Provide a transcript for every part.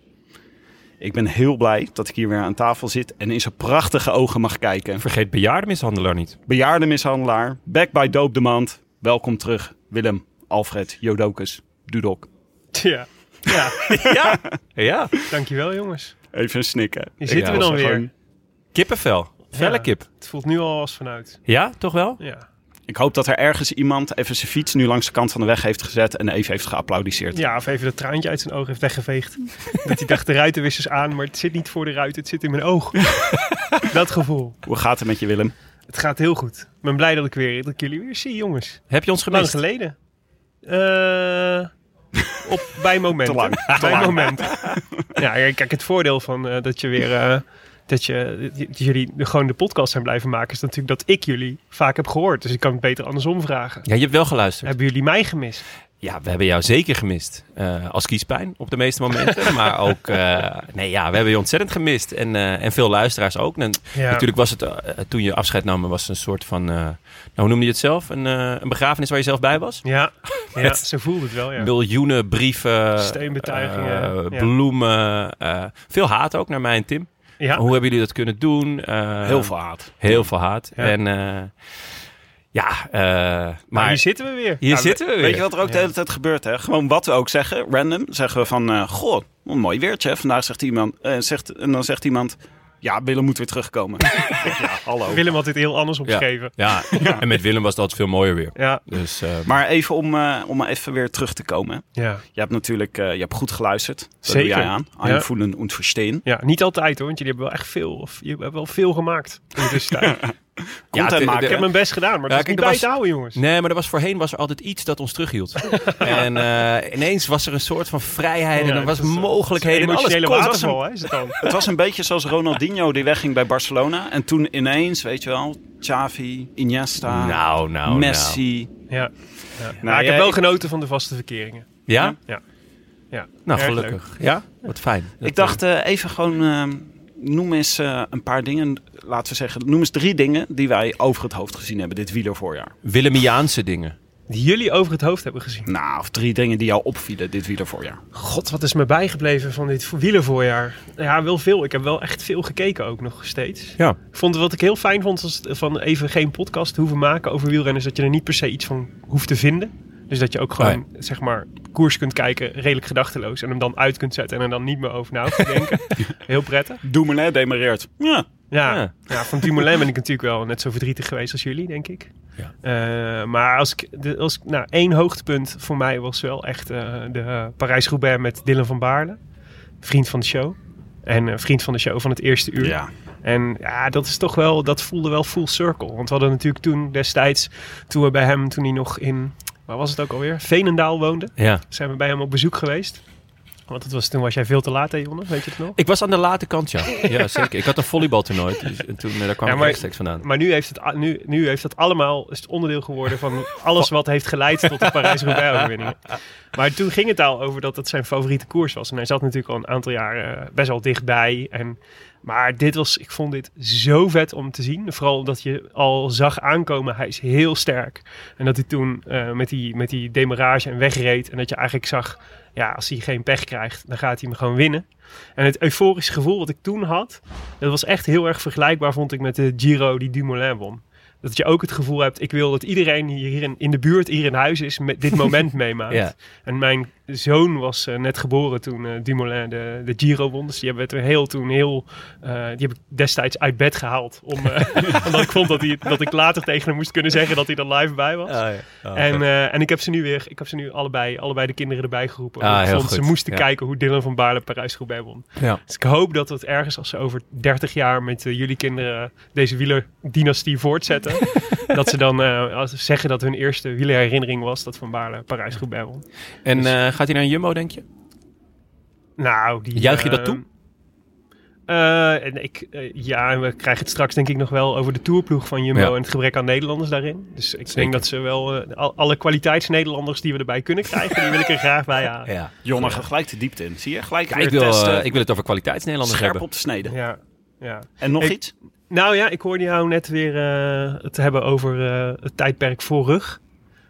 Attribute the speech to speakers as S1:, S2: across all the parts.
S1: Ik ben heel blij dat ik hier weer aan tafel zit en in zijn prachtige ogen mag kijken
S2: Vergeet bejaardenmishandelaar niet.
S1: bejaardenmishandelaar, back by dope demand. Welkom terug, Willem, Alfred, Jodokus, Dudok.
S3: Ja, ja.
S2: Ja, ja.
S3: dankjewel jongens.
S1: Even snikken.
S3: Hier zitten
S2: Ja,
S3: we dan weer.
S1: Gewoon-
S2: Kippenvel. Felle
S3: Ja.
S2: kip.
S3: Het voelt nu al als vanuit.
S2: Ja, toch wel?
S3: Ja,
S1: Ik hoop dat er ergens iemand even zijn fiets nu langs de kant van de weg heeft gezet en even heeft geapplaudiceerd.
S3: ja of even dat traantje uit zijn oog heeft weggeveegd. dat hij dacht, de ruitenwissers aan, maar het zit niet voor de ruit, het zit in mijn oog. dat gevoel.
S1: Hoe gaat het met je, Willem?
S3: Het gaat heel goed. Ik ben blij dat ik, weer, dat ik jullie weer zie, jongens.
S2: Heb je ons
S3: Lang
S2: gemist?
S3: geleden. Eh, op, bij momenten.
S1: Te lang,
S3: bij momenten. Ja, ja, kijk, het voordeel van eh, dat je weer... eh, dat, je, dat jullie gewoon de podcast zijn blijven maken... is natuurlijk dat ik jullie vaak heb gehoord. Dus ik kan het beter andersom vragen.
S2: Ja, je hebt wel geluisterd.
S3: Hebben jullie mij gemist?
S2: Ja, we hebben jou zeker gemist. Eh, als kiespijn op de meeste momenten. maar ook, eh, nee ja, we hebben je ontzettend gemist. En, eh, en veel luisteraars ook. En
S3: Ja.
S2: Natuurlijk was het, eh, toen je afscheid nam, was het een soort van, eh, nou hoe noemde je het zelf? Een, eh, een begrafenis waar je zelf bij was?
S3: Ja, ja
S2: Het-
S3: ze voelde het wel, ja.
S2: Miljoenen brieven,
S3: Steunbetuigingen,
S2: eh,
S3: ja.
S2: bloemen, eh, veel haat ook naar mij en Tim.
S3: ja.
S2: Hoe hebben jullie dat kunnen doen? Eh,
S1: Heel veel haat.
S2: Heel veel haat.
S3: Ja.
S2: En eh, ja, eh,
S3: Maar
S2: maar
S3: hier zitten we weer. Nou,
S2: hier
S1: Ja,
S2: zitten we weer.
S1: Weet je wat er ook de hele tijd gebeurt, hè? Gewoon wat we ook zeggen, random, zeggen we van... eh, goh, wat een mooi weertje, hè? Vandaag zegt iemand... eh, zegt, en dan zegt iemand... Ja, Willem moet weer terugkomen. ja, hallo.
S3: Willem had dit heel anders opgeschreven.
S2: Ja. en met Willem was het altijd veel mooier weer.
S3: Ja.
S2: Dus, eh,
S1: Maar even om, eh, om even weer terug te komen.
S3: Ja. ja.
S1: Je hebt natuurlijk eh, je hebt goed geluisterd. Dat
S3: Zeker.
S1: doe jij aan.
S3: Ja.
S1: Aanvoelen en verstehen.
S3: niet altijd hoor, want jullie hebben wel echt veel, of, jullie hebben wel veel gemaakt in de tussentijd.
S1: Content
S2: het-
S1: maken.
S3: Ik heb mijn best gedaan, maar
S2: Ja,
S3: dat is
S2: kijk,
S3: niet
S2: er
S3: bij
S2: was-
S3: te houden, jongens.
S2: Nee, maar er was, voorheen was er altijd iets dat ons terughield. en eh, ineens was er een soort van vrijheid en
S3: Ja,
S2: er was
S3: dat is, eh,
S2: mogelijkheden. En alles
S3: Emotionele
S2: kon. Het was
S3: waterval, hè, is het dan?
S1: Het was een beetje zoals Ronaldinho die wegging bij Barcelona. En toen ineens, weet je wel, Xavi, Iniesta,
S2: een- Nou, nou, nou.
S1: Messi.
S3: Ja. ja.
S1: Nou,
S3: maar ik heb
S1: jij-
S3: wel genoten van de vaste verkeringen.
S2: Ja?
S3: Ja. Ja.
S2: Nou,
S3: Erg
S2: gelukkig. Ja? Wat fijn.
S1: Ik dacht eh, even gewoon, eh, noem eens eh, een paar dingen. Laten we zeggen, noem eens drie dingen die wij over het hoofd gezien hebben dit wielervoorjaar.
S2: eh, Willemiaanse dingen.
S3: Die jullie over het hoofd hebben gezien.
S1: Nou, of drie dingen die jou opvielen dit wielervoorjaar.
S3: God, wat is me bijgebleven van dit vo- wielervoorjaar. Ja, wel veel. Ik heb wel echt veel gekeken ook nog steeds.
S2: Ja.
S3: Ik Vond wat ik heel fijn vond, was van even geen podcast te hoeven maken over wielrennen, is dat je er niet per se iets van hoeft te vinden. Dus dat je ook gewoon, zeg maar, koers kunt kijken, redelijk gedachteloos. En hem dan uit kunt zetten en er dan niet meer over na hoeft te denken. heel prettig.
S1: Doemenet demareert. Ja.
S3: Ja,
S2: Ja.
S3: ja. van Dumoulin ben ik natuurlijk wel net zo verdrietig geweest als jullie, denk ik.
S2: Ja.
S3: Eh, maar als ik, de, als ik, nou, één hoogtepunt voor mij was wel echt eh, de eh, Parijs-Roubaix met Dylan van Baarle. Vriend van de show. En eh, vriend van de show van het eerste uur.
S1: ja.
S3: En ja, dat is toch wel, dat voelde wel full circle. Want we hadden natuurlijk toen destijds, toen we bij hem, toen hij nog in, waar was het ook alweer? Veenendaal woonde.
S2: Ja.
S3: Zijn we bij hem op bezoek geweest. Want dat was, toen was jij veel te laat, hè Jonne? Weet je het nog?
S2: Ik was aan de late kant, ja. ja zeker. Ik had een volleybaltoernooi. Dus, en toen, eh, daar kwam
S3: Ja,
S2: ik
S3: maar-
S2: rechtstreeks vandaan.
S3: Maar nu heeft, het, a- nu, nu heeft dat allemaal is het onderdeel geworden van alles wat heeft geleid tot de Parijs-Roubaix-overwinningen. Maar toen ging het al over dat het zijn favoriete koers was. En hij zat natuurlijk al een aantal jaren eh, best wel dichtbij. En, maar dit was, ik vond dit zo vet om te zien. Vooral omdat je al zag aankomen, hij is heel sterk. En dat hij toen eh, met, die, met die demarage en wegreed. En dat je eigenlijk zag, ja, als hij geen pech krijgt, dan gaat hij hem gewoon winnen. En het euforische gevoel wat ik toen had, dat was echt heel erg vergelijkbaar, vond ik, met de Giro die Dumoulin won. Dat je ook het gevoel hebt, ik wil dat iedereen hier in, in de buurt, hier in huis is, met dit moment meemaakt.
S2: Ah, Ja.
S3: En mijn zoon was eh, net geboren toen eh, Dumoulin de, de Giro won. Dus die hebben het er heel, toen heel, eh, die heb ik destijds uit bed gehaald. Om, eh, omdat ik vond dat, hij, dat ik later tegen hem moest kunnen zeggen dat hij er live bij was.
S2: Oh,
S3: En, eh, en ik heb ze nu weer, ik heb ze nu allebei, allebei de kinderen erbij geroepen.
S2: Ah,
S3: Want ik
S2: heel
S3: vond, ze
S2: goed.
S3: moesten
S2: Ja.
S3: kijken hoe Dylan van Baarle Parijs-Roubaix won.
S2: Ja.
S3: Dus ik hoop dat het ergens, als ze over 30 jaar met eh, jullie kinderen deze wielerdynastie voortzetten, dat ze dan eh, als ze zeggen dat hun eerste wielerherinnering was dat van Baarle Parijs-Roubaix won.
S2: En eh, gaat hij naar een Jumbo, denk je?
S3: Nou, die,
S2: Juich je dat
S3: eh,
S2: toe?
S3: eh, en ik, eh, ja, en we krijgen het straks denk ik nog wel over de tourploeg van Jumbo
S2: Ja.
S3: en het gebrek aan Nederlanders daarin. Dus ik
S2: Zeker.
S3: denk dat ze wel eh, al- alle kwaliteits-Nederlanders die we erbij kunnen krijgen, die wil ik er graag bij halen.
S2: Ja.
S1: Jongen, ga gelijk de diepte in. Zie je? Gelijk
S2: Ja,
S1: weer
S2: ik, wil,
S1: testen.
S2: eh, ik wil het over kwaliteitsnederlanders
S1: scherp
S2: hebben.
S1: op de snede.
S3: Ja, ja.
S1: En nog
S3: Ik-
S1: iets?
S3: Nou ja, ik hoorde jou net weer eh, het hebben over eh, het tijdperk voor rug.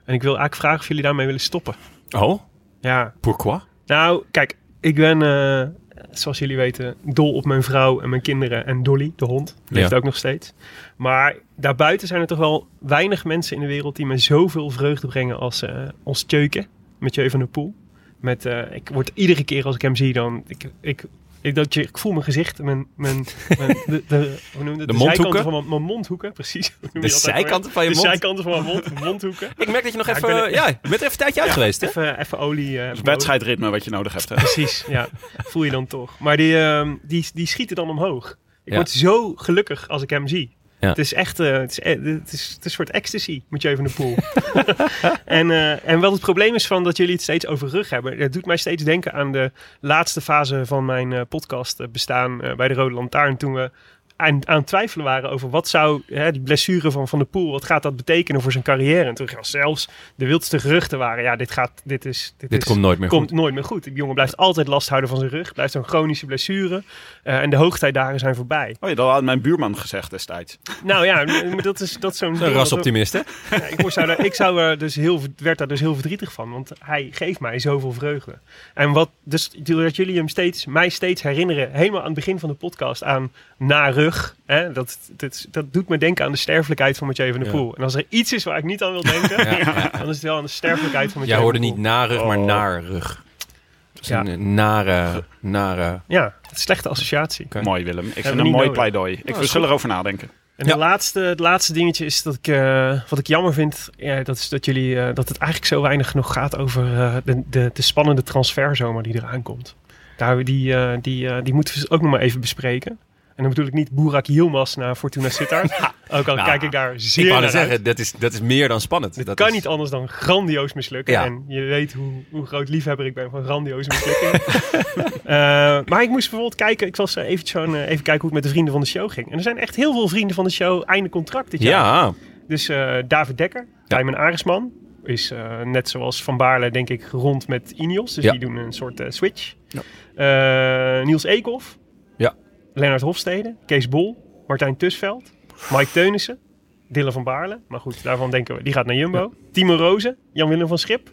S3: En ik wil eigenlijk vragen of jullie daarmee willen stoppen.
S2: Oh,
S3: Ja.
S2: pourquoi?
S3: Nou, kijk, ik ben, eh, zoals jullie weten, dol op mijn vrouw en mijn kinderen. En Dolly, de hond, leeft
S2: Ja.
S3: ook nog steeds. Maar daarbuiten zijn er toch wel weinig mensen in de wereld die me zoveel vreugde brengen als eh, ons Tjeuke. Met Jeu van der Poel. Met, eh, ik word iedere keer als ik hem zie, dan... Ik, ik, ik, dat je, ik voel mijn gezicht, mijn, mijn, mijn de, de, hoe noem je dat?
S2: De
S3: zijkanten
S2: mondhoeken?
S3: Van mijn, mijn mondhoeken, precies. Hoe noem je
S2: De
S3: dat ook alweer?
S2: zijkanten van je
S3: De
S2: mond.
S3: zijkanten van mijn mond, mondhoeken.
S2: Ik merk dat je nog
S3: Ja, ik
S2: even...
S3: ben er-
S2: ja, je bent er even een tijdje uit geweest, hè?
S3: Even, even olie.
S1: Dat
S3: eh,
S1: is
S3: even olie-
S1: wedstrijdritme wat je nodig hebt. Hè?
S3: Precies, ja. Voel je dan toch. Maar die, ehm, die, die schieten dan omhoog. Ik
S2: Ja.
S3: word zo gelukkig als ik hem zie.
S2: Ja.
S3: Het is echt eh, het is, eh, het is, het is een soort ecstasy met je even de pool. en, eh, en wat het probleem is van dat jullie het steeds over rug hebben. Dat doet mij steeds denken aan de laatste fase van mijn eh, podcast eh, bestaan eh, bij de Rode Lantaarn. Toen we aan, aan het twijfelen waren over wat zou hè, die blessure van Van der Poel, wat gaat dat betekenen voor zijn carrière? En toen was zelfs de wildste geruchten waren, ja, dit, gaat, dit, is, dit,
S2: Dit
S3: is,
S2: komt nooit meer
S3: komt
S2: goed.
S3: nooit meer goed. Die jongen blijft altijd last houden van zijn rug, blijft een chronische blessure eh, en de hoogtijdagen zijn voorbij.
S1: Oh ja, dat had mijn buurman gezegd destijds.
S3: Nou ja, m- dat is, dat is zo'n
S2: Een
S3: ding, dat-
S2: rasoptimist, hè?
S3: ja, ik, word- zou daar, ik zou er dus heel, werd daar dus heel verdrietig van, want hij geeft mij zoveel vreugde. En wat, dus doordat jullie hem steeds, mij steeds herinneren, helemaal aan het begin van de podcast, aan na rug, hè, dat, dat, dat doet me denken aan de sterfelijkheid van Mathieu van der
S2: Ja.
S3: Poel. En als er iets is waar ik niet aan wil denken,
S2: Ja, ja.
S3: dan is het wel aan de sterfelijkheid van Mathieu
S2: Jij hoorde
S3: van der
S2: niet
S3: Poel.
S2: narug, maar
S3: Oh.
S2: naar rug. Het is een nare, nare...
S3: Ja, het is een slechte associatie.
S1: Mooi Willem. Ik vind
S3: we
S1: een
S3: niet
S1: mooi
S3: nodig.
S1: pleidooi. Ik wil zullen erover nadenken.
S3: En
S2: Ja.
S3: de laatste, het laatste dingetje is dat ik, eh, wat ik jammer vind, eh, dat is dat, jullie, eh, dat het eigenlijk zo weinig nog gaat over eh, de, de, de spannende transferzomer die eraan komt. Daar, die, eh, die, eh, die moeten we ook nog maar even bespreken. En dan bedoel ik niet Boerak Yilmaz naar Fortuna Sittard. ook al
S2: nou,
S3: kijk ik daar zeer
S2: Ik wou
S3: naar
S2: net
S3: uit.
S2: zeggen, dat is, dat is meer dan spannend.
S3: Dit
S2: dat
S3: kan
S2: is-
S3: niet anders dan grandioos mislukken.
S2: Ja.
S3: En je weet hoe, hoe groot liefhebber ik ben van grandioze mislukkingen. Eh, maar ik moest bijvoorbeeld kijken, ik was eh, eventjes zo'n, eh, even kijken hoe het met de vrienden van de show ging. En er zijn echt heel veel vrienden van de show einde contract dit jaar.
S2: Ja,
S3: Dus eh, David Dekker, Tijmen Aresman, is eh, net zoals Van Baarle denk ik rond met Ineos. Dus
S2: Ja.
S3: die doen een soort eh, switch. Eh, Niels Eekhoff,
S2: Ja.
S3: Lennart Hofstede, Kees Bol, Martijn Tusveld, Mike Teunissen, Dylan van Baarle. Maar goed, daarvan denken we, die gaat naar Jumbo. Timo Rozen, Jan-Willem van Schip,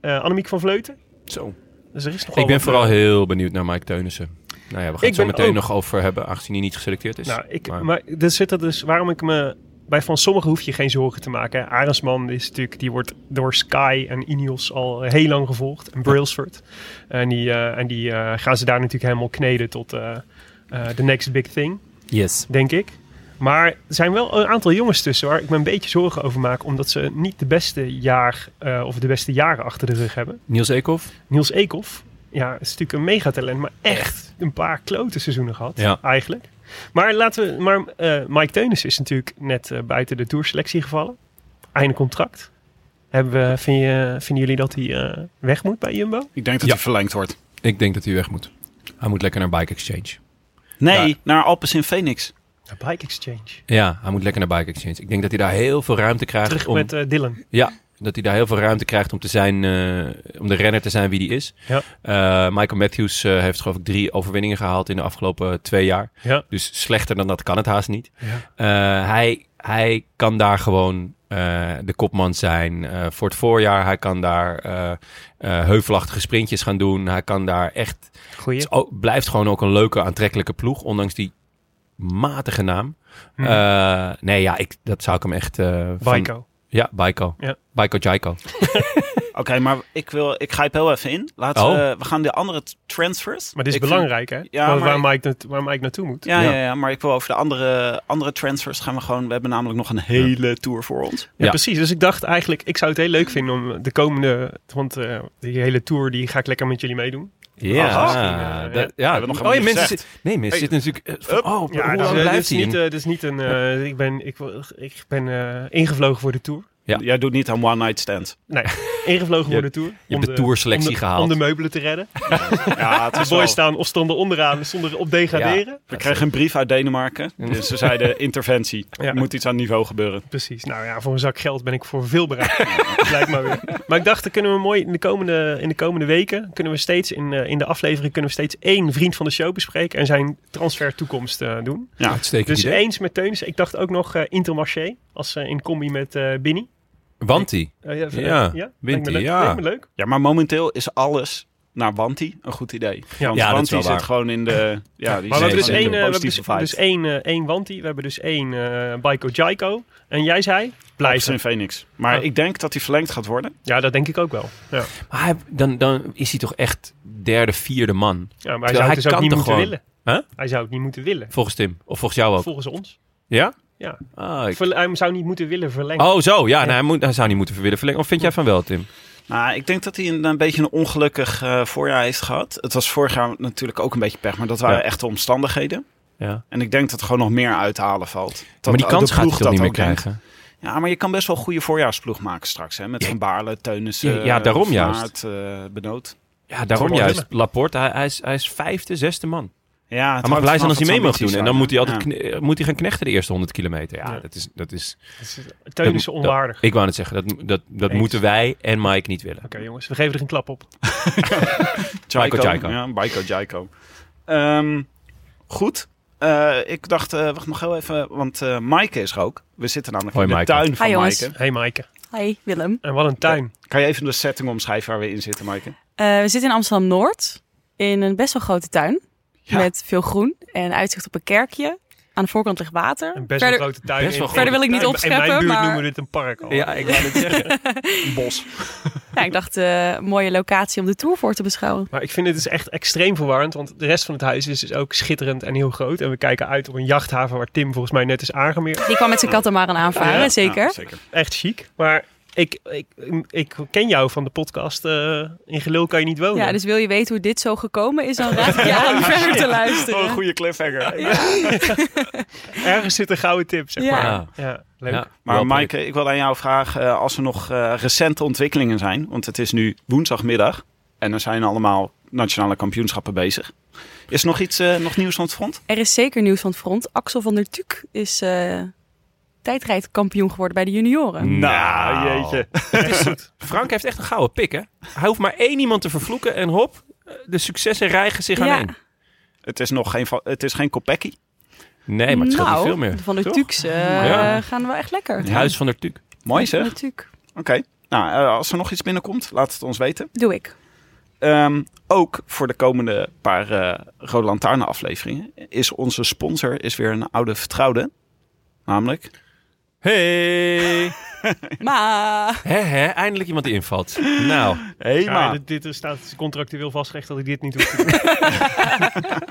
S3: eh, Annemiek van Vleuten.
S2: zo.
S3: Dus er is nogal
S2: Ik ben
S3: wat,
S2: vooral
S3: eh,
S2: heel benieuwd naar Mike Teunissen. Nou ja, we gaan
S3: Ik
S2: het zo
S3: ben
S2: meteen
S3: ook.
S2: nog over hebben, aangezien hij niet geselecteerd is.
S3: Nou, ik,
S2: Dus Maar-
S3: maar, dat zit er dus waarom ik me. Bij van sommigen hoef je geen zorgen te maken. hè. Arendsman is natuurlijk, die wordt door Sky en Ineos al heel lang gevolgd. En Brailsford. En die, eh, en die eh, gaan ze daar natuurlijk helemaal kneden tot eh eh, the next big thing,
S2: Yes.
S3: denk ik. Maar er zijn wel een aantal jongens tussen waar ik me een beetje zorgen over maak. Omdat ze niet de beste jaar eh, of de beste jaren achter de rug hebben.
S2: Niels Eekhoff?
S3: Niels Eekhoff. Ja, is natuurlijk een megatalent, maar echt een paar klote seizoenen gehad,
S2: Ja.
S3: eigenlijk. Maar, laten we, maar eh, Mike Teunis is natuurlijk net eh, buiten de tourselectie gevallen. Einde contract. Hebben we, vind je, vinden jullie dat hij eh, weg moet bij Jumbo?
S1: Ik denk dat
S2: Ja.
S1: hij verlengd wordt.
S2: Ik denk dat hij weg moet. Hij moet lekker naar Bike Exchange.
S1: Nee,
S2: Ja.
S1: naar Alpes in Phoenix.
S3: Naar Bike Exchange.
S2: Ja, hij moet lekker naar Bike Exchange. Ik denk dat hij daar heel veel ruimte krijgt
S3: Terug
S2: om...
S3: met eh, Dylan.
S2: Ja, dat hij daar heel veel ruimte krijgt om, te zijn, eh, om de renner te zijn wie die is.
S3: Ja.
S2: Eh, Michael Matthews eh, heeft geloof ik drie overwinningen gehaald in de afgelopen twee jaar.
S3: Ja.
S2: Dus slechter dan dat kan het haast niet. Eh, hij, hij kan daar gewoon eh, de kopman zijn eh, voor het voorjaar. Hij kan daar eh, eh, heuvelachtige sprintjes gaan doen. Hij kan daar echt...
S3: Goeie.
S2: Het is ook- blijft gewoon ook een leuke, aantrekkelijke ploeg, ondanks die matige naam.
S3: Hmm.
S2: Eh, nee, ja, ik, dat zou ik hem echt... eh, van-
S3: Baiko.
S2: ja, Baiko.
S3: Ja.
S2: Baiko Jaiko.
S1: Oké, maar ik, wil, ik grijp heel even in. Laten
S2: Oh.
S1: we, we gaan de andere t- transfers.
S3: Maar dit is
S1: Ik vind-
S3: belangrijk, hè?
S1: Ja,
S3: waar,
S1: maar
S3: waar
S1: ik-
S3: Mike naartoe- waar Mike naartoe moet.
S1: ja,
S2: Ja.
S1: ja. Ja, maar ik wil over de andere, andere transfers gaan we gewoon... We hebben namelijk nog een hele tour voor ons.
S3: Ja,
S2: Ja.
S3: precies. Dus ik dacht eigenlijk, ik zou het heel leuk vinden om de komende... Want eh, die hele tour, die ga ik lekker met jullie meedoen.
S1: Oh,
S2: Ja,
S3: misschien, eh,
S2: dat-
S1: hebben we
S2: ja.
S1: nog helemaal
S2: oh, ja,
S1: niet
S2: mensen
S1: gezegd.
S2: zitten, nee, mensen zitten natuurlijk. eh, van, oh,
S3: Ja,
S2: hoe
S3: dus,
S2: lang
S3: eh, dit
S2: blijft
S3: is
S2: hij? in?
S3: niet, eh, dit is niet een. eh, ik ben, ik, wil- ik ben eh, ingevlogen voor de tour.
S2: Ja.
S1: Jij doet niet aan one night stand.
S3: Nee, ingevlogen voor de tour. Je
S2: hebt de tourselectie
S3: om de,
S2: gehaald.
S3: Om de meubelen te redden.
S1: Ja, het
S3: De
S1: is wel-
S3: boys staan of stonden onderaan zonder op degraderen.
S1: We kregen een brief uit Denemarken. Dus ze zeiden interventie.
S3: Ja.
S1: Er moet iets aan niveau gebeuren.
S3: Precies. Nou ja, voor een zak geld ben ik voor veel bereid. Dat Lijkt maar weer. Maar ik dacht, dan kunnen we mooi in de komende, in de komende weken. kunnen we steeds in, eh, in de aflevering. kunnen we steeds één vriend van de show bespreken. en zijn transfer toekomst eh, doen.
S2: Uitstekend
S3: Dus
S2: idee.
S3: eens met Teunis. Ik dacht ook nog eh, Intermarché. als eh, in combi met eh Binny.
S2: Want die.
S3: Eh, ja,
S2: Ja,
S3: lijkt me
S2: Binti,
S3: leuk.
S2: ja.
S3: Lijkt me leuk.
S1: Ja, maar momenteel is alles naar Wanti een goed idee.
S3: Ja.
S1: Want
S2: Ja, dat is
S1: Wanti
S2: wel
S1: zit
S2: waar.
S1: gewoon in de... Ja, die
S3: Maar we
S1: zit
S3: hebben dus
S1: gewoon in
S3: één,
S1: de
S3: eh, we hebben dus,
S1: positieve vibe.
S3: dus één, eh, één Wanti, we hebben dus één eh Baiko Jaiko. En jij zei?
S1: Blijft
S3: Blijven.
S1: in Phoenix. Maar
S3: Oh.
S1: ik denk dat hij verlengd gaat worden.
S3: Ja, dat denk ik ook wel. Ja.
S2: Maar hij- dan, dan is hij toch echt derde, vierde man.
S3: Ja, maar hij
S2: Terwijl
S3: zou
S2: hij
S3: het dus ook
S2: kan
S3: niet
S2: toch
S3: moeten
S2: gewoon-
S3: willen.
S2: Huh?
S3: Hij zou het niet moeten willen,
S2: Volgens Tim. Of volgens jou ook.
S3: volgens ons.
S2: ja?
S3: Ja.
S2: Ah, ik-
S3: Verl- hij zou niet moeten willen verlengen.
S2: Oh, zo. Ja, Nou, hij, moet, hij zou niet moeten willen verlengen. Of vind jij van wel, Tim?
S1: Nou, ik denk dat hij een, een beetje een ongelukkig eh, voorjaar heeft gehad. Het was vorig jaar natuurlijk ook een beetje pech. Maar dat waren
S2: Ja.
S1: echte omstandigheden.
S2: Ja.
S1: En ik denk dat er gewoon nog meer uit te halen valt. Dat
S2: maar die
S1: de
S2: kans gaat
S1: ploeg
S2: hij toch niet
S1: dat
S2: meer
S1: ook denkt.
S2: krijgen?
S1: Ja, maar je kan best wel een goede voorjaarsploeg maken straks. Hè? Met Van Baarle, Teunissen,
S2: Ja, ja, daarom juist.
S1: eh, Benoot.
S2: Ja, daarom
S3: Toch wel
S2: juist. Laporte, hij, hij, is, hij is vijfde, zesde man.
S1: Ja, het
S2: Hij mag
S1: hangt
S2: blij zijn als
S1: vanaf
S2: hij mee
S1: wat
S2: mag
S1: zijn
S2: doen. En dan moet
S1: ambities
S2: hij altijd
S1: zijn.
S2: kne- eh, moet hij gaan knechten de eerste 100 kilometer. Ja,
S3: Ja.
S2: dat is... Dat is
S3: Teun is onwaardig. Oké
S2: Ik wou net zeggen, dat, dat, dat
S3: Eens.
S2: moeten wij en Mike niet willen.
S3: jongens, we geven er een klap op.
S1: Ja.
S2: Michael Jaiko.
S1: Ja, Michael Jaiko. Ehm, goed. Eh, ik dacht, eh, wacht nog heel even, want eh Maaike is er ook. We zitten namelijk
S2: Hoi,
S1: in de
S2: Maaike.
S1: tuin van
S4: Hi, jongens.
S1: Maaike.
S3: Hey Maaike.
S4: Hi, Willem.
S3: En wat een tuin.
S1: Kan je even de setting omschrijven waar we in zitten, Maaike?
S4: Eh, we zitten in Amsterdam-Noord in een best wel grote tuin.
S1: Ja.
S4: Met veel groen en uitzicht op een kerkje. Aan de voorkant ligt water.
S3: Een best
S4: Verder-
S3: wel grote tuin.
S2: best wel
S3: in-
S2: grote
S4: Verder wil ik niet
S3: in- In mijn
S4: opscheppen,
S3: buurt
S4: maar-
S3: noemen we dit een park al.
S2: Ja, ik wou het zeggen.
S1: Bos.
S4: ja, ik dacht, eh, mooie locatie om de tour voor te beschouwen.
S3: Maar ik vind het dus echt extreem verwarrend, want de rest van het huis is dus ook schitterend en heel groot. En we kijken uit op een jachthaven waar Tim volgens mij net is aangemeerd.
S4: Die kwam met zijn katamaran aanvaren,
S3: Ja,
S4: zeker.
S1: Ja, zeker.
S3: Echt chic. Maar ik, ik, ik ken jou van de podcast eh, In Gelul kan je niet wonen.
S4: Ja, dus wil je weten hoe dit zo gekomen is, dan raad ik je aan om verder te luisteren.
S1: Oh, een goede cliffhanger.
S3: Ergens zit een gouden tip, zeg
S4: Ja.
S3: maar.
S2: Ja.
S3: Ja, leuk.
S2: Ja,
S1: Maar
S2: wel
S1: Maaike, ik wil aan jou vragen eh, als er nog eh, recente ontwikkelingen zijn. Want het is nu woensdagmiddag en er zijn allemaal nationale kampioenschappen bezig. Is er nog iets, eh, nog nieuws aan het front?
S4: Er is zeker nieuws van het front. Axel van der Tuuk is eh tijdrijdkampioen geworden bij de junioren.
S2: Nou,
S1: jeetje.
S2: Frank heeft echt een gouden pik, hè? Hij hoeft maar één iemand te vervloeken en hop, de successen rijgen zich aan
S4: Ja.
S2: één.
S1: Het is nog geen, va- het is geen Kopecky.
S2: Nee, maar het scheelt
S4: nou,
S2: niet veel meer.
S4: de Van der
S2: toch?
S4: Tuukse eh,
S2: Ja.
S4: gaan wel echt lekker.
S2: Het huis van der Tuuk.
S1: Mooi
S4: Van
S1: zeg.
S4: der
S1: Oké.
S4: Tuuk.
S1: Nou, eh, als er nog iets binnenkomt, laat het ons weten.
S4: Doe ik.
S1: Ehm, ook voor de komende paar eh Rode Lantaarne afleveringen is onze sponsor is weer een oude vertrouwde. Namelijk
S2: Hey!
S4: Maar
S2: hè, hè, eindelijk iemand die invalt. Nou,
S3: Ja,
S1: Hema.
S3: dit, dit is- staat contractueel vastgelegd dat ik dit niet hoef te doen.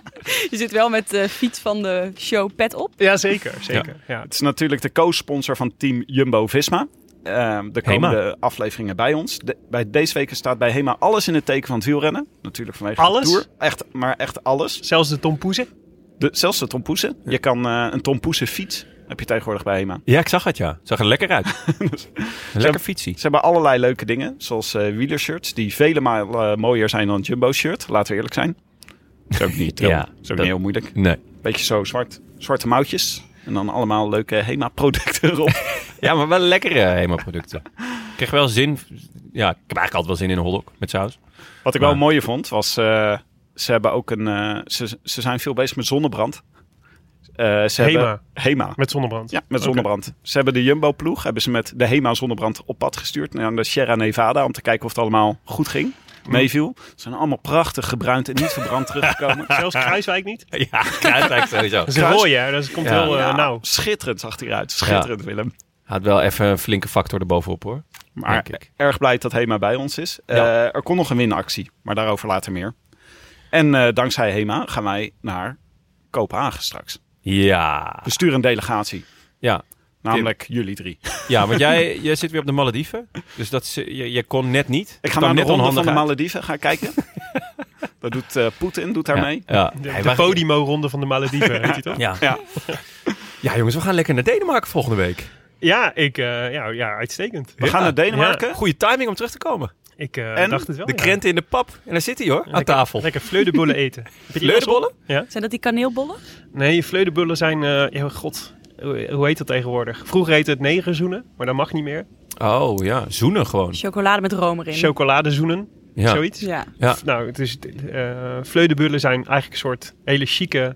S4: je zit wel met de fiets van de show pet op.
S3: Ja, zeker. zeker. Ja.
S1: Het is natuurlijk de co-sponsor van team Jumbo-Visma. Ehm de
S2: Hema.
S1: komende afleveringen bij ons. De- bij deze week staat bij Hema alles in het teken van het wielrennen. Natuurlijk vanwege
S3: Alles?
S1: de Tour. Echt, maar echt alles.
S3: Zelfs de tompoezen.
S1: De, zelfs de tompoesen. Je kan eh, een tompoesen fiets heb je tegenwoordig bij Hema.
S2: ja, ik zag het, ja. Het zag er lekker uit. lekker fietsie.
S1: Ze hebben allerlei leuke dingen. Zoals eh wielershirts. Die vele malen eh, mooier zijn dan Jumbo-shirt. Laten we eerlijk zijn. Is ook niet, heel-
S2: Ja,
S1: is ook
S2: dat-
S1: niet heel moeilijk.
S2: Nee.
S1: Beetje zo zwart, zwarte mouwtjes. En dan allemaal leuke Hema-producten erop.
S2: Ja, maar wel lekkere Hema-producten. Ik kreeg wel zin. Ja, ik heb eigenlijk altijd wel zin in een hotdog met saus.
S1: Wat ik wel
S2: Maar-
S1: mooier vond, was eh, ze hebben ook een. eh, ze, ze zijn veel bezig met zonnebrand. Eh, ze
S3: Hema.
S1: Hebben, Hema.
S3: Met zonnebrand.
S1: Ja, met zonnebrand. Ze hebben de Jumbo-ploeg hebben ze met de Hema zonnebrand op pad gestuurd naar de Sierra Nevada om te kijken of het allemaal goed ging.
S2: Mm.
S1: Meeviel. Ze zijn allemaal prachtig gebruind en niet verbrand teruggekomen.
S3: Zelfs Kruiswijk niet.
S2: Ja, kruidwijk sowieso.
S3: Dat is een
S1: Kruis-
S3: rooie, hè? Dat komt
S2: Ja.
S3: heel eh,
S1: Ja,
S3: nauw.
S1: Schitterend zag hij eruit. Schitterend, Willem.
S2: Had wel even een flinke factor erbovenop, hoor.
S1: Maar
S2: Denk ik.
S1: erg blij dat Hema bij ons is.
S2: Ja.
S1: Eh, er kon nog een winactie, maar daarover later meer. En eh, dankzij Hema gaan wij naar Kopenhagen straks.
S2: Ja.
S1: We sturen een delegatie.
S2: Ja.
S1: Namelijk jullie drie.
S2: Ja, want jij, jij zit weer op de Malediven. Dus dat is, je, je kon net niet.
S1: Ik ga
S2: Kwam
S1: naar de
S2: net
S1: ronde van
S2: onhandig
S1: de
S2: uit.
S1: Malediven gaan kijken. dat doet eh, Poetin, doet daar mee.
S2: Ja. Ja.
S3: De,
S2: Hij
S3: de
S2: wacht-
S3: Podimo-ronde van de Malediven, weet je toch?
S2: Ja.
S1: Ja.
S2: Ja. jongens, we gaan lekker naar Denemarken volgende week.
S3: Ja, ik, eh, ja, ja, uitstekend.
S1: We gaan naar Denemarken.
S2: Goede timing om terug te komen.
S3: Ik eh,
S1: En
S3: dacht het wel.
S2: De
S3: ja.
S2: krenten in de pap. En daar zit hij hoor, aan
S3: Lekker-
S2: tafel.
S3: Lekker vleuderbollen eten. Heb je die
S2: Leurenbollen?
S4: Zijn dat die kaneelbollen?
S3: wel eens op? Nee, vleuderbollen zijn... eh, ja, god, hoe hoe heet dat tegenwoordig? Vroeger heette het negerzoenen, maar dat mag niet meer.
S2: Oh ja, zoenen gewoon.
S4: Chocolade met room erin.
S3: Chocoladezoenen,
S2: Ja.
S3: zoiets.
S4: ja.
S2: Ja.
S3: Nou, het is, eh vleuderbullen zijn eigenlijk een soort hele chique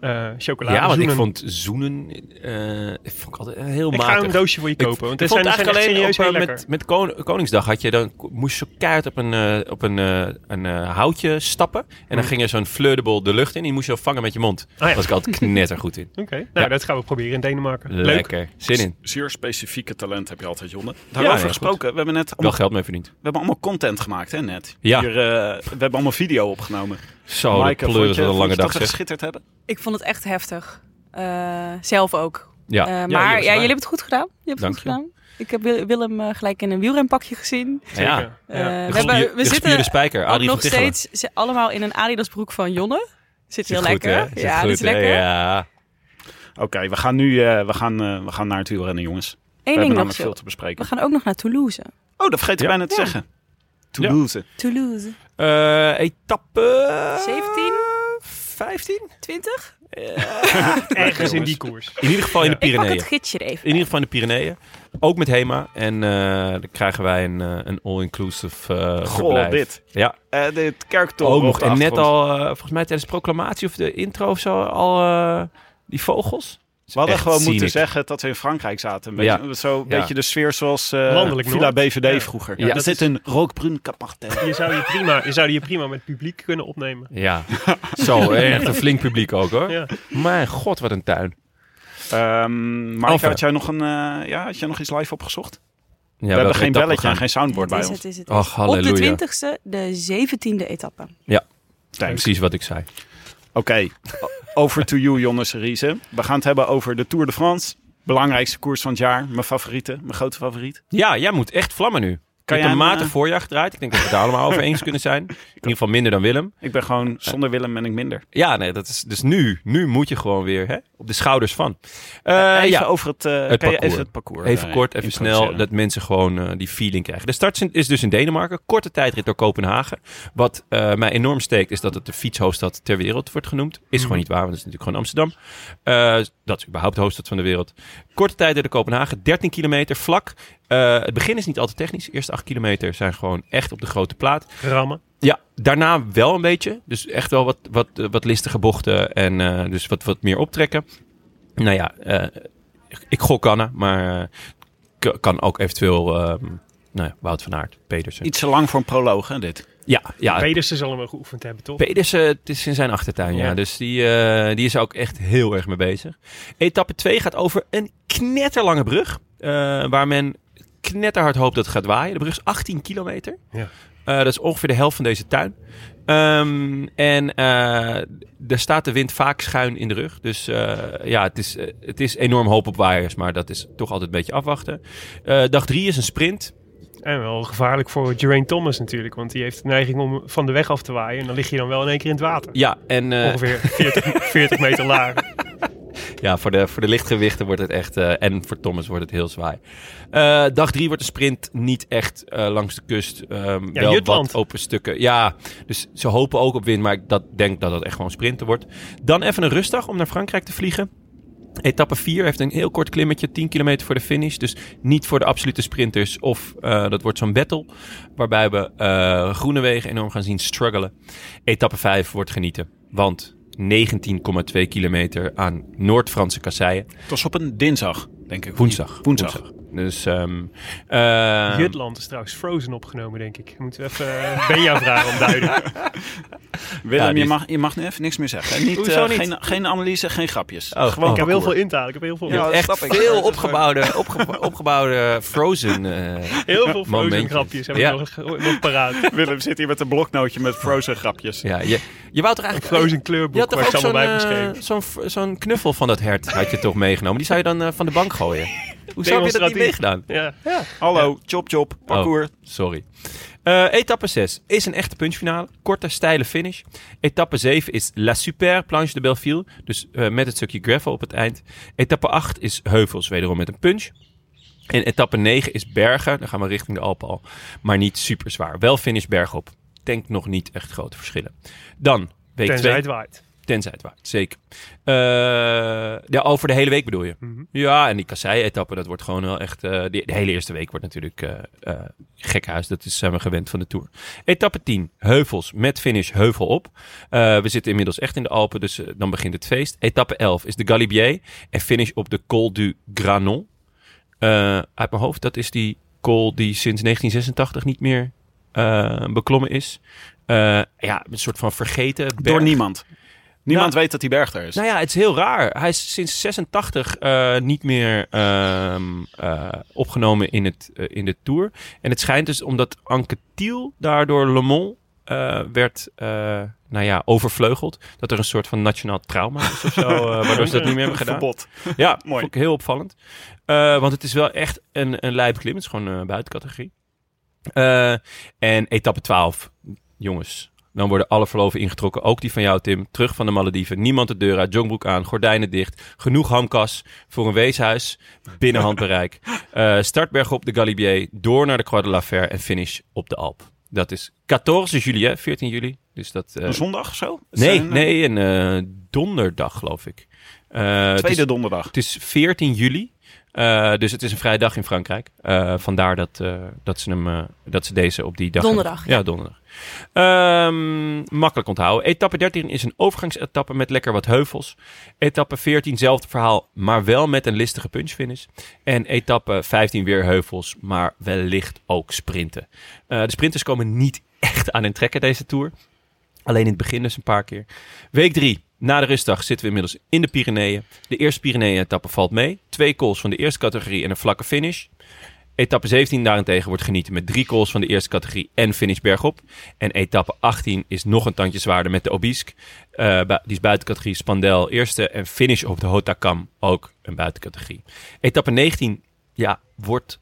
S3: eh chocoladezoenen.
S2: Ja, want ik vond zoenen eh, ik vond ik altijd heel
S3: Ik
S2: matig.
S3: ga een doosje voor je
S2: Ik-
S3: kopen,
S2: ik
S3: want er
S2: vond
S3: zijn,
S2: het
S3: zijn echt
S2: eigenlijk alleen
S3: serieus
S2: op, eh,
S3: heel lekker.
S2: met, met Kon- Koningsdag had je dan moest je keihard op een, eh, op een, eh, een eh, houtje stappen. En dan ging er zo'n fleurbol de lucht in. Die moest je vangen met je mond.
S3: Mm. Oh ja.
S2: Daar was ik altijd knettergoed in.
S3: Oké, nou
S2: Ja.
S3: dat gaan we proberen in Denemarken. Leuk.
S2: Lekker. Zin in.
S1: Zeer specifieke talent heb je altijd, Jonne. Daarover
S2: ja, goed.
S1: gesproken. We hebben net
S2: Wel
S1: allemaal,
S2: geld mee verdiend.
S1: we hebben allemaal content gemaakt, hè, net.
S2: Ja. Oh,
S1: Hier, eh, we hebben allemaal video opgenomen.
S2: Zo, de
S1: vond je,
S2: pleuris wat een
S1: vond
S2: lange
S1: je
S2: dag
S1: dat we
S2: zeg.
S1: geschitterd hebben?
S4: Ik vond het echt heftig. Eh, zelf ook.
S2: Ja.
S4: Eh,
S2: Ja,
S4: maar ja,
S2: jongens,
S4: jullie hebben het goed gedaan. Je hebt het
S2: Dank
S4: goed
S2: je.
S4: gedaan. Ik heb Wil- Willem eh, gelijk in een wielrenpakje gezien.
S2: Ja.
S3: Zeker.
S4: Eh,
S3: Ja.
S4: we, hebben, we
S2: de gespierde
S4: zitten
S2: spijker.
S4: ook
S2: Adrie van
S4: nog
S2: Tichelen.
S4: steeds ze- allemaal in een Adidas broek van Jonne. Zit heel
S2: Zit goed,
S4: lekker.
S2: hè? Zit
S4: ja,
S2: goed,
S4: dat is
S2: hè?
S4: lekker.
S2: Ja.
S1: Oké, we gaan nu eh, we gaan, eh, we gaan naar het wielrennen, jongens.
S4: Eén
S1: we
S4: ding
S1: hebben
S4: nog,
S1: namelijk
S4: Sil.
S1: veel te bespreken.
S4: We gaan ook nog naar Toulouse.
S1: Oh, dat vergeet ik
S2: Ja.
S1: bijna te
S4: Ja.
S1: zeggen. Toulouse.
S4: Toulouse.
S2: Eh, etappe...
S4: 17?
S2: 15?
S4: 20?
S3: Ergens in
S1: jongens.
S3: die koers.
S2: In ieder geval in de
S4: Ik pak
S2: Pyreneeën.
S4: het gidsje er even
S2: In ieder geval in de Pyreneeën. Ook met HEMA. En eh, dan krijgen wij een, eh, een all-inclusive eh
S1: Goh,
S2: verblijf.
S1: dit.
S2: Ja,
S1: Eh dit kerktoren.
S2: ook
S1: op
S2: nog.
S1: de
S2: En net
S1: achtergrond.
S2: al, eh, volgens mij tijdens de proclamatie of de intro of zo, al eh, die vogels.
S1: We hadden
S2: echt
S1: gewoon moeten
S2: cynic.
S1: zeggen dat we in Frankrijk zaten. Een beetje, Zo een
S2: Ja.
S1: beetje de sfeer zoals eh,
S3: Landelijk
S1: Villa
S3: Noord.
S1: BVD
S3: Ja.
S1: vroeger.
S2: Ja,
S1: Ja, er
S2: dat
S1: zit een rookbrun kapachtel.
S3: Je zou je prima, je zou je prima met publiek kunnen opnemen.
S2: Ja, zo, echt een flink publiek ook hoor.
S3: Ja.
S2: Mijn god, wat een tuin.
S1: Ehm maar
S2: Alfa.
S1: had jij, nog een, eh, ja, had jij nog iets live opgezocht?
S2: Ja,
S1: we hebben geen belletje en
S2: aan
S1: geen soundboard
S4: Het
S1: bij
S4: is
S1: ons.
S4: het, is het. is.
S2: Ach,
S4: Op de
S2: halleluja.
S4: 20ste, de 17e etappe.
S1: Thanks.
S2: Precies wat ik zei.
S1: Oké, o- over to you, Jonas Riese. We gaan het hebben over de Tour de France. Belangrijkste koers van het jaar. Mijn favoriete, mijn grote favoriet.
S2: Ja, jij moet echt vlammen nu.
S1: jij
S2: Kan je
S1: hem,
S2: een matig
S1: eh,
S2: voorjaar gedraaid? Ik denk dat we het daar allemaal over eens kunnen zijn. In ieder geval minder dan Willem.
S1: Ik ben
S2: Eh.
S1: gewoon zonder Willem ben ik minder.
S2: Ja, nee, dat is, dus nu, nu moet je gewoon weer hè, op de schouders van. Eh,
S1: even
S2: ja,
S1: over het, eh,
S2: Het
S1: kan je
S2: parcours.
S1: even het parcours.
S2: even
S1: eh,
S2: kort, even snel,
S1: introduceren?
S2: dat mensen gewoon eh, die feeling krijgen. De start is- is dus in Denemarken, korte tijdrit door Kopenhagen. Wat eh, mij enorm steekt, is dat het de fietshoofdstad ter wereld wordt genoemd. Is gewoon niet waar, want het is natuurlijk gewoon Amsterdam. Eh, dat is überhaupt de hoofdstad van de wereld. Korte tijd door de Kopenhagen, 13 kilometer, vlak. Eh, het begin is niet altijd technisch. De eerste 8 kilometer zijn gewoon echt op de grote plaat.
S3: Rammen.
S2: Ja, daarna wel een beetje. Dus echt wel wat, wat, eh, wat listige bochten en eh, dus wat, wat meer optrekken. Nou ja, eh, ik gok Anna, maar eh, k- kan ook eventueel ehm, nou ja, Wout van Aert, Pedersen.
S1: Iets te lang voor een proloog, hè, dit.
S2: Ja, ja
S3: Pedersen zal hem wel geoefend hebben, toch?
S2: Pedersen, het is in zijn achtertuin, ja.
S3: Ja.
S2: Dus die, eh, die is er ook echt heel erg mee bezig. Etappe 2 gaat over een knetterlange brug. eh, waar men knetterhard hoopt dat het gaat waaien. De brug is 18 kilometer.
S3: Ja.
S2: Eh, dat is ongeveer de helft van deze tuin. Ehm, en eh daar staat de wind vaak schuin in de rug. Dus eh, ja, het is, eh, het is enorm hoop op waaiers. Maar dat is toch altijd een beetje afwachten. Eh, dag 3 is een sprint.
S3: En wel gevaarlijk voor Geraint Thomas natuurlijk. Want die heeft de neiging om van de weg af te waaien. En dan lig je dan wel in één keer in het water.
S2: Ja, en eh,
S3: Ongeveer 40, 40 meter laag.
S2: Ja, voor de, voor de lichtgewichten wordt het echt... eh, en voor Thomas wordt het heel zwaar. Eh, dag drie wordt de sprint niet echt eh, langs de kust. ehm,
S3: Ja,
S2: wel
S3: Jutland.
S2: wat open stukken. Ja, dus ze hopen ook op wind. Maar ik dat, denk dat dat echt gewoon sprinten wordt. Dan even een rustdag om naar Frankrijk te vliegen. Etappe 4 heeft een heel kort klimmetje, 10 kilometer voor de finish. Dus niet voor de absolute sprinters. Of eh, dat wordt zo'n battle. Waarbij we eh Groenewegen enorm gaan zien struggelen. Etappe 5 wordt genieten. Want 19,2 kilometer aan Noord-Franse kasseien.
S1: Het was op een dinsdag, denk ik.
S2: Woensdag.
S1: Woensdag.
S2: Dus ehm, ehm,
S3: Jutland is trouwens Frozen opgenomen, denk ik. Moeten we even eh, Benja vragen om
S2: Oh,
S3: duiding.
S1: Willem,
S2: Ja, die
S1: je,
S2: is-
S1: mag, je mag nu even niks meer zeggen. hè? Niet,
S2: Hoezo
S1: eh,
S2: niet?
S1: Geen, geen analyse, geen grapjes.
S2: Oh,
S1: Gewoon
S2: oh.
S3: Ik heb heel
S1: parcours.
S3: veel intalen. Ik heb heel veel,
S1: Ja, dat
S2: echt
S1: snap ik.
S2: veel
S1: Dat is
S2: opgebouwde, opge- opgebouwde Frozen. eh,
S3: heel veel Frozen
S2: Momentjes.
S3: grapjes heb ik
S2: Ja.
S3: nog, eh, nog paraat.
S1: Willem zit hier met een bloknootje met frozen grapjes.
S2: ja, je, je wou toch eigenlijk...
S3: Frozen
S2: Je
S3: kleurboek
S2: had
S3: waar
S2: toch ook
S3: Sam
S2: zo'n
S3: bij
S2: eh,
S3: beschreven.
S2: zo'n v- zo'n knuffel van dat hert had je toch meegenomen? Die zou je dan eh, van de bank gooien. Hoezo heb je dat niet
S3: Demonstratief.
S2: meegedaan?
S3: Ja.
S1: Hallo, chop chop, parcours.
S2: Oh. Sorry. Eh, etappe 6 is een echte punchfinale. Korte, steile finish. Etappe 7 is La Super Planche de Belleville. Dus eh, met het stukje gravel op het eind. Etappe 8 is heuvels, wederom met een punch. En etappe 9 is bergen. Dan gaan we richting de Alpen al. Maar niet super zwaar. Wel finish bergop. Denk nog niet echt grote verschillen. Dan week 2.
S3: Tenzij het waait.
S2: Tenzij het waait, zeker. Eh, ja, over de hele week bedoel je?
S3: Mhm.
S2: Ja, en die kassei-etappe, dat wordt gewoon wel echt... eh, die- de hele eerste week wordt natuurlijk eh eh, gekhuis. Dat is, zijn we gewend van de Tour. Etappe 10, heuvels, met finish heuvel op. Eh, we zitten inmiddels echt in de Alpen, dus eh, dan begint het feest. Etappe 11 is de Galibier en finish op de Col du Granon. Eh, uit mijn hoofd, dat is die col die sinds 1986 niet meer eh, beklommen is. Eh, ja, een soort van vergeten
S1: Door
S2: berg.
S1: niemand. Niemand
S2: Nou-
S1: weet dat die berg er is.
S2: Nou ja, het is heel raar. Hij is sinds 86 eh, niet meer ehm, eh, opgenomen in, het, eh, in de Tour. En het schijnt dus omdat Anke Thiel daardoor Le Mans eh, werd eh, nou ja, overvleugeld. Dat er een soort van nationaal trauma is of zo, eh, waardoor ze dat niet meer hebben gedaan.
S1: Verbod.
S2: Ja,
S1: Mooi.
S2: vond ik heel opvallend. Eh, want het is wel echt een, een lijp klim. Het is gewoon eh, buitencategorie. Eh, en etappe 12. Jongens, dan worden alle verloven ingetrokken. Ook die van jou, Tim. Terug van de Malediven. Niemand de deur uit. Jongbroek aan. Gordijnen dicht. Genoeg hamkas voor een weeshuis. Binnen handbereik. Eh, startberg op de Galibier. Door naar de Croix de la Fer. En finish op de Alp. Dat is 14 juli, hè? 14 juli. Dus dat... eh,
S1: Een zondag of zo? Het
S2: nee,
S1: is een, eh,
S2: nee, een eh, donderdag geloof ik. Eh, het is-
S1: Tweede donderdag.
S2: het is 14 juli. Eh, dus het is een vrije dag in Frankrijk. Eh, vandaar dat, eh, dat, ze hem, eh, dat ze deze op die dag.
S4: Donderdag,
S2: hebben. Ja, donderdag. Ehm, makkelijk onthouden. Etappe 13 is een overgangsetappe met lekker wat heuvels. Etappe 14, zelfde verhaal, maar wel met een listige punchfinish. En etappe 15 weer heuvels, maar wellicht ook sprinten. Eh, de sprinters komen niet echt aan hun trekken deze Tour. Alleen in het begin dus een paar keer. Week 3. Na de rustdag zitten we inmiddels in de Pyreneeën. De eerste Pyreneeën-etappe valt mee. Twee calls van de eerste categorie en een vlakke finish. Etappe 17 daarentegen wordt genieten met drie calls van de eerste categorie en finish bergop. En etappe 18 is nog een tandje zwaarder met de Obisque. Eh, bu- die is buiten categorie Spandel eerste en finish op de Hotakam ook een buitencategorie. Etappe 19 ja, wordt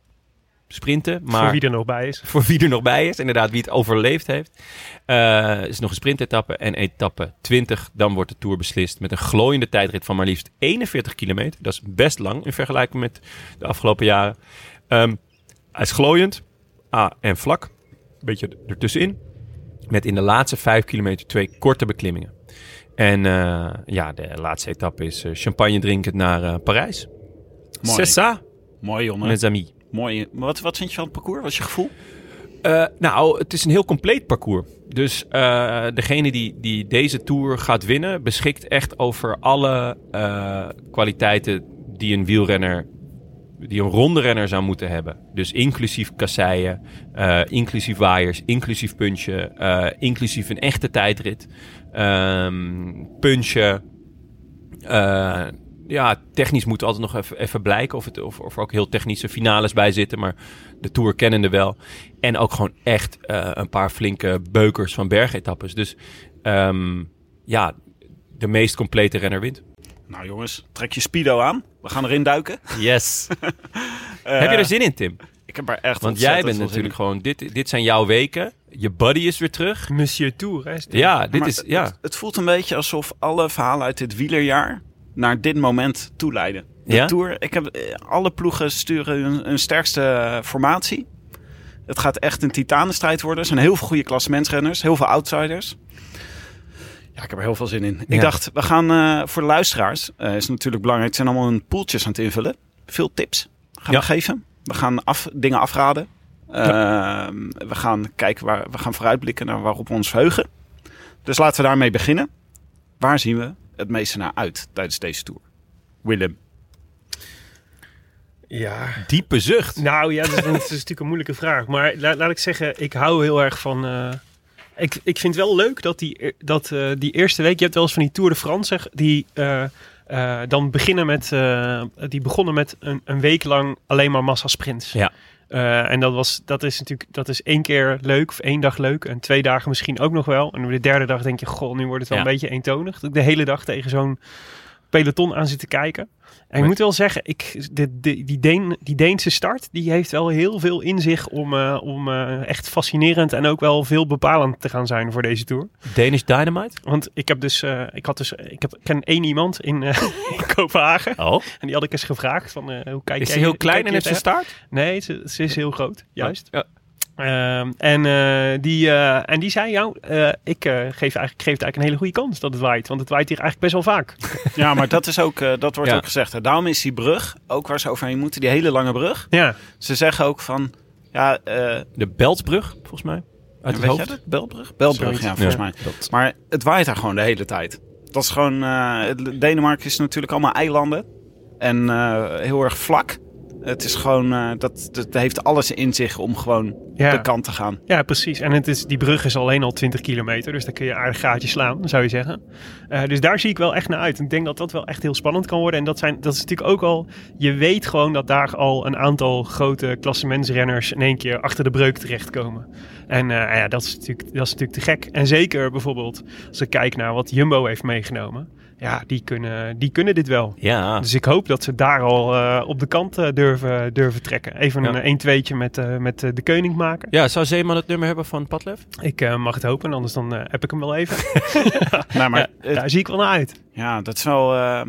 S2: sprinten, maar
S3: Voor wie er nog bij is.
S2: voor wie er nog bij is. Inderdaad, wie het overleefd heeft. Eh is nog een sprintetappe en etappe 20. Dan wordt de Tour beslist met een glooiende tijdrit van maar liefst 41 kilometer. Dat is best lang in vergelijking met de afgelopen jaren. Ehm, hij is glooiend ah, en vlak. Een beetje ertussenin. Met in de laatste 5 kilometer twee korte beklimmingen. En eh, ja, de laatste etappe is eh, champagne drinkend naar eh, Parijs.
S1: Mooi.
S2: C'est ça,
S1: Mooi, jongen.
S2: mes amis.
S1: Mooi. Maar Wat, wat vind je van het parcours? Wat is je gevoel?
S2: Eh, nou, het is een heel compleet parcours. Dus eh, degene die, die deze Tour gaat winnen, beschikt echt over alle eh, kwaliteiten die een wielrenner, die een ronde renner zou moeten hebben. Dus inclusief kasseien, eh, inclusief waaiers, inclusief punchen, eh, inclusief een echte tijdrit, ehm punchen. Eh, ja, technisch moet altijd nog even, even blijken of, het, of, of er ook heel technische finales bij zitten. Maar de Tour kennende wel. En ook gewoon echt eh, een paar flinke beukers van bergetappes. Dus ehm, ja, de meest complete renner wint.
S1: Nou jongens, trek je speedo aan. We gaan erin duiken. Eh,
S2: Yes. Heb je er zin in, Tim?
S1: Ik heb er echt
S2: Want jij bent
S1: ontzettend veel zin
S2: natuurlijk gewoon... Dit, dit zijn jouw weken. Je buddy is weer terug.
S3: Monsieur Tour, hè? is dit.
S2: Ja,
S1: in.
S2: dit
S1: Maar
S2: is...
S1: het-
S2: Ja,
S1: het, het voelt een beetje alsof alle verhalen uit dit wielerjaar naar dit moment toeleiden. De
S2: Ja?
S1: Tour, ik heb, eh, alle ploegen sturen hun, hun sterkste eh, formatie. Het gaat echt een titanenstrijd worden. Er zijn heel veel goede klassementsrenners, heel veel outsiders. Ja, ik heb er heel veel zin in.
S2: Ja.
S1: Ik dacht, we gaan eh, voor de luisteraars, eh, is natuurlijk belangrijk, het zijn allemaal hun poeltjes aan het invullen. Veel tips gaan
S2: Ja.
S1: we geven. We gaan af, dingen afraden. Ehm, we gaan kijken waar we gaan vooruitblikken naar waarop we ons verheugen. Dus laten we daarmee beginnen. Waar zien we het meeste naar uit tijdens deze tour? Willem.
S3: ja.
S2: diepe zucht.
S3: Nou ja, dat is, dat is natuurlijk een moeilijke vraag. Maar la- laat ik zeggen, ik hou heel erg van... eh, ik, ik vind wel leuk dat, die, e- dat eh, die eerste week... Je hebt wel eens van die Tour de France, zeg, die eh, eh, dan beginnen met... eh, die begonnen met een, een week lang alleen maar massasprints.
S2: Ja.
S3: Eh, en dat, was, dat is natuurlijk dat is één keer leuk, of één dag leuk, en twee dagen misschien ook nog wel. En op de derde dag denk je, goh, nu wordt het wel
S2: Ja.
S3: een beetje eentonig. Dat ik de hele dag tegen zo'n peloton aan zit te kijken. En ik
S2: Met-
S3: moet wel zeggen, ik, de, de- die, Deen, die Deense start, die heeft wel heel veel in zich om, eh, om eh, echt fascinerend en ook wel veel bepalend te gaan zijn voor deze Tour.
S2: Danish Dynamite?
S3: Want ik heb dus, eh, ik had dus, ik heb, ik ken één iemand in, eh, in Kopenhagen
S2: Oh,
S3: en die had ik eens gevraagd van, eh, hoe kijk
S2: is
S3: jij-
S2: hij heel
S3: kijk
S2: klein
S3: je
S2: en heeft
S3: het
S2: zijn staart?
S3: Nee, ze, ze is heel groot, juist.
S2: Ja.
S3: Ehm, en, eh, die, eh, en die zei, jou, eh, ik eh, geef, eigenlijk, ik geef het eigenlijk een hele goede kans dat het waait. Want het waait hier eigenlijk best wel vaak.
S1: Ja, maar dat, is ook, eh, dat wordt
S2: Ja.
S1: ook gezegd. Hè. Daarom is die brug, ook waar ze overheen moeten, die hele lange brug.
S3: Ja,
S1: Ze zeggen ook van, ja, eh
S2: De Beltbrug, volgens mij. Uit het
S1: weet
S2: hoofd.
S1: jij dat? Belbrug? Belbrug,
S3: Zoiets.
S1: ja, volgens
S2: Ja.
S1: mij.
S2: Dat-
S1: Maar het waait daar gewoon de hele tijd. Dat is gewoon, eh, het- Denemarken is natuurlijk allemaal eilanden en eh, heel erg vlak. Het is gewoon, eh, dat, dat heeft alles in zich om gewoon
S3: ja.
S1: de kant te gaan.
S3: Ja, precies. En het is, die brug is alleen al 20 kilometer, dus daar kun je aardig gaatje slaan, zou je zeggen. Eh, dus daar zie ik wel echt naar uit. Ik denk dat dat wel echt heel spannend kan worden. En dat, zijn, dat is natuurlijk ook al... Je weet gewoon dat daar al een aantal grote klassementsrenners in één keer achter de breuk terechtkomen. En eh, ja, dat is, natuurlijk, dat is natuurlijk te gek. En zeker bijvoorbeeld als ik kijk naar wat Jumbo heeft meegenomen. Ja, die kunnen, die kunnen dit wel.
S2: Ja.
S3: Dus ik hoop dat ze daar al eh, op de kant eh, durven, durven trekken. Even
S2: Ja.
S3: een 1-2'tje met, eh, met eh, de koning maken.
S2: Ja, zou Zeeman het nummer hebben van Padlef?
S3: Ik eh, mag het hopen, anders dan eh, heb ik hem wel even.
S1: Nou, maar het-
S3: Daar zie ik wel naar uit.
S1: Ja, dat is wel. ehm,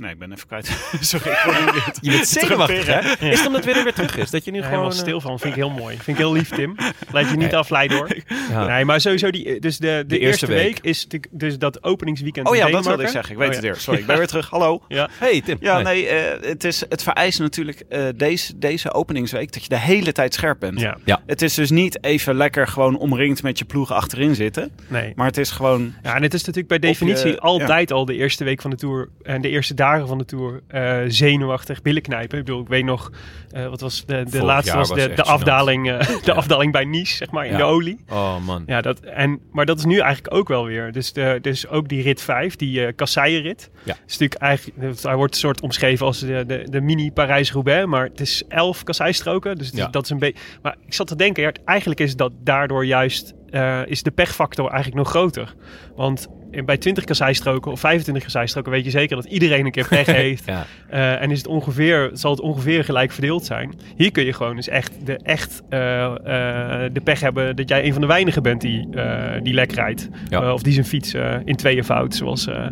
S1: Nee, ik ben even kwijt. Sorry, ik word niet
S2: Je bent zenuwachtig, hè? Is het omdat Willem weer terug is? Dat je nu
S3: Ja,
S2: gewoon...
S3: helemaal
S2: eh,
S3: stil van. Vind ik heel mooi. Vind ik heel lief, Tim. Laat je niet afleiden hoor.
S2: eh, ja.
S3: Nee, maar sowieso die, dus de, de,
S2: Ah. eerste
S3: eerste, week,
S2: week.
S3: is natuurlijk dus dat openingsweekend.
S1: Oh ja,
S3: in
S1: dat wilde ik
S3: Denemarken.
S1: zeggen. Ik weet
S3: Oh
S1: het
S3: ja.
S1: weer. Sorry, ik ben weer terug. Hallo.
S2: Hey, Tim.
S1: Ja,
S2: Nee.
S1: nee, eh, het, is, het vereist natuurlijk eh, deze, deze openingsweek dat je de hele tijd scherp bent.
S3: Ja,
S1: Het is dus niet even lekker gewoon omringd met je ploeg achterin zitten.
S3: nee.
S1: Maar het is gewoon...
S3: Ja, en het is natuurlijk bij definitie
S1: Of je-
S3: altijd al de eerste week van de Tour en de eerste dagen van de Tour eh, zenuwachtig billen knijpen. Ik bedoel, ik weet nog, eh, wat was de, de
S2: Vorig
S3: laatste
S2: jaar
S3: was
S2: was
S3: de,
S2: echt
S3: de,
S2: gênant.
S3: afdaling, eh, de
S2: Ja.
S3: afdaling bij Nice, zeg maar, in
S2: Ja.
S3: de olie.
S2: Oh, man.
S3: Ja, dat, en, maar dat is nu eigenlijk ook wel weer. Dus, de, dus ook die rit 5, die eh kasseienrit.
S2: Ja.
S3: Is natuurlijk eigenlijk, hij wordt een soort omschreven als de, de, de mini Parijs-Roubaix. Maar het is 11 kasseistroken. Dus het is-
S2: Ja.
S3: dat is een beetje. Maar ik zat te denken, ja, eigenlijk is dat daardoor juist. eh, is de pechfactor eigenlijk nog groter. Want in- bij 20 kasseistroken of 25 kasseistroken weet je zeker dat iedereen een keer pech heeft.
S2: Ja.
S3: Eh, en is het ongeveer, zal het ongeveer gelijk verdeeld zijn. Hier kun je gewoon dus echt de, echt, eh, eh, de pech hebben dat jij een van de weinigen bent die, eh, die lek rijdt.
S2: Ja.
S3: Eh, of die zijn fiets eh, in tweeën fout, zoals eh, eh,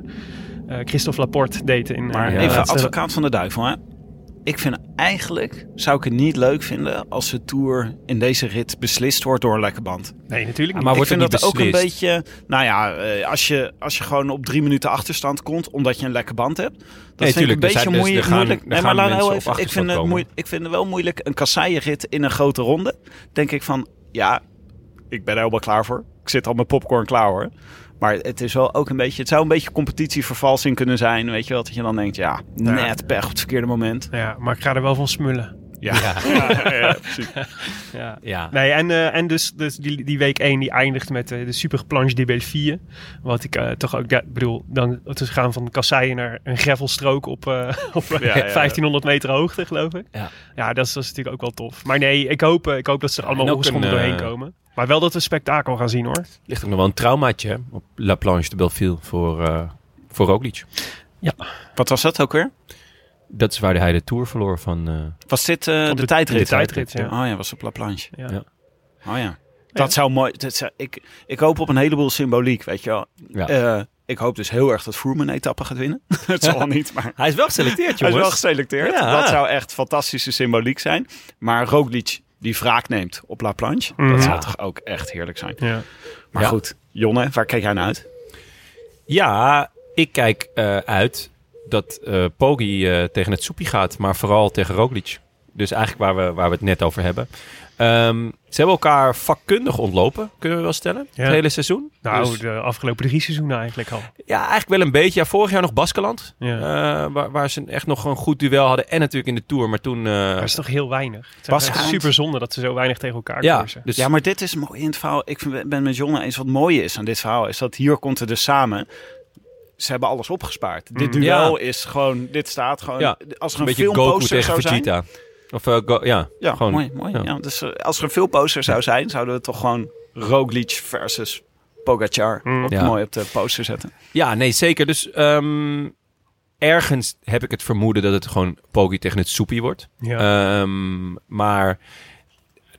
S3: Christophe Laporte deed. In, eh,
S1: Maar
S3: de
S2: Ja,
S1: even
S3: laatste-
S1: advocaat van de duivel, hè. Ik vind eigenlijk, zou ik het niet leuk vinden als de Tour in deze rit beslist wordt door een lekke band.
S3: Nee, natuurlijk
S2: Ja,
S3: niet.
S2: maar
S1: ik
S2: wordt
S1: vind
S2: het
S1: dat
S2: niet
S1: ook een
S2: beslist?
S1: beetje, nou ja, eh, als je, als je gewoon op drie minuten achterstand komt omdat je een lekke band hebt. Dat vind ik
S2: tuurlijk,
S1: een
S2: er
S1: beetje
S2: zijn- dus
S1: moeilijk.
S2: er gaan-
S1: moeilijk.
S2: er
S1: Nee, maar
S2: gaan
S1: laat heel
S2: mensen op
S1: even, ik
S2: achterstand
S1: vind, het
S2: komen.
S1: moeilijk, ik vind het wel moeilijk, een kasseienrit in een grote ronde. Denk ik van, ja, ik ben er helemaal klaar voor. Ik zit al mijn popcorn klaar hoor. Maar het is wel ook een beetje, het zou een beetje competitievervalsing kunnen zijn. Weet je wel, dat je dan denkt, ja, net pech op het verkeerde moment.
S3: Ja, maar ik ga er wel van smullen.
S1: Ja,
S3: Ja.
S2: Ja.
S3: Nee, en, eh, en dus, dus die, die week 1 die eindigt met eh, de super planche de Belfie. Wat ik eh, toch ook, ja, ik bedoel, dan het is gaan van kasseien naar een gravelstrook op, eh, op eh,
S1: ja.
S3: 1500 meter hoogte, geloof ik.
S2: Ja.
S3: ja dat, is, dat is natuurlijk ook wel tof. Maar nee, ik hoop, eh, ik hoop dat ze er allemaal
S2: en ook
S3: ongeschonden
S2: een, eh,
S3: doorheen komen. Maar wel dat we spektakel gaan zien hoor.
S2: Ligt ook nog wel een traumaatje hè, op La Planche de Belleville voor, eh voor Roglic.
S1: Wat was dat ook weer?
S2: Dat is waar hij de Tour verloor van... eh,
S1: Was dit eh, de,
S3: de-
S1: tijdrit?
S3: de tijdrit, ja.
S1: Oh ja, was op La Planche.
S3: Ja.
S1: Oh ja. Dat zou mooi... Dat zou, ik, ik hoop op een heleboel symboliek, weet je wel.
S2: ja.
S1: Eh, ik hoop dus heel erg dat Froome een etappe gaat winnen. dat zal wel niet, maar...
S2: hij is wel geselecteerd,
S1: Hij is
S2: jongens.
S1: wel geselecteerd.
S2: Ja.
S1: Dat zou echt fantastische symboliek zijn. Maar Roglic die wraak neemt op La Planche.
S3: Mhm.
S1: Dat zou toch ook echt heerlijk zijn.
S3: Ja.
S1: Maar
S2: Ja.
S1: goed, Jonne, waar keek jij naar uit?
S2: Ja, ik kijk eh, uit dat eh Poggi eh, tegen het soepie gaat, maar vooral tegen Roglic. Dus eigenlijk waar we, waar we het net over hebben. Ehm, ze hebben elkaar vakkundig ontlopen, kunnen we wel stellen,
S3: Ja.
S2: het hele seizoen.
S3: Nou,
S2: Dus-
S3: de afgelopen drie seizoenen eigenlijk al.
S2: ja, eigenlijk wel een beetje. Ja, vorig jaar nog Baskeland,
S3: Ja.
S2: eh, waar, waar ze echt nog een goed duel hadden. En natuurlijk in de Tour, maar toen... eh,
S3: Dat is toch heel weinig. Het
S2: Bas
S3: is echt
S1: Gaand.
S3: super zonde dat ze zo weinig tegen elkaar
S2: ja,
S3: koersen.
S2: dus,
S1: Ja, maar dit is mooi in het verhaal. Ik vind- ben met Jonne eens wat mooi is aan dit verhaal. Is dat hier komt het dus samen. Ze hebben alles opgespaard. Dit
S3: Mm.
S1: duel is gewoon... Dit staat gewoon...
S2: Ja.
S1: Als er
S2: een
S1: een,
S2: beetje Goku
S1: filmposter
S2: tegen
S1: zou zijn...
S2: Vegeta. Of eh, Go- ja,
S1: Ja,
S2: gewoon.
S1: mooi. mooi.
S2: ja.
S1: Ja. dus eh, als er een filmposter zou zijn... zouden we toch gewoon Roglic versus Pogacar...
S3: Mm.
S1: op-
S2: Ja.
S1: mooi op de poster zetten.
S2: Ja, nee, zeker. Dus ehm, ergens heb ik het vermoeden dat het gewoon Poggi tegen het soepie wordt.
S3: Ja.
S2: Ehm, maar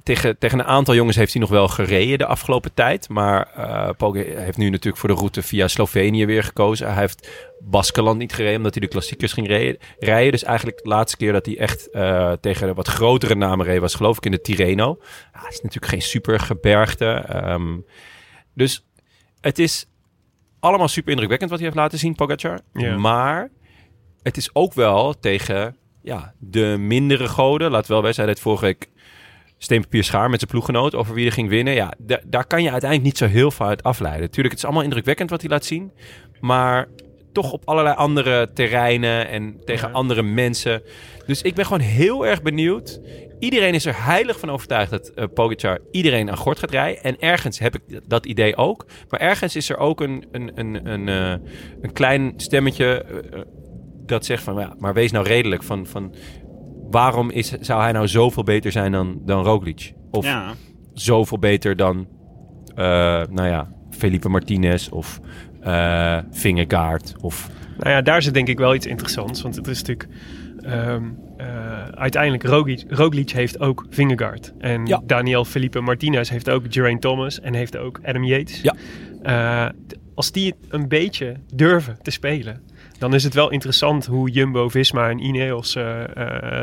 S2: tegen, tegen een aantal jongens heeft hij nog wel gereden de afgelopen tijd. Maar eh Poggi heeft nu natuurlijk voor de route via Slovenië weer gekozen. Hij heeft Baskeland niet gereden omdat hij de klassiekers ging re- rijden. Dus eigenlijk de laatste keer dat hij echt eh, tegen de wat grotere namen reed was geloof ik in de Tirreno. Ja, het is natuurlijk geen supergebergte. ehm dus het is allemaal super indrukwekkend wat hij heeft laten zien, Pogacar.
S3: Ja.
S2: Maar het is ook wel tegen ja, de mindere goden. Laat wel, wij zeiden het vorige week steenpapier schaar met zijn ploeggenoot over wie er ging winnen. Ja, da- daar kan je uiteindelijk niet zo heel veel uit afleiden. Tuurlijk, het is allemaal indrukwekkend wat hij laat zien. Maar toch op allerlei andere terreinen en tegen
S3: Ja.
S2: andere mensen. Dus ik ben gewoon heel erg benieuwd. Iedereen is er heilig van overtuigd dat eh, Pogacar iedereen aan gort gaat rijden. En ergens heb ik dat idee ook. Maar ergens is er ook een, een, een, een, eh, een klein stemmetje eh, eh, dat zegt van... Ja, maar wees nou redelijk van... van Waarom is, zou hij nou zoveel beter zijn dan, dan Roglic? Of
S1: Ja.
S2: zoveel beter dan, eh, nou ja, Felipe Martinez of eh Vingegaard of...
S3: Nou ja, daar zit denk ik wel iets interessants. Want het is natuurlijk... ehm, eh, uiteindelijk, Roglic, Roglic heeft ook Vingegaard. En
S2: Ja.
S3: Daniel Felipe Martinez heeft ook Geraint Thomas. En heeft ook Adam Yates.
S2: Ja.
S3: Eh, t- als die het een beetje durven te spelen... Dan is het wel interessant hoe Jumbo-Visma en Ineos eh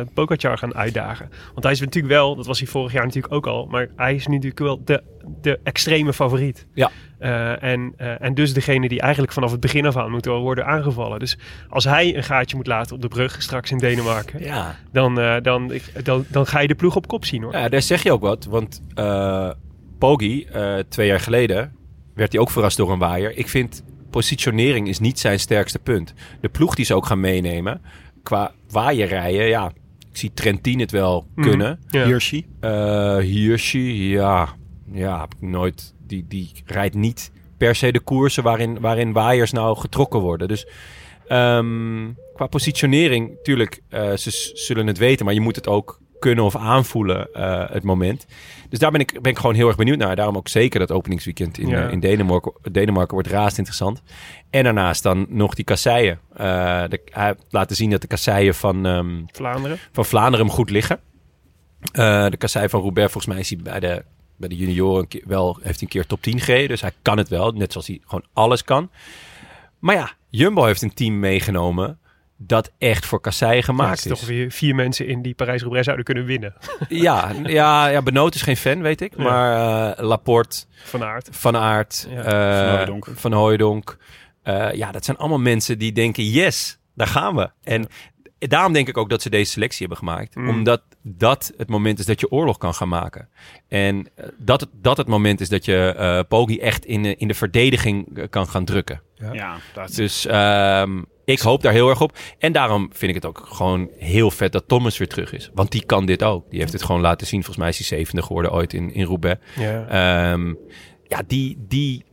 S3: eh, Pogacar gaan uitdagen. Want hij is natuurlijk wel, dat was hij vorig jaar natuurlijk ook al, maar hij is nu natuurlijk wel de, de extreme favoriet.
S2: Ja.
S3: Eh, en, eh, en dus degene die eigenlijk vanaf het begin af aan moet worden aangevallen. Dus als hij een gaatje moet laten op de brug straks in Denemarken,
S2: Ja.
S3: dan, eh, dan, dan, dan ga je de ploeg op kop zien hoor.
S2: ja, daar zeg je ook wat. Want eh Poggi, eh, twee jaar geleden, werd hij ook verrast door een waaier. Ik vind, positionering is niet zijn sterkste punt. De ploeg die ze ook gaan meenemen, qua waaierrijen, ja... Ik zie Trentin het wel
S3: Mhm.
S2: kunnen.
S3: Ja.
S1: Hirschi.
S2: Eh Hirschi, ja. Ja, heb ik nooit. Die, die rijdt niet per se de koersen waarin, waarin waaiers nou getrokken worden. Dus ehm, qua positionering, tuurlijk, eh, ze s- zullen het weten, maar je moet het ook kunnen of aanvoelen eh, het moment. Dus daar ben ik, ben ik gewoon heel erg benieuwd naar. Daarom ook zeker dat openingsweekend in,
S3: Ja.
S2: eh, in Denemarken, Denemarken wordt raast interessant. En daarnaast dan nog die kasseien. Eh, de, hij heeft laten zien dat de kasseien van, ehm,
S3: Vlaanderen.
S2: van Vlaanderen hem goed liggen. Eh, de kassei van Roubaix, volgens mij is hij bij de, bij de junioren een keer- wel, heeft hij een keer top 10 gereden. Dus hij kan het wel, net zoals hij gewoon alles kan. Maar ja, Jumbo heeft een team meegenomen dat echt voor kassei
S3: Maar
S2: gemaakt
S3: toch
S2: is.
S3: weer vier mensen in die Parijs-Roubaix zouden kunnen winnen.
S2: Ja, ja, ja, Benoot is geen fan, weet ik.
S3: Ja.
S2: Maar eh, Laporte,
S3: Van aard.
S2: Van Aert,
S3: Ja,
S2: eh,
S1: Van Hooijdonk.
S2: Van Hooijdonk. Eh, ja, dat zijn allemaal mensen die denken, yes, daar gaan we. En daarom denk ik ook dat ze deze selectie hebben gemaakt.
S3: Mm.
S2: Omdat dat het moment is dat je oorlog kan gaan maken. En eh, dat het, dat het moment is dat je eh Poggi echt in, de- in de verdediging eh, kan gaan drukken.
S1: Ja, dat is
S2: Dus ehm, ik hoop daar heel erg op. En daarom vind ik het ook gewoon heel vet dat Thomas weer terug is. Want die kan dit ook. Die heeft het gewoon laten zien. Volgens mij is hij zevende geworden ooit in, in Roubaix.
S3: Ja.
S2: Ehm, ja, die, die,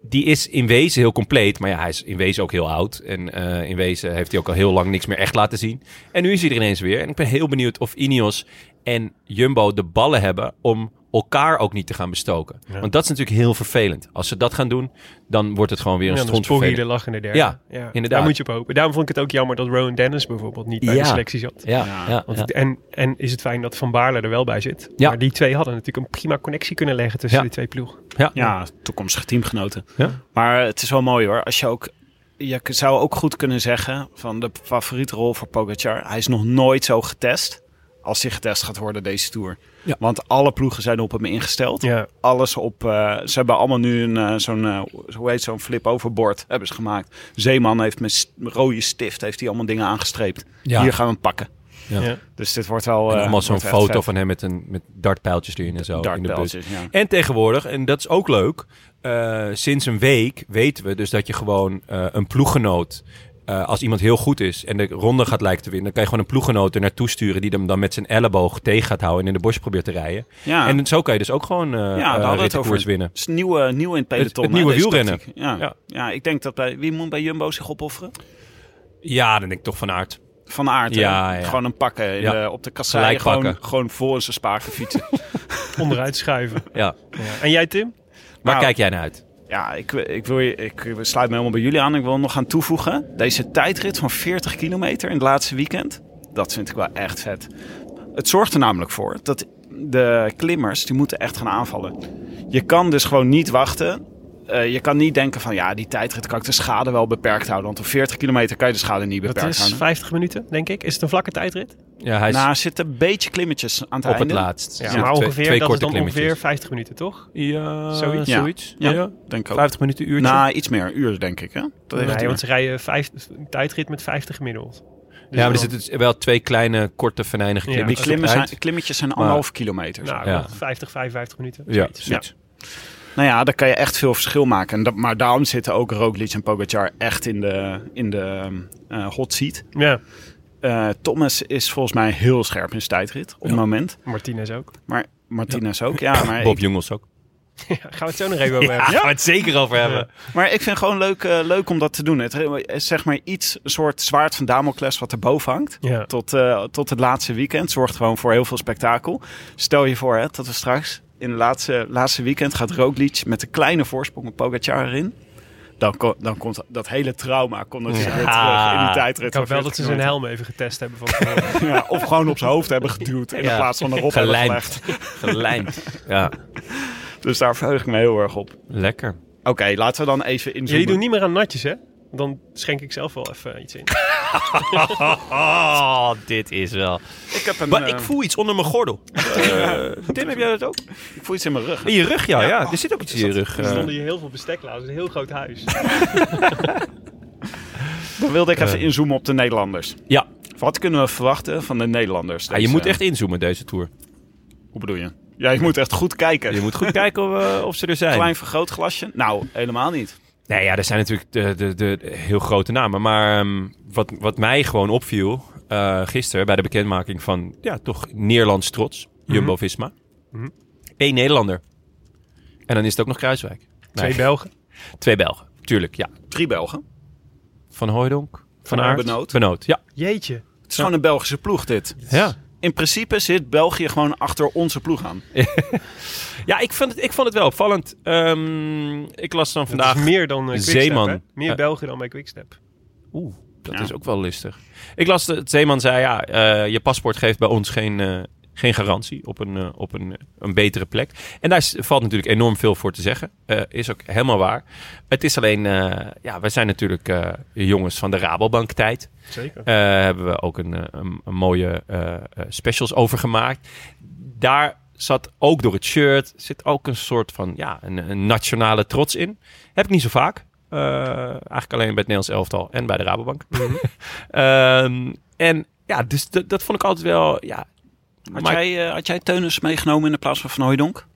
S2: die is in wezen heel compleet. Maar ja, hij is in wezen ook heel oud. En eh, in wezen heeft hij ook al heel lang niks meer echt laten zien. En nu is hij er ineens weer. En ik ben heel benieuwd of Ineos en Jumbo de ballen hebben om elkaar ook niet te gaan bestoken. Want dat is natuurlijk heel vervelend. Als ze dat gaan doen, dan wordt het gewoon weer een
S3: Ja,
S2: ja,
S3: dan is Poggi de lachende derde.
S2: Ja, inderdaad.
S3: Daar moet je op hopen. Daarom vond ik het ook jammer dat Rowan Dennis bijvoorbeeld niet bij
S2: Ja.
S3: de selectie zat.
S2: Ja,
S1: Ja,
S2: ja,
S3: Want
S2: ja.
S3: het- en, en is het fijn dat Van Baarle er wel bij zit.
S2: Ja.
S3: Maar die twee hadden natuurlijk een prima connectie kunnen leggen tussen
S2: Ja.
S3: die twee ploegen.
S1: ja, toekomstige teamgenoten.
S2: Ja.
S1: Maar het is wel mooi hoor. Als je ook, je k- zou ook goed kunnen zeggen van de favoriete rol voor Pogacar. Hij is nog nooit zo getest als hij getest gaat worden deze Tour.
S2: Ja.
S1: Want alle ploegen zijn op hem ingesteld.
S3: Ja,
S1: Alles op, eh, ze hebben allemaal nu een, eh, zo'n, eh, hoe heet zo'n flip overboard hebben ze gemaakt. Zeeman heeft met st- rode stift, heeft hij allemaal dingen aangestreept.
S2: Ja.
S1: Hier gaan we hem pakken.
S2: Ja.
S3: Ja.
S1: Dus dit wordt wel...
S2: En
S1: eh,
S2: allemaal zo'n
S1: wordt echt
S2: foto
S1: vet.
S2: van hem met, een, met dartpijltjes erin en zo. in de bus.
S1: Dartbeltjes, ja.
S2: En tegenwoordig, en dat is ook leuk, eh, sinds een week weten we dus dat je gewoon eh, een ploeggenoot, eh, als iemand heel goed is en de ronde gaat lijken te winnen, dan kan je gewoon een ploeggenoot er naartoe sturen die hem dan met zijn elleboog tegen gaat houden en in de bos probeert te rijden.
S1: Ja.
S2: En zo kan je dus ook gewoon eh
S1: daar hadden we
S2: ja,
S1: het over.
S2: winnen.
S1: Het is nieuw, nieuw in het peloton.
S2: Het- het
S1: hè,
S2: nieuwe
S1: deze
S2: wielrennen.
S1: tactiek. Ja.
S2: Ja.
S1: Ja. ik denk dat bij, wie moet bij Jumbo zich opofferen?
S2: Ja, dan denk ik toch van aard.
S1: Van Aert. hè?
S2: Ja, ja.
S1: Gewoon een pakken in
S2: Ja.
S1: de- op de kassei.
S2: Gelijk
S1: Gewoon,
S2: pakken.
S1: gewoon voor in zijn spaken fietsen.
S3: onderuit schuiven.
S2: Ja.
S3: Ja. En jij Tim?
S2: Waar
S1: Nou,
S2: kijk jij naar uit?
S1: Ja, ik, wil- ik, wil, je- ik sluit me helemaal bij jullie aan. Ik wil nog aan toevoegen. Deze tijdrit van 40 kilometer in het laatste weekend. Dat vind ik wel echt vet. Het zorgt er namelijk voor dat de klimmers, die moeten echt gaan aanvallen. Je kan dus gewoon niet wachten. Eh, je kan niet denken van, ja, die tijdrit kan ik de schade wel beperkt houden. Want op 40 kilometer kan je de schade niet
S3: Dat
S1: beperkt
S3: is
S1: houden.
S3: 50 minuten, denk ik. Is het een vlakke tijdrit?
S2: Ja, hij is
S1: Nou, er zitten een beetje klimmetjes aan het
S2: op het
S1: einde.
S2: laatst.
S3: Ja,
S2: Zit
S3: maar
S2: twee-
S3: ongeveer,
S2: twee
S3: dat is
S2: korte
S3: dan
S2: klimmetjes.
S3: ongeveer 50 minuten, toch?
S2: Ja,
S3: Zoiets?
S2: zoiets.
S1: Ja.
S2: Ja.
S1: Ja. Denk ik ook.
S2: 50 minuten uurtje.
S1: Nou, iets meer. Een uur, denk ik. Hè? Dat heeft
S3: Nee,
S1: een
S3: want
S1: uur.
S3: ze rijden vijf, een tijdrit met 50 gemiddeld. Dus
S2: ja, maar er
S3: dan-
S2: zitten wel twee kleine, korte, venijnige
S3: Ja,
S2: klimmetjes.
S1: Die
S3: die
S2: op
S1: klimmers
S2: het eind.
S1: zijn, klimmetjes zijn anderhalf kilometer.
S3: Nou,
S2: Ja.
S3: 50, 55 minuten.
S2: Ja,
S3: zoiets.
S2: zoiets.
S1: Nou ja, daar kan je echt veel verschil maken. En dat, maar daarom zitten ook Roglic en Pogacar echt in de, in de eh, hot seat.
S3: Ja,
S1: Eh, Thomas is volgens mij heel scherp in zijn tijdrit op het moment.
S3: Martinez ook.
S1: Maar Martinez ook, ja. Maar,
S2: Bob
S1: ik,
S2: Jungels ook.
S3: Ja, gaan we het zo nog even over
S2: Ja,
S3: hebben.
S2: gaan we het zeker over hebben.
S1: maar ik vind gewoon leuk, eh, leuk om dat te doen. Het, eh, zeg maar iets, een soort zwaard van Damocles wat erboven hangt.
S3: Ja.
S1: Tot, eh, tot het laatste weekend. Zorgt gewoon voor heel veel spektakel. Stel je voor hè, dat we straks in het laatste, laatste weekend gaat Roglic met een kleine voorsprong op Pogacar erin. Dan, ko- dan komt dat hele trauma komt natuurlijk weer terug in die tijdrit.
S3: Ik hoop
S1: van
S3: wel dat ze
S1: 40
S3: zijn
S1: kilometer.
S3: helm even getest hebben van tevoren.
S1: Ja, of gewoon op zijn hoofd hebben geduwd in
S2: Ja.
S1: plaats van erop hebben
S2: Gelijmd.
S1: gelegd.
S2: Gelijmd. Ja,
S1: Dus daar verheug ik me heel erg op.
S2: lekker.
S1: Oké, laten we dan even inzoomen.
S3: Jullie doen niet meer aan natjes, hè? Dan schenk ik zelf wel even iets in.
S2: Oh, dit is wel.
S1: Ik heb een.
S2: Maar
S1: eh,
S2: ik voel iets onder mijn gordel. Eh, Tim, heb jij dat ook?
S1: ik voel iets in mijn rug.
S2: In je rug, ja. ja. Er zit ook iets in je rug.
S3: Er
S2: eh.
S3: stonden hier heel veel besteklaars. Een heel groot huis.
S1: Dan wilde ik even
S2: Eh.
S1: inzoomen op de Nederlanders.
S2: Ja.
S1: Wat kunnen we verwachten van de Nederlanders?
S2: Ja, Ah, je
S1: deze-
S2: moet echt inzoomen deze eh, tour.
S1: Hoe bedoel je? Ja, je moet echt goed kijken.
S2: Je moet goed kijken of, eh, of ze er zijn.
S1: Klein vergrootglasje? Nou, helemaal niet.
S2: Nee, ja, er zijn natuurlijk de, de, de heel grote namen. Maar ehm, wat, wat mij gewoon opviel eh gisteren bij de bekendmaking van, ja, toch Nederlands trots, Jumbo-Visma.
S3: Mhm.
S2: Eén Nederlander. En dan is het ook nog Kruiswijk. Nee,
S3: Twee Belgen.
S2: twee Belgen, tuurlijk, ja.
S1: Drie Belgen.
S2: Van Hooijdonk, Van,
S1: Van
S2: Aert,
S1: Benoot.
S2: ja.
S3: Jeetje.
S1: Het is gewoon een Belgische ploeg dit.
S2: ja.
S1: In principe zit België gewoon achter onze ploeg aan.
S2: Ja, ik vond het, ik vond het wel opvallend. Ehm, ik las dan
S3: Vandaag
S2: vandaag...
S3: meer dan eh, Quickstep,
S2: Zeeman.
S3: hè? Meer
S2: Ja.
S3: Belgen dan bij Quickstep.
S2: Oeh, dat
S1: Ja.
S2: is ook wel listig. Ik las dat Zeeman zei, ja, eh, je paspoort geeft bij ons geen, eh, geen garantie op, een, eh, op een, een betere plek. En daar is- valt natuurlijk enorm veel voor te zeggen. Eh, is ook helemaal waar. Het is alleen, eh, ja, wij zijn natuurlijk eh, jongens van de Rabobank tijd.
S3: Zeker.
S2: Eh, hebben we ook een, eh, een, een mooie eh, eh, specials over gemaakt. Daar zat ook door het shirt zit ook een soort van ja, een, een nationale trots in. Heb ik niet zo vaak. Eh, eigenlijk alleen bij het Nederlands elftal en bij de Rabobank. Ehm, en ja, dus dat- dat vond ik altijd wel. Ja,
S1: Had,
S2: Mike-
S1: jij, eh, had jij Teunus meegenomen in de plaats van Van Hooijdonk?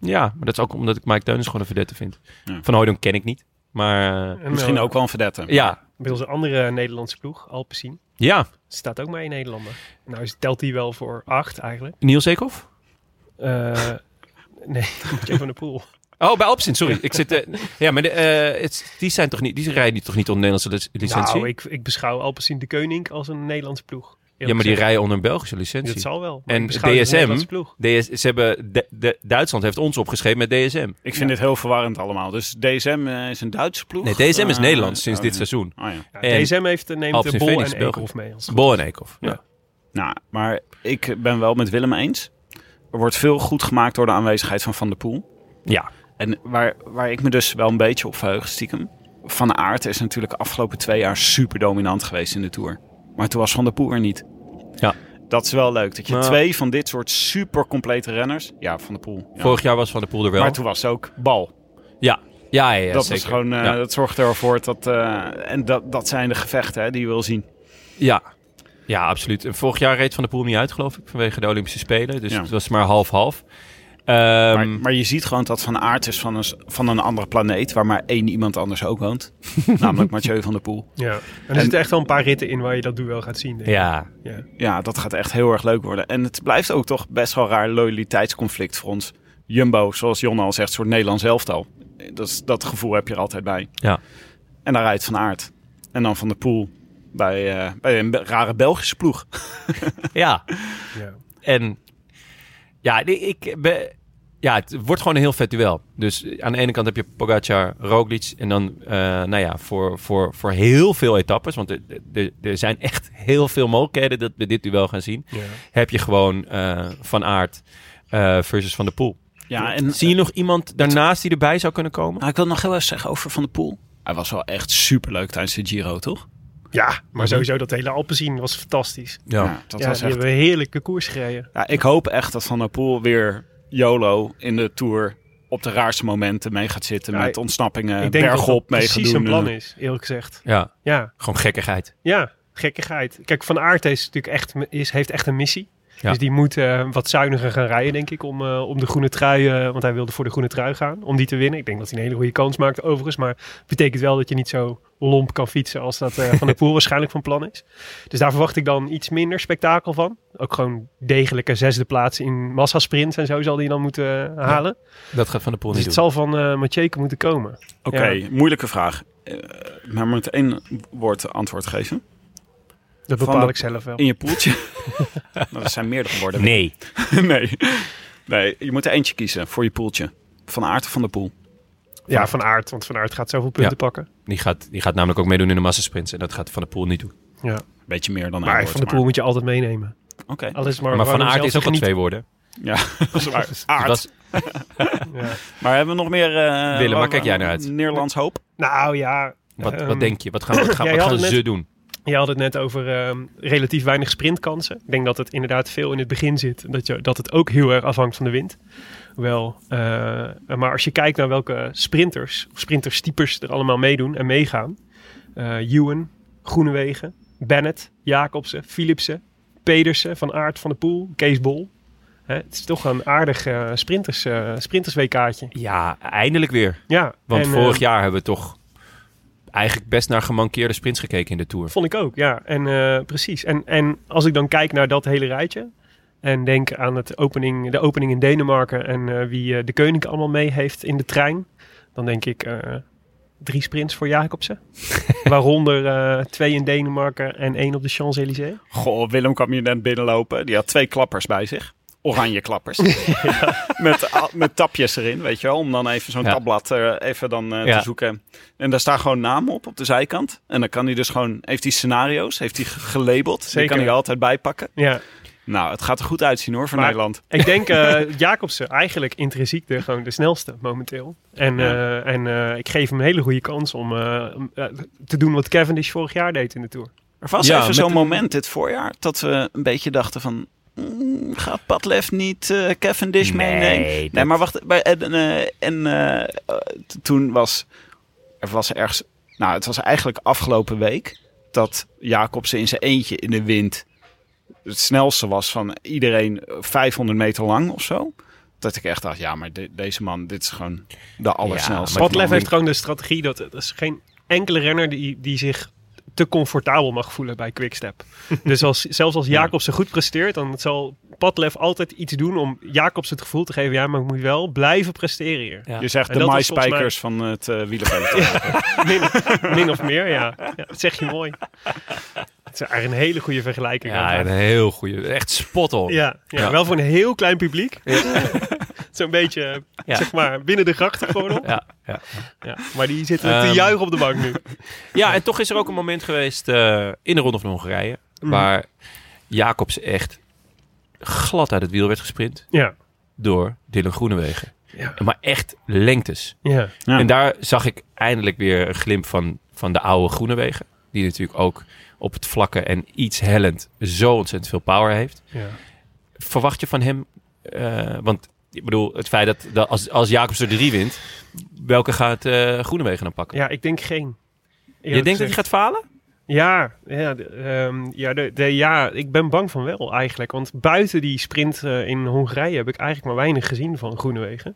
S2: ja, maar dat is ook omdat ik Mike Teunis gewoon een verdette vind.
S1: Ja.
S2: Van Hooydonk ken ik niet. Maar eh,
S3: En,
S1: Misschien
S3: eh,
S1: ook wel een verdette.
S2: ja,
S3: Bij onze andere Nederlandse ploeg, Alpecin,
S2: ja.
S3: staat ook maar één Nederlander. Nou is- telt die wel voor acht eigenlijk.
S2: Niels Eekhoff?
S3: Eh, nee, Joe van der Poel.
S2: Oh, bij Alpsin, sorry. Ik zit, eh, ja, maar de, eh, het, die, zijn toch niet, die rijden toch niet onder Nederlandse lic- licentie?
S3: Nou, ik, ik beschouw Alpecin de Koning als een Nederlandse ploeg.
S2: Ja, maar die rijden onder een Belgische licentie.
S3: Dat zal wel.
S2: En
S3: En DSM.
S2: DSM?
S3: Nederlandse ploeg.
S2: DS, ze hebben de, de- Duitsland heeft ons opgeschreven met DSM.
S1: Ik vind dit heel verwarrend allemaal. Dus DSM eh, is een Duitse ploeg?
S2: Nee, DSM is
S1: Eh,
S2: Nederlands sinds
S1: oh,
S2: dit
S1: ja.
S2: seizoen.
S1: Oh, ja.
S3: Ja,
S2: En
S3: DSM heeft, eh, neemt
S2: Alpecin
S3: de Bol
S2: Phoenix
S3: en
S2: Belgen.
S3: Eekhof mee. Als het
S2: Bol en Eekhoff. Ja.
S1: Ja. Nou, maar ik ben wel met Willem eens. Er wordt veel goed gemaakt door de aanwezigheid van Van der Poel.
S2: Ja.
S1: En waar, waar ik me dus wel een beetje op verheug, stiekem. Van Aert is natuurlijk de afgelopen twee jaar super dominant geweest in de Tour. Maar toen was Van der Poel er niet.
S2: Ja.
S1: Dat is wel leuk. Dat je
S2: Nou.
S1: twee van dit soort super complete renners... Ja, Van der Poel. ja.
S2: Vorig jaar was Van der Poel er wel.
S1: Maar toen was het ook bal.
S2: Ja. Ja, ja, ja,
S1: dat, was
S2: zeker.
S1: gewoon, eh,
S2: ja.
S1: dat zorgde ervoor dat... eh, en dat, dat zijn de gevechten hè, die je wil zien.
S2: ja. Ja, absoluut. En vorig jaar reed Van der Poel niet uit, geloof ik, vanwege de Olympische Spelen. Dus
S1: Ja.
S2: het was maar half-half.
S1: Maar,
S2: Ehm,
S1: maar je ziet gewoon dat Van Aert is van een, s- van een andere planeet... waar maar één iemand anders ook woont. namelijk Mathieu van der Poel.
S3: Ja. En er zitten echt wel een paar ritten in waar je dat duel gaat zien. Denk ik.
S2: ja.
S3: Ja.
S1: Ja, dat gaat echt heel erg leuk worden. En het blijft ook toch best wel raar loyaliteitsconflict voor ons. Jumbo, zoals Jon al zegt, soort Nederlands elftal. Dat, is- dat gevoel heb je er altijd bij.
S2: Ja.
S1: En daar rijdt Van Aert. En dan Van der Poel bij, eh, bij een be- rare Belgische ploeg.
S2: ja.
S3: Ja.
S2: En ja, nee, ik ben, ja, het wordt gewoon een heel vet duel. Dus aan de ene kant heb je Pogacar, Roglic. En dan, eh, nou ja, voor, voor, voor heel veel etappes. Want er, er, er zijn echt heel veel mogelijkheden dat we dit duel gaan zien.
S3: Ja.
S2: Heb je gewoon eh, Van Aert eh, versus Van der Poel.
S1: Ja, en
S2: Zie je nog iemand daarnaast die erbij zou kunnen komen?
S1: nou, ik wil nog heel even zeggen over Van der Poel. Hij was wel echt superleuk tijdens de Giro, toch?
S3: Ja, maar sowieso dat hele Alpecin was fantastisch.
S1: dat
S3: ja,
S1: was
S3: die
S1: echt...
S3: hebben een heerlijke koers gereden.
S1: Ja, ik hoop echt dat Van der Poel weer YOLO in de Tour op de raarste momenten mee gaat zitten.
S3: Ja,
S1: met ontsnappingen,
S3: ik denk dat dat
S1: bergop mee gaat
S3: precies
S1: doen.
S3: zijn plan is, eerlijk gezegd.
S2: Ja,
S3: Ja.
S2: gewoon gekkigheid.
S3: Ja, gekkigheid. Kijk, Van Aert is natuurlijk echt, is, heeft echt een missie.
S2: Ja.
S3: Dus die moet eh, wat zuiniger gaan rijden, denk ik, om, eh, om de groene trui... eh, want hij wilde voor de groene trui gaan, om die te winnen. Ik denk dat hij een hele goede kans maakt overigens. Maar het betekent wel dat je niet zo lomp kan fietsen als dat eh, Van de Poel waarschijnlijk van plan is. Dus daar verwacht ik dan iets minder spektakel van. Ook gewoon degelijke zesde plaats in massasprints en zo zal hij dan moeten eh, halen.
S2: Dat gaat Van der Poel
S3: dus
S2: niet
S3: het
S2: doen.
S3: zal van eh Matjeke moeten komen.
S1: Oké,
S3: Ja.
S1: moeilijke vraag. Eh, maar moet één woord antwoord geven.
S3: Dat
S1: Van
S3: bepaal
S1: de-
S3: ik zelf wel.
S1: In je poeltje. nou, dat zijn meerdere woorden.
S2: Nee.
S1: nee. Nee, je moet er eentje kiezen voor je poeltje. Van Aert of Van de Poel?
S3: Ja, Van Aert, want Van Aert gaat zoveel punten pakken.
S2: Die gaat, die gaat namelijk ook meedoen in de massasprints. En dat gaat Van der Poel niet doen.
S3: Ja.
S1: Beetje meer dan één
S3: Maar
S1: woord,
S3: Van de Poel moet je altijd meenemen.
S1: maar- Oké.
S3: Alles maar,
S2: Maar Van
S3: gewoon om
S2: Aert
S3: zelf
S2: is
S3: te
S2: ook al
S3: genieten.
S2: twee woorden.
S1: Ja, dat is waar.
S2: Dus
S1: Aert.
S2: dat is-
S3: Ja.
S1: Maar hebben we nog meer...
S2: Willem,
S1: eh,
S2: waar
S1: wa-
S2: kijk jij naar uit?
S1: Nederlands hoop?
S3: Nou ja,
S2: Wat,
S3: Ehm,
S2: wat denk je? Wat gaan, wat gaan,
S3: jij
S2: wat
S3: had
S2: gaan
S3: het
S2: ze
S3: net-
S2: doen?
S3: Je had het net over ehm, relatief weinig sprintkansen. Ik denk dat het inderdaad veel in het begin zit. Dat, je, dat het ook heel erg afhangt van de wind. Wel, eh, maar als je kijkt naar welke sprinters, of sprinterstypers er allemaal meedoen en meegaan. eh Ewan, Groenewegen, Bennett, Jacobsen, Philipsen, Pedersen, Van Aert, Van der Poel, Kees Bol. Hè, het is toch een aardig eh, sprinters, eh, sprinters-WK'tje.
S2: Ja, eindelijk weer.
S3: Ja,
S2: Want
S3: en,
S2: vorig
S3: eh,
S2: jaar hebben we toch eigenlijk best naar gemankeerde sprints gekeken in de Tour.
S3: Vond ik ook, ja. En eh, precies. En, en als ik dan kijk naar dat hele rijtje. En denk aan het opening, de opening in Denemarken en eh, wie eh, de koning allemaal mee heeft in de trein. Dan denk ik eh, drie sprints voor Jacobsen. Waaronder eh, twee in Denemarken en één op de Champs-Élysées.
S1: Goh, Willem kwam hier net binnenlopen. Die had twee klappers bij zich. Oranje klappers. met, a- met tapjes erin, weet je wel. Om dan even zo'n
S2: Ja.
S1: tabblad eh, even dan eh,
S2: Ja.
S1: te zoeken. En daar staan gewoon namen op, op de zijkant. En dan kan hij dus gewoon... Heeft hij scenario's, heeft hij ge- gelabeld.
S3: Zeker.
S1: Die kan hij altijd bijpakken.
S3: Ja,
S1: Nou, het gaat er goed uitzien hoor, voor
S3: Maar-
S1: Nederland.
S3: ik denk eh Jacobsen eigenlijk intrinsiek de, gewoon de snelste momenteel. En, eh, en eh, ik geef hem een hele goede kans om eh, om, eh, te doen wat Cavendish vorig jaar deed in de Tour.
S1: Er was
S2: Ja,
S1: even
S2: met
S1: zo'n
S2: de-
S1: moment dit voorjaar... dat we een beetje dachten van... mm, gaat Padlef niet eh, Cavendish meenemen?
S2: Nee,
S1: Nee, maar wacht. Bij, en eh, en eh, eh, t- toen was er was ergens. Nou, het was eigenlijk afgelopen week dat Jacobsen in zijn eentje in de wind het snelste was van iedereen eh, 500 meter lang of zo. Dat ik echt dacht, ja, maar de- deze man, dit is gewoon de allersnelste.
S2: maar-
S3: Padlef
S2: die-
S3: heeft gewoon de strategie dat er is geen enkele renner die, die zich te comfortabel mag voelen bij Quickstep. dus als, zelfs als Jacobsen goed presteert, dan zal Padlef altijd iets doen om Jacobsen het gevoel te geven, ja, maar ik moet wel blijven presteren hier.
S2: Ja.
S1: je zegt
S3: En
S1: de
S3: dat is
S1: maaispijkers van het uh,
S3: Min, min of meer, ja. ja. Dat zeg je mooi. Het is eigenlijk een hele goede vergelijking.
S2: Ja, een
S3: ja,
S2: heel goede. Echt spot on.
S3: ja,
S2: Ja.
S3: wel voor een heel klein publiek. Zo'n beetje,
S2: Ja.
S3: zeg maar, binnen de grachtengordel.
S2: Ja, ja.
S3: Ja, maar die zitten te
S2: Ehm.
S3: juichen op de bank nu.
S2: Ja, en toch is er ook een moment geweest eh, in de Ronde van Hongarije.
S3: Mm.
S2: Waar Jacobs echt glad uit het wiel werd gesprint
S3: Ja,
S2: door Dylan Groenewegen.
S3: Ja.
S2: Maar echt lengtes.
S3: ja.
S1: Ja.
S2: En daar zag ik eindelijk weer een glimp van, van de oude Groenewegen. Die natuurlijk ook op het vlakke en iets hellend zo ontzettend veel power heeft.
S3: ja.
S2: Verwacht je van hem, eh, want ik bedoel, het feit dat, dat als, als Jacobs er drie wint, welke gaat eh Groenewegen dan pakken?
S3: Ja, ik denk geen.
S2: Je denkt dat hij gaat falen?
S3: Ja, ja, de- ehm, ja, de, de- ja, ik ben bang van wel eigenlijk. Want buiten die sprint eh, in Hongarije heb ik eigenlijk maar weinig gezien van Groenewegen.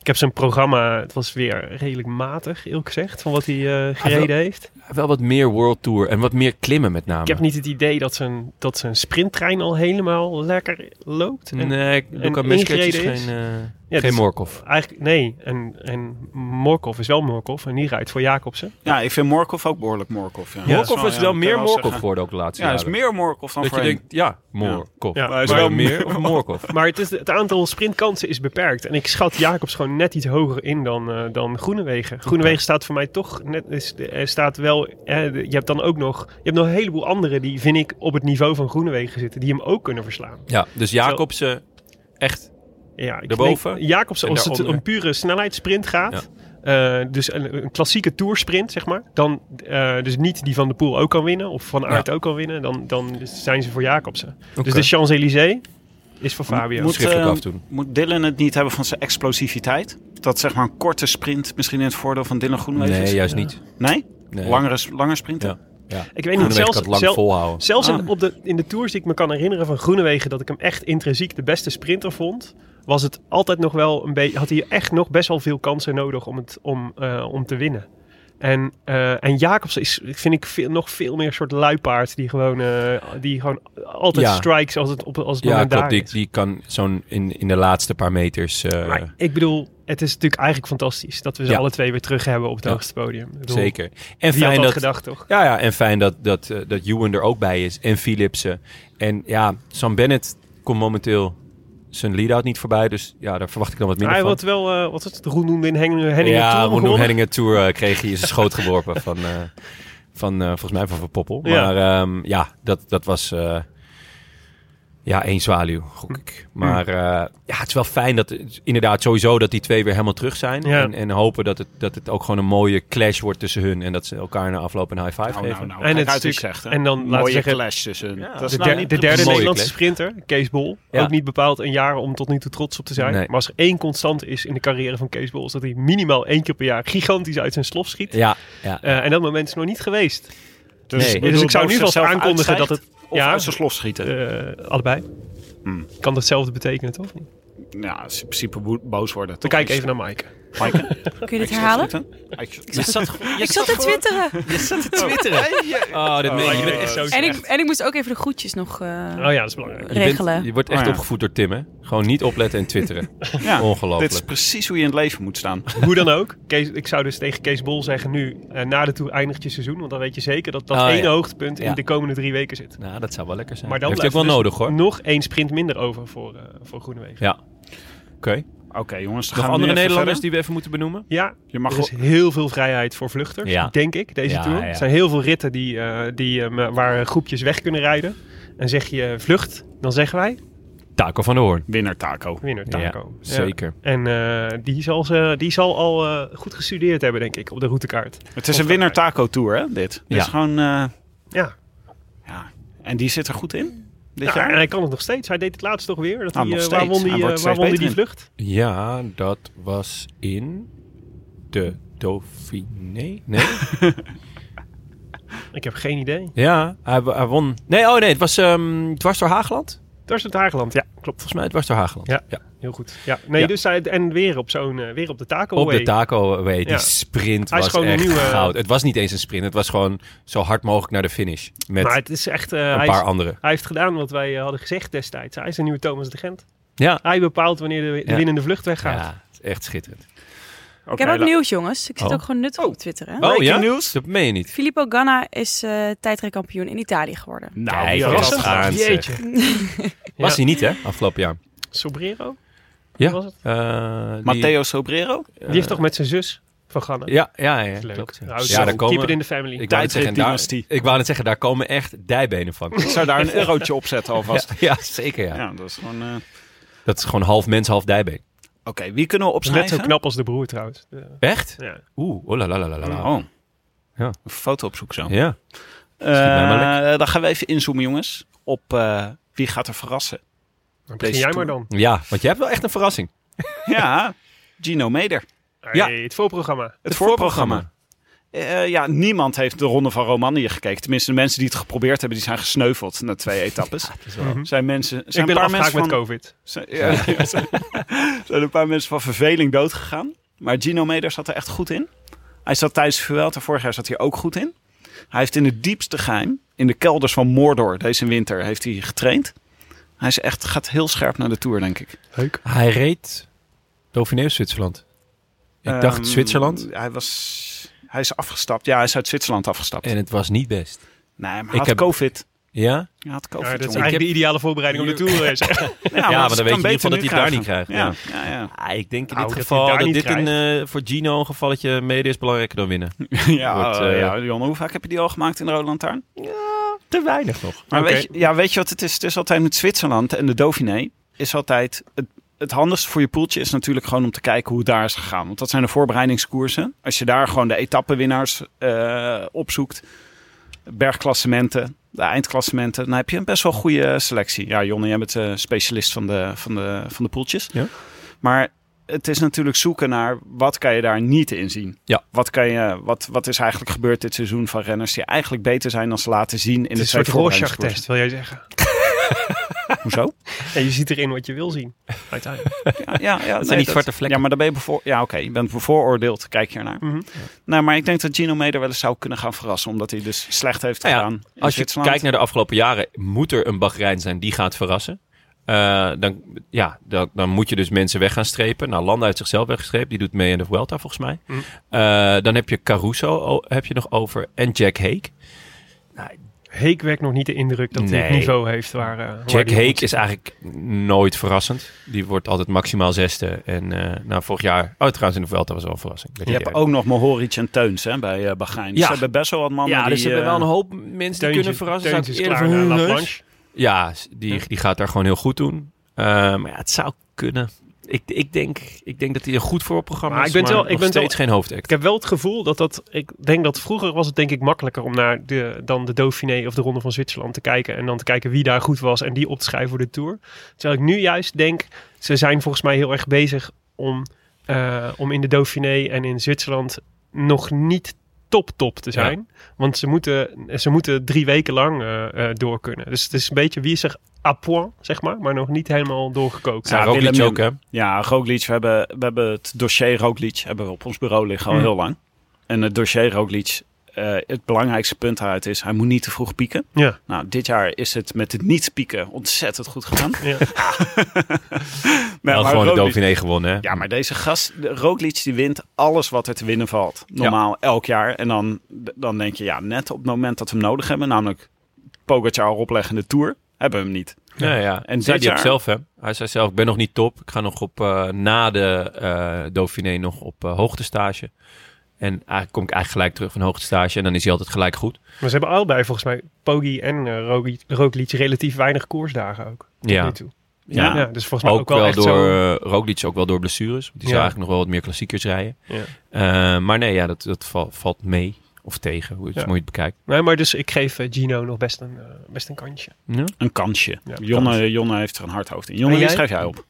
S3: Ik heb zijn programma, het was weer redelijk matig, eerlijk gezegd, van wat hij
S2: Ah,
S3: eh, gereden heeft.
S2: Wel wat meer World Tour en wat meer klimmen met name.
S3: Ik heb niet het idee dat zijn, dat zijn sprinttrein al helemaal lekker loopt. En
S2: Nee, eh, Luca
S3: en
S2: Mescrec is
S3: ingereden
S2: geen,
S3: is. dus-
S2: eh,
S3: dat
S2: geen
S3: is-
S2: Morkov.
S3: Eigenlijk, nee. En, en Morkov is wel Morkov en die rijdt voor Jacobsen.
S1: Ja, ik vind Morkov ook behoorlijk Morkov. Ja. Dat
S2: Morkov is
S1: ja,
S2: wel
S1: dat kan
S2: meer Morkov
S1: zeggen.
S2: geworden ook de laatste
S1: Ja,
S2: jaren.
S1: is meer Morkov dan
S2: Dat je
S1: voorheen.
S2: denkt, ja, Morkov.
S3: Ja.
S2: Maar is wel meer of Morkov?
S3: Maar het, is, het aantal sprintkansen is beperkt. En ik schat Jacobs gewoon net iets hoger in dan, eh, dan Groenewegen. Groenewegen staat voor mij toch net. Is, eh, staat wel, eh, de- je hebt dan ook nog. Je hebt nog een heleboel anderen die, vind ik, op het niveau van Groenewegen zitten. Die hem ook kunnen verslaan.
S2: Ja, dus Jacobsen echt...
S3: Ja, ik
S2: Daarboven
S3: denk Jacobsen,
S2: en
S3: als het
S2: daaronder.
S3: een pure snelheidssprint gaat. eh, dus een, een klassieke toersprint, zeg maar. Dan, eh, dus niet die van de Poel ook kan winnen. Of van Aert ook kan winnen. Dan, dan zijn ze voor Jacobsen. Dus de Champs-Élysées is voor Fabio.
S1: Moet,
S2: schriftelijk
S1: eh,
S2: afdoen.
S1: Moet Dylan het niet hebben van zijn explosiviteit? Dat zeg maar een korte sprint misschien in het voordeel van Dylan Groenewegen
S2: Nee,
S1: is?
S2: juist niet.
S1: Nee?
S2: Nee.
S1: Langere, langer sprinten?
S2: Ja.
S3: ik weet niet,
S2: Groenewegen
S3: zelfs,
S2: kan het lang
S3: zelf-
S2: volhouden.
S3: Zelfs in,
S1: Ah.
S3: op de, in de tours die ik me kan herinneren van Groenewegen, dat ik hem echt intrinsiek de beste sprinter vond, was het altijd nog wel een beetje. had hij echt nog best wel veel kansen nodig om, het, om, eh, om te winnen. En, eh en Jacobsen is, vind ik, veel, nog veel meer een soort luipaard die gewoon, eh, die gewoon altijd
S2: Ja.
S3: strikes als het, op, als het
S2: Ja,
S3: moment
S2: klopt.
S3: daar
S2: Die,
S3: is.
S2: die kan zo'n in, in de laatste paar meters... eh,
S3: Maar ik bedoel, het is natuurlijk eigenlijk fantastisch dat we ze
S2: Ja.
S3: alle twee weer terug hebben op het
S2: Ja.
S3: hoogste podium. Ik bedoel,
S2: zeker. En
S3: Wie had
S2: fijn
S3: dat
S2: dat,
S3: gedacht, toch?
S2: Ja, ja, en fijn dat, dat, eh, dat Ewan er ook bij is. En Philipsen. En ja, Sam Bennett komt momenteel zijn lead-out niet voorbij. Dus ja, daar verwacht ik dan wat minder
S3: Hij
S2: van.
S3: wordt wel, eh, wat is het, Roendoen Henningen Henningen
S2: ja,
S3: Tour
S2: Roendoen
S3: gewonnen.
S2: Henningen Tour eh, kreeg hij in zijn schoot geworpen van, eh, van eh, volgens mij van Van Poppel.
S3: Ja.
S2: Maar ehm, ja, dat, dat was... eh, Ja, één zwaluw, gok ik. Maar eh, ja, het is wel fijn dat inderdaad sowieso dat die twee weer helemaal terug zijn.
S3: Ja.
S2: En, en hopen dat het, dat het ook gewoon een mooie clash wordt tussen hun. En dat ze elkaar na afloop een high five
S1: Nou,
S2: geven.
S1: nou, nou.
S3: En het
S1: kijk uit wat je
S3: stuk-
S1: zegt, hè.
S3: en dan laten we
S1: Mooie
S3: zeggen-
S1: clash tussen.
S2: Ja.
S1: dat is
S3: De,
S1: nou
S3: der-
S1: niet
S3: de
S1: precies-
S3: derde
S2: Mooie clash.
S3: Nederlandse sprinter, Kees Bol.
S2: Ja.
S3: Ook niet bepaald een jaar om tot nu toe trots op te zijn.
S2: Nee.
S3: Maar als er één constant is in de carrière van Kees Bol... is dat hij minimaal één keer per jaar gigantisch uit zijn slof schiet.
S2: Ja, ja.
S3: Eh, en dat moment is nog niet geweest.
S2: Dus-
S3: Dus,
S2: Nee.
S3: dus ik zou nu vast
S1: zelf
S3: aankondigen dat het...
S1: Of
S3: ja,
S1: uit zijn slos schieten.
S3: eh, allebei.
S1: Hmm.
S3: Kan datzelfde betekenen, toch?
S1: ja, is in principe bo- boos worden.
S3: Dan kijk even naar Mike.
S1: naar Mike.
S4: Kun je dit herhalen?
S1: Ik
S4: Ik zat te twitteren.
S2: Oh, dit meen je.
S3: je bent
S2: niet.
S3: echt zo
S4: En ik,
S3: slecht.
S4: en ik moest ook even de groetjes nog... eh,
S3: Oh ja, dat is belangrijk.
S2: Je, bent-
S4: Regelen.
S2: je wordt echt
S1: Oh, ja.
S2: opgevoed door Tim, hè? Gewoon niet opletten en twitteren.
S1: Ja,
S2: Ongelooflijk.
S1: Dit is precies hoe je in het leven moet staan.
S3: Hoe dan ook. Kees, ik zou dus tegen Kees Bol zeggen nu, eh, na de toe eindigt je seizoen. Want dan weet je zeker dat dat
S2: Oh,
S3: ene
S2: ja.
S3: hoogtepunt in
S2: Ja.
S3: de komende drie weken zit.
S2: Nou, dat zou wel lekker zijn.
S3: Maar dan
S2: Heeft ook
S3: blijft
S2: wel
S3: er dus
S2: nodig, hoor.
S3: nog één sprint minder over voor, eh voor Groenewegen.
S2: Ja. Oké.
S1: Oké, jongens. Dan
S2: Nog
S1: gaan we
S2: andere
S1: nu even
S2: Nederlanders
S1: verder.
S2: die we even moeten benoemen?
S3: Ja,
S1: Je mag
S3: er is heel veel vrijheid voor vluchters,
S2: Ja.
S3: denk ik, deze
S2: Ja,
S3: Tour.
S2: ja.
S3: Er zijn heel veel ritten die, eh, die, eh, waar groepjes weg kunnen rijden. En zeg je vlucht, dan zeggen wij
S2: Taco van der Hoorn.
S1: winnaar Taco.
S3: winnaar Taco.
S2: Ja, zeker.
S3: En eh, die, zal ze, die zal al eh, goed gestudeerd hebben, denk ik, op de routekaart.
S1: Het is een winnaar Taco Tour, hè, dit. Dit
S2: Ja.
S1: is gewoon... eh,
S3: Ja,
S1: ja. En die zit er goed in, dit
S3: Ja,
S1: jaar?
S3: en hij kan het nog steeds. Hij deed het laatst toch weer. Dat
S1: Nou,
S3: hij,
S1: nog
S3: eh, waar
S1: steeds.
S3: won die,
S1: Hij wordt
S3: eh,
S1: er
S3: waar
S1: steeds
S3: won die,
S1: beter
S3: die
S1: in.
S3: vlucht?
S2: Ja, dat was in de Dauphiné. Nee?
S3: Ik heb geen idee.
S2: ja, hij, hij won. Nee, oh nee, het was ehm dwars door Haageland.
S3: Daar is het Hageland. Ja, klopt.
S2: Volgens mij dwars door Haageland.
S3: Ja. Heel goed. Ja. Nee,
S2: Ja.
S3: Dus hij, en weer op zo'n eh, weer op de taco.
S2: Op de
S3: way.
S2: taco, weet je, die
S3: Ja.
S2: sprint
S3: Hij is
S2: was
S3: gewoon een
S2: echt
S3: nieuwe- eh,
S2: goud. Het was niet eens een sprint, het was gewoon zo hard mogelijk naar de finish. Met
S3: Maar het is echt. eh,
S2: een
S3: hij,
S2: paar
S3: is-
S2: anderen.
S3: hij heeft gedaan wat wij eh, hadden gezegd destijds. Hij is de nieuwe Thomas de Gent.
S2: Ja.
S3: Hij bepaalt wanneer de, de
S2: Ja.
S3: winnende vlucht weggaat.
S2: Ja, het is echt schitterend.
S4: Ik heb ook nieuws, jongens. Ik zit
S2: Oh.
S4: ook gewoon nuttig op Twitter. Hè?
S2: Oh ja?
S1: nieuws?
S2: Dat meen je niet.
S4: Filippo Ganna is eh tijdrijkampioen in Italië geworden.
S1: Nou,
S2: Kijk,
S1: ja,
S2: verrassend.
S1: dat gaat.
S2: Gaans, zeg.
S3: Jeetje.
S4: Mm.
S2: Was
S3: Ja.
S2: hij niet, hè? Afgelopen jaar.
S3: Sobrero?
S2: Ja.
S3: Was het?
S2: Eh, die-
S1: Matteo Sobrero?
S3: Die heeft toch met zijn zus van Ganna?
S2: Ja, ja, ja.
S3: Dat is Leuk.
S2: klopt, ja.
S3: Nou,
S2: ja, daar
S3: Keep it in
S2: komen...
S3: the family.
S2: Ik wou, net zeggen, daar,
S1: tijdritdynastie.
S2: ik wou net zeggen, daar komen echt dijbenen van.
S1: Ik zou daar een eurotje op zetten
S2: Ja,
S1: alvast.
S2: ja, zeker ja.
S1: Ja, dat is gewoon... eh, Oké,
S2: Dat is gewoon half mens, half dijbeen.
S1: wie kunnen we
S3: is net zo
S1: opschrijven?
S3: knap als de broer trouwens. Eh, Ja.
S2: Echt?
S3: Ja.
S2: Oeh, oh la la la la la.
S1: Oh.
S2: Ja.
S1: Een foto op zoek zo.
S2: Ja. mij maar
S1: Eh, dan gaan we even inzoomen, jongens. Op eh, wie gaat er verrassen.
S3: Dan
S1: Deze
S3: begin jij
S1: tour.
S3: maar dan.
S2: ja, want je hebt wel echt een verrassing.
S1: ja, Gino Meder.
S3: Ja. het voorprogramma.
S1: Het, voorprogramma. Eh, ja, niemand heeft de Ronde van Romanië gekeken. Tenminste, de mensen die het geprobeerd hebben, die zijn gesneuveld na twee etappes.
S3: Mhm.
S1: Zijn mensen...
S3: Ik
S1: Zijn
S3: ben
S1: een paar
S3: afgehaakt
S1: mensen van,
S3: met COVID. Nou,
S1: zijn, ja, zijn een paar mensen van verveling doodgegaan. Maar Gino Meder zat er echt goed in. Hij zat tijdens de Vuelta vorig jaar zat hij ook goed in. Hij heeft in het diepste geheim, in de kelders van Mordor deze winter, heeft hij getraind. Hij is echt, gaat heel scherp naar de Tour, denk ik.
S3: Leuk.
S2: Hij reed Dauphiné of Zwitserland? Ik
S1: Ehm,
S2: dacht Zwitserland.
S1: Hij, was, hij is afgestapt. Ja, hij is uit Zwitserland afgestapt.
S2: En het was niet best.
S1: nee, maar hij
S2: ik
S1: had
S2: heb-
S1: COVID.
S2: Ja?
S1: Hij had
S3: Ja,
S1: COVID,
S3: dat is
S1: jongen.
S3: eigenlijk de ideale voorbereiding om de Tour. is.
S1: Ja,
S2: maar
S1: ze
S2: dan weet
S1: kan
S2: je in ieder geval dat hij het
S1: beter nu
S2: daar
S1: krijgen.
S2: niet krijgt,
S1: Ja, ja, ja.
S2: Ah, ik denk in
S3: Nou,
S2: dit
S3: dat
S2: geval
S3: hij
S2: dat,
S3: daar niet
S2: dit een, eh, voor Gino een gevalletje mede is belangrijker dan winnen.
S1: Ja,
S2: Wordt,
S1: eh,
S2: eh,
S1: ja, Jonne, hoe vaak heb je die al gemaakt in de Rode Lantaarn?
S2: Te weinig nog.
S1: Maar
S3: Oké.
S1: weet, je, ja, weet je wat het is? Het is altijd met Zwitserland en de Dauphiné is altijd... Het, het handigste voor je poeltje is natuurlijk gewoon om te kijken hoe het daar is gegaan. Want dat zijn de voorbereidingskoersen. Als je daar gewoon de etappenwinnaars eh, opzoekt, bergklassementen, de eindklassementen, dan heb je een best wel goede selectie. Ja, Jonne, jij bent eh, specialist van de, van de, van de poeltjes.
S2: Ja.
S1: Maar het is natuurlijk zoeken naar wat kan je daar niet in zien.
S2: Ja.
S1: Wat, kan je, wat, wat is eigenlijk gebeurd dit seizoen van renners die eigenlijk beter zijn dan ze laten zien in
S3: Het
S1: de
S3: is
S1: twee
S3: een soort
S1: voorbereidingskoersen?
S3: Rorschach-test, wil jij zeggen.
S1: Hoezo?
S3: Ja, je ziet erin wat je wil zien. Uiteindelijk.
S1: Ja, ja, ja,
S2: zijn die zwarte vlekken.
S1: Ja, maar dan ben je bevoor... Ja, oké, je bent bevooroordeeld. Kijk hiernaar.
S3: Mhm.
S1: Nou, maar ik denk dat Gino Meder wel eens zou kunnen gaan verrassen, omdat hij dus slecht heeft
S2: Nou ja,
S1: gedaan. in
S2: Als je
S1: Zwitserland.
S2: kijkt naar de afgelopen jaren, moet er een Bahrein zijn die gaat verrassen. Eh, dan, ja, dan, dan moet je dus mensen weg gaan strepen. Nou, Landa heeft zichzelf weggestreept. Die doet mee in de Vuelta, volgens mij.
S3: Mm.
S2: Eh, dan heb je Caruso o- heb je nog over. En Jack Hake.
S3: Heek werkt nog niet de indruk dat hij het
S2: Nee.
S3: niveau heeft waar... eh, waar
S2: Jack
S3: hij
S2: Hake
S3: moet zijn.
S2: is eigenlijk nooit verrassend. Die wordt altijd maximaal zesde. En eh, nou, vorig jaar... Oh, trouwens in de Vuelta was wel een verrassing. Werd
S1: Je
S2: hij
S1: hebt
S2: derde.
S1: ook nog Mohoric en Teuns hè, bij eh, Bahrein. Dus
S2: Ja.
S1: ze hebben best wel wat mannen
S2: Ja,
S1: die...
S2: dus er zijn
S1: eh,
S2: wel een hoop mensen die
S3: Teuntje-
S2: kunnen verrassen.
S3: Teuntje
S2: Zou ik
S3: is
S2: eerder
S3: klaar
S2: van,
S3: naar La
S2: "Heus."
S3: Planche.
S2: Ja, s- die, die gaat daar gewoon heel goed doen. Eh, maar ja, het zou kunnen. Ik, ik, denk, ik denk dat hij er goed voor op programma
S3: Maar
S2: is,
S3: ik ben
S2: maar
S3: wel-
S2: nog
S3: ik ben wel-
S2: steeds geen hoofdact.
S3: Ik heb wel het gevoel dat dat. Ik denk dat vroeger was het denk ik makkelijker om naar de, dan de Dauphiné of de Ronde van Zwitserland te kijken. En dan te kijken wie daar goed was en die op te schrijven voor de Tour. Terwijl ik nu juist denk, ze zijn volgens mij heel erg bezig om, eh, om in de Dauphiné en in Zwitserland nog niet top top te zijn. Want ze moeten, ze moeten drie weken lang eh, eh, door kunnen. Dus het is een beetje wie is er à point, zeg maar, maar nog niet helemaal doorgekookt.
S2: Ja,
S1: Ja,
S2: Roglic
S1: Willem-
S2: ook, hè?
S1: Ja, Roglic, we hebben, we hebben het dossier Roglic hebben we op ons bureau liggen al
S3: Mm.
S1: heel lang. En het dossier Roglic, eh, het belangrijkste punt daaruit is, hij moet niet te vroeg pieken.
S3: Ja.
S1: Nou, dit jaar is het met het niet pieken ontzettend goed gedaan.
S3: Ja.
S1: Nee,
S2: Hij had
S1: maar
S2: gewoon de
S1: Roglic-
S2: Dauphiné gewonnen, hè?
S1: Ja, maar deze gast, de Roglic, die wint alles wat er te winnen valt. Normaal elk jaar. En dan, dan denk je, ja, net op het moment dat we hem nodig hebben, namelijk Pogacar opleggen in de Tour, hebben we hem niet.
S2: Ja, ja.
S1: En
S2: En zei
S1: dit
S2: hij ook
S1: jaar-
S2: zelf, hè? Hij zei zelf, ik ben nog niet top. Ik ga nog op, eh, na de eh Dauphiné nog op eh, hoogtestage. En eigenlijk kom ik eigenlijk gelijk terug van hoogtestage. En dan is hij altijd gelijk goed.
S3: Maar ze hebben allebei volgens mij, Poggi en eh, Rogi- Roglic, relatief weinig koersdagen ook. tot
S2: Ja.
S3: nu toe.
S1: Ja.
S3: Ja. dus volgens mij
S2: Ook,
S3: ook, wel,
S2: wel
S3: echt
S2: door
S3: zo.
S2: eh, Roglic, ook wel door blessures. Want Die
S3: Ja.
S2: zou eigenlijk nog wel wat meer klassiekers rijden.
S3: Ja.
S2: Eh, maar nee, ja, dat, dat val- valt mee. Of tegen, hoe,
S3: Ja.
S2: hoe je het bekijkt.
S3: Nee, maar dus ik geef eh, Gino nog best een, eh, best een kantje.
S2: Ja.
S1: Een kansje.
S3: Ja,
S1: Jonne, Jonne heeft er een hard hoofd in. Jonne,
S3: En
S1: wie
S3: jij?
S1: schrijf jij op?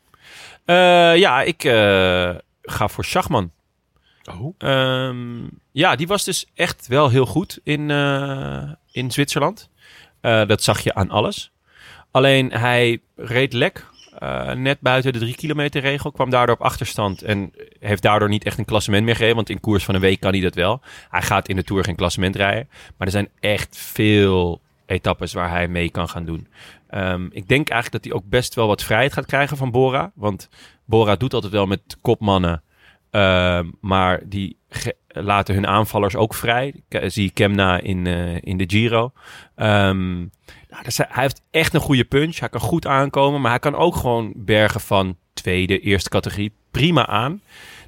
S2: Eh, ja, ik eh, ga voor Schachman.
S3: Oh.
S2: Ehm, ja, die was dus echt wel heel goed in, eh, in Zwitserland. Eh, dat zag je aan alles. Alleen hij reed lek. eh, net buiten de drie kilometer regel. Kwam daardoor op achterstand. En heeft daardoor niet echt een klassement meer gereden. Want in koers van een week kan hij dat wel. Hij gaat in de Tour geen klassement rijden. Maar er zijn echt veel etappes waar hij mee kan gaan doen. Ehm, ik denk eigenlijk dat hij ook best wel wat vrijheid gaat krijgen van Bora. Want Bora doet altijd wel met kopmannen. Ehm, maar die ge- laten hun aanvallers ook vrij. K- zie ik Kemna in, eh, in de Giro. Ehm, nou, dat zijn- hij heeft echt een goede punch. Hij kan goed aankomen. Maar hij kan ook gewoon bergen van tweede, eerste categorie prima aan.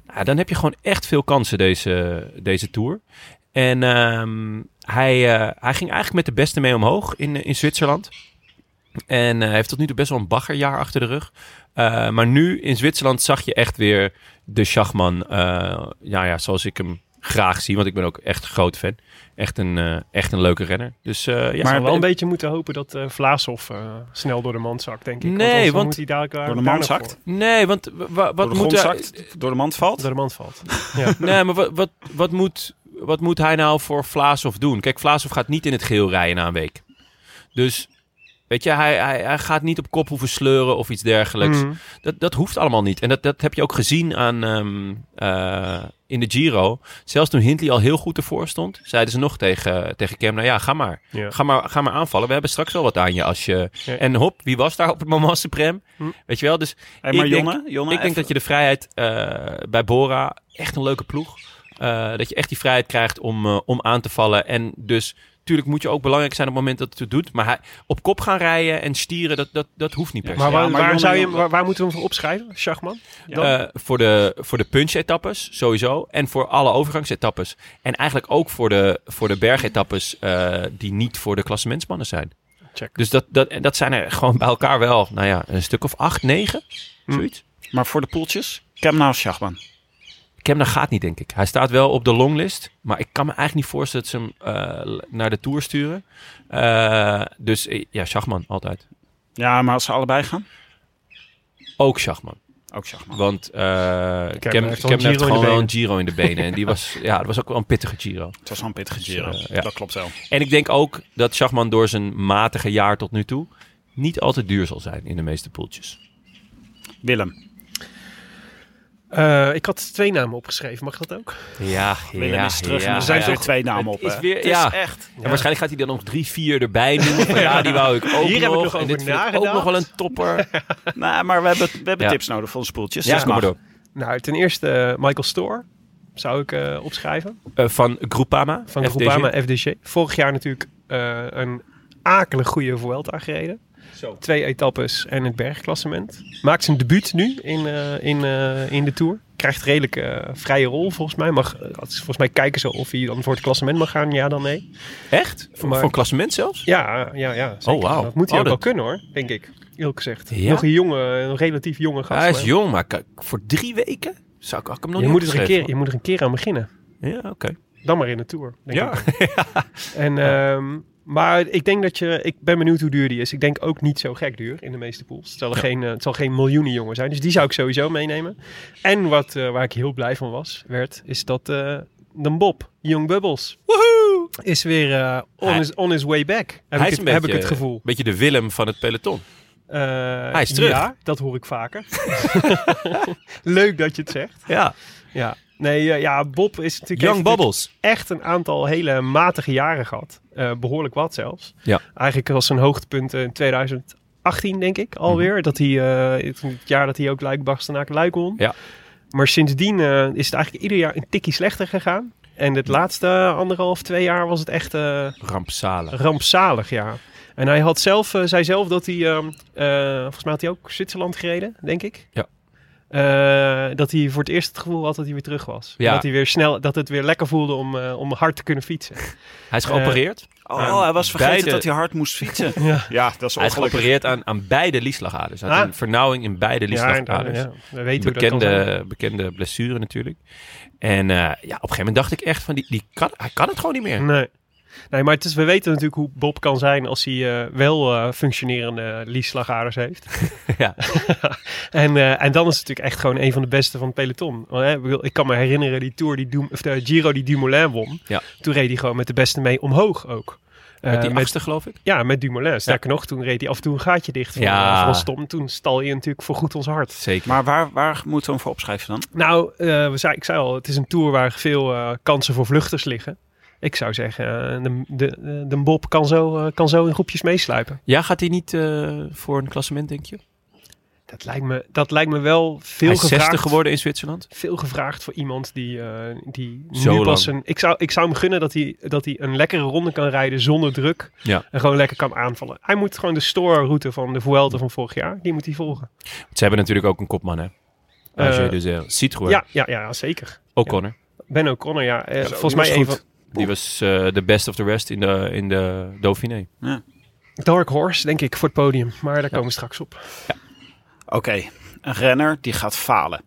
S2: Nou, dan heb je gewoon echt veel kansen deze, deze Tour. En ehm, hij, eh, hij ging eigenlijk met de beste mee omhoog in, eh, in Zwitserland. En eh, hij heeft tot nu toe best wel een baggerjaar achter de rug. Eh, maar nu in Zwitserland zag je echt weer de Schachman. eh, ja, ja, zoals ik hem graag zie. Want ik ben ook echt groot fan. Echt een, eh, echt een leuke renner. Dus, eh, ja,
S3: maar
S2: wel
S3: wel een beetje moeten hopen dat eh Vlaashoff eh, snel door de mand zakt, denk ik.
S2: Nee,
S3: anders dan
S2: want-
S3: moet hij dadelijk daar,
S1: Door de
S3: daar
S1: mand
S3: nog
S1: zakt?
S3: voor.
S2: Nee, want wa- wa-
S1: Door
S2: wat moet
S1: de grond
S2: hij...
S1: zakt, door de mand valt.
S3: Door de mand valt.
S2: Nee, maar wat, wat, wat, moet, wat moet hij nou voor Vlaashoff doen? Kijk, Vlaashoff gaat niet in het geel rijden na een week. Dus, weet je, hij, hij, hij gaat niet op kop hoeven sleuren of iets dergelijks.
S3: Mm.
S2: Dat, dat hoeft allemaal niet. En dat, dat heb je ook gezien aan, ehm, eh, in de Giro. Zelfs toen Hindley al heel goed ervoor stond, zeiden ze nog tegen, tegen Cam, nou ja, ga maar.
S3: Ja.
S2: Ga maar, ga maar aanvallen. We hebben straks wel wat aan je als je...
S3: Ja.
S2: En hop, wie was daar op het moment Supreme?
S3: Hm.
S2: Weet je wel, dus
S1: Hey, maar
S2: Ik denk-
S1: Jonne, Jonne,
S2: ik denk
S1: even-
S2: dat je de vrijheid eh, bij Bora, echt een leuke ploeg, eh, dat je echt die vrijheid krijgt om, eh, om aan te vallen. En dus, tuurlijk moet je ook belangrijk zijn op het moment dat het het doet. Maar hij, op kop gaan rijden en stieren, dat, dat, dat hoeft niet per se.
S3: Maar, waar,
S1: maar
S3: waar,
S1: jongen,
S3: zou je, hem-
S1: jongen.
S3: waar, waar moeten we hem voor opschrijven, Schachman?
S2: Eh, voor de, voor de punch-etappes sowieso. En voor alle overgangsetappes. En eigenlijk ook voor de, voor de bergetappes eh, die niet voor de klassementsmannen zijn.
S3: Check.
S2: Dus dat, dat, en dat zijn er gewoon bij elkaar wel, nou ja, een stuk of acht, negen,
S3: Hm.
S2: zoiets.
S1: Maar voor de poeltjes, Kemna of Schachman?
S2: Kemna gaat niet, denk ik. Hij staat wel op de longlist. Maar ik kan me eigenlijk niet voorstellen dat ze hem eh, naar de Tour sturen. Eh, dus eh, ja, Schachman altijd.
S1: Ja, maar als ze allebei gaan,
S2: Ook Schachman.
S1: ook Schachman.
S2: Want eh Kemna Kem,
S3: heeft
S2: heeft,
S3: wel een Giro in de
S2: gewoon wel
S3: benen.
S2: een Giro in de benen. En die was, ja, dat was ook wel een pittige Giro.
S1: Het was wel een pittige Giro.
S2: Dus, eh, ja.
S1: Dat klopt wel.
S2: En ik denk ook dat Schachman door zijn matige jaar tot nu toe niet altijd duur zal zijn in de meeste poeltjes.
S1: Willem,
S3: Eh, ik had twee namen opgeschreven, mag dat ook?
S2: Ja,
S1: Willem is terug. en er zijn
S3: ja,
S1: toch
S3: het-
S1: twee namen op.
S2: is
S1: hè? Ah.
S2: weer-
S1: Het
S2: ja.
S1: is echt.
S2: En waarschijnlijk gaat hij dan nog drie, vier erbij doen. Van, ja, die wou ik ook
S3: Hier heb ik
S2: nog.
S3: nog
S2: en
S3: over
S2: dit vind ik ook
S3: nagedacht.
S2: nog wel een topper.
S1: Nou, maar we hebben, we hebben
S2: Ja.
S1: tips nodig voor onze poeltjes.
S2: Ja,
S1: Dus
S2: kom maar
S1: mag.
S2: door.
S3: Nou, ten eerste eh, Michael Store zou ik eh, opschrijven.
S2: Eh, van Groupama.
S3: Van
S2: FDG.
S3: Groupama FDG. Vorig jaar natuurlijk eh, een akelig goede Vuelta gereden. Twee etappes en het bergklassement. Maakt zijn debuut nu in, eh, in, eh, in de Tour. krijgt redelijk eh, vrije rol volgens mij. Mag, eh, het is volgens mij kijken ze of hij dan voor het klassement mag gaan. Ja, dan nee.
S2: Echt? Voor,
S3: Maar-
S2: voor een klassement zelfs?
S3: Ja, eh, ja, ja. zeker.
S2: Oh, wauw.
S3: Dat moet hij
S2: Oh,
S3: ook
S2: dat-
S3: wel kunnen hoor, denk ik. Eerlijk gezegd.
S2: Ja?
S3: Nog een jonge, een relatief jonge gast.
S2: Hij is
S3: maar
S2: jong, maar kijk, voor drie weken zou ik, had ik hem nog
S3: Je
S2: niet
S3: moet, er een keer,
S2: opgeschreven.
S3: je moet er een keer aan beginnen.
S2: Ja, oké.
S3: Dan maar in de Tour. Denk
S2: Ja.
S3: Ik. En, ehm, maar ik denk dat je... Ik ben benieuwd hoe duur die is. Ik denk ook niet zo gek duur in de meeste pools. Het zal, er geen, eh, het zal geen miljoenen jongen zijn. Dus die zou ik sowieso meenemen. En wat, eh, waar ik heel blij van was, werd, is dat eh de Bob, Young Bubbles, is weer eh, on,
S2: Hij-
S3: his, on his way back. Heb,
S2: Hij
S3: ik,
S2: is
S3: het,
S2: een
S3: heb ik
S2: beetje-
S3: het gevoel.
S2: Beetje de Willem van het peloton.
S3: Eh,
S2: Hij is terug.
S3: Ja, dat hoor ik vaker. Leuk dat je het zegt.
S2: Ja.
S3: Ja. Nee, eh, ja, Bob is natuurlijk
S2: Young
S3: heeft natuurlijk
S2: Bubbles.
S3: echt een aantal hele matige jaren gehad. Eh, behoorlijk wat zelfs.
S2: Ja.
S3: Eigenlijk was zijn hoogtepunt eh, in 2018, denk ik, alweer.
S2: Mhm.
S3: Dat hij, eh, het, het jaar dat hij ook Luik Bastenaak Luik won.
S2: Ja.
S3: Maar sindsdien eh, is het eigenlijk ieder jaar een tikkie slechter gegaan. En het laatste anderhalf, twee jaar was het echt... eh,
S2: Rampzalig.
S3: rampzalig, ja. En hij had zelf, eh, zei zelf dat hij, ehm, eh, volgens mij had hij ook Zwitserland gereden, denk ik.
S2: Ja.
S3: Eh, dat hij voor het eerst het gevoel had dat hij weer terug was.
S2: Ja.
S3: Dat hij weer snel, dat het weer lekker voelde om, eh, om hard te kunnen fietsen.
S2: Hij
S3: Eh,
S2: is geopereerd.
S1: Oh, hij was vergeten
S2: beide-
S1: dat hij hard moest fietsen.
S3: Ja.
S1: dat is
S2: hij is
S1: ongelukkig.
S2: geopereerd aan, aan beide lieslagaders. Hij had
S3: Ah.
S2: een vernauwing in beide
S3: en dan-
S2: lieslagaders.
S3: ja, we weten hoe dat kan zijn.
S2: bekende, bekende blessure natuurlijk. En eh, ja, op een gegeven moment dacht ik echt van, die, die kan, hij kan het gewoon niet meer.
S3: Nee. Nee, maar het is, we weten natuurlijk hoe Bob kan zijn als hij eh, wel eh, functionerende lieslagaders heeft.
S2: Ja.
S3: en, eh, en dan is het natuurlijk echt gewoon een van de beste van het peloton. Want, hè, ik bedoel, ik kan me herinneren die Tour die Doem, of de Giro die Dumoulin won.
S2: Ja.
S3: Toen reed hij gewoon met de beste mee omhoog ook. Eh,
S2: Met die
S3: met-
S2: achtste geloof ik.
S3: ja, met Dumoulin. Sterker nog, toen reed hij af en toe een gaatje dicht van,
S2: Ja.
S3: eh, van Stom. Toen stal hij natuurlijk voor goed ons hart.
S2: Zeker.
S1: Maar waar, waar moeten we hem voor opschrijven dan?
S3: Nou, eh, we zei, ik zei al, het is een tour waar veel eh, kansen voor vluchters liggen. Ik zou zeggen, eh, de, de, de- de Bob kan zo, eh, kan zo in groepjes meesluipen.
S2: Ja, gaat hij niet eh, voor een klassement, denk je?
S3: Dat lijkt me, dat lijkt me wel veel
S2: hij is
S3: gevraagd.
S2: 60 geworden in Zwitserland.
S3: Veel gevraagd voor iemand die, eh, die
S2: Zo
S3: nu pas
S2: lang.
S3: een... Ik zou, ik zou hem gunnen dat hij, dat hij een lekkere ronde kan rijden zonder druk.
S2: Ja.
S3: En gewoon lekker kan aanvallen. Hij moet gewoon de store-route van de Vuelta van vorig jaar, die moet hij volgen.
S2: Ze hebben natuurlijk ook een kopman, hè? Als je
S3: Eh,
S2: dus eh, Citroën,
S3: Ja, ja, ja, zeker.
S2: O'Connor.
S3: Ben O'Connor, ja. eh, volgens
S1: die
S3: mij
S1: was
S3: een
S1: goed.
S3: van...
S2: Die was eh, de best of the rest in de, in de Dauphiné.
S3: Dark Horse, denk ik, voor het podium. Maar daar komen we straks op.
S1: Oké, een renner die gaat falen.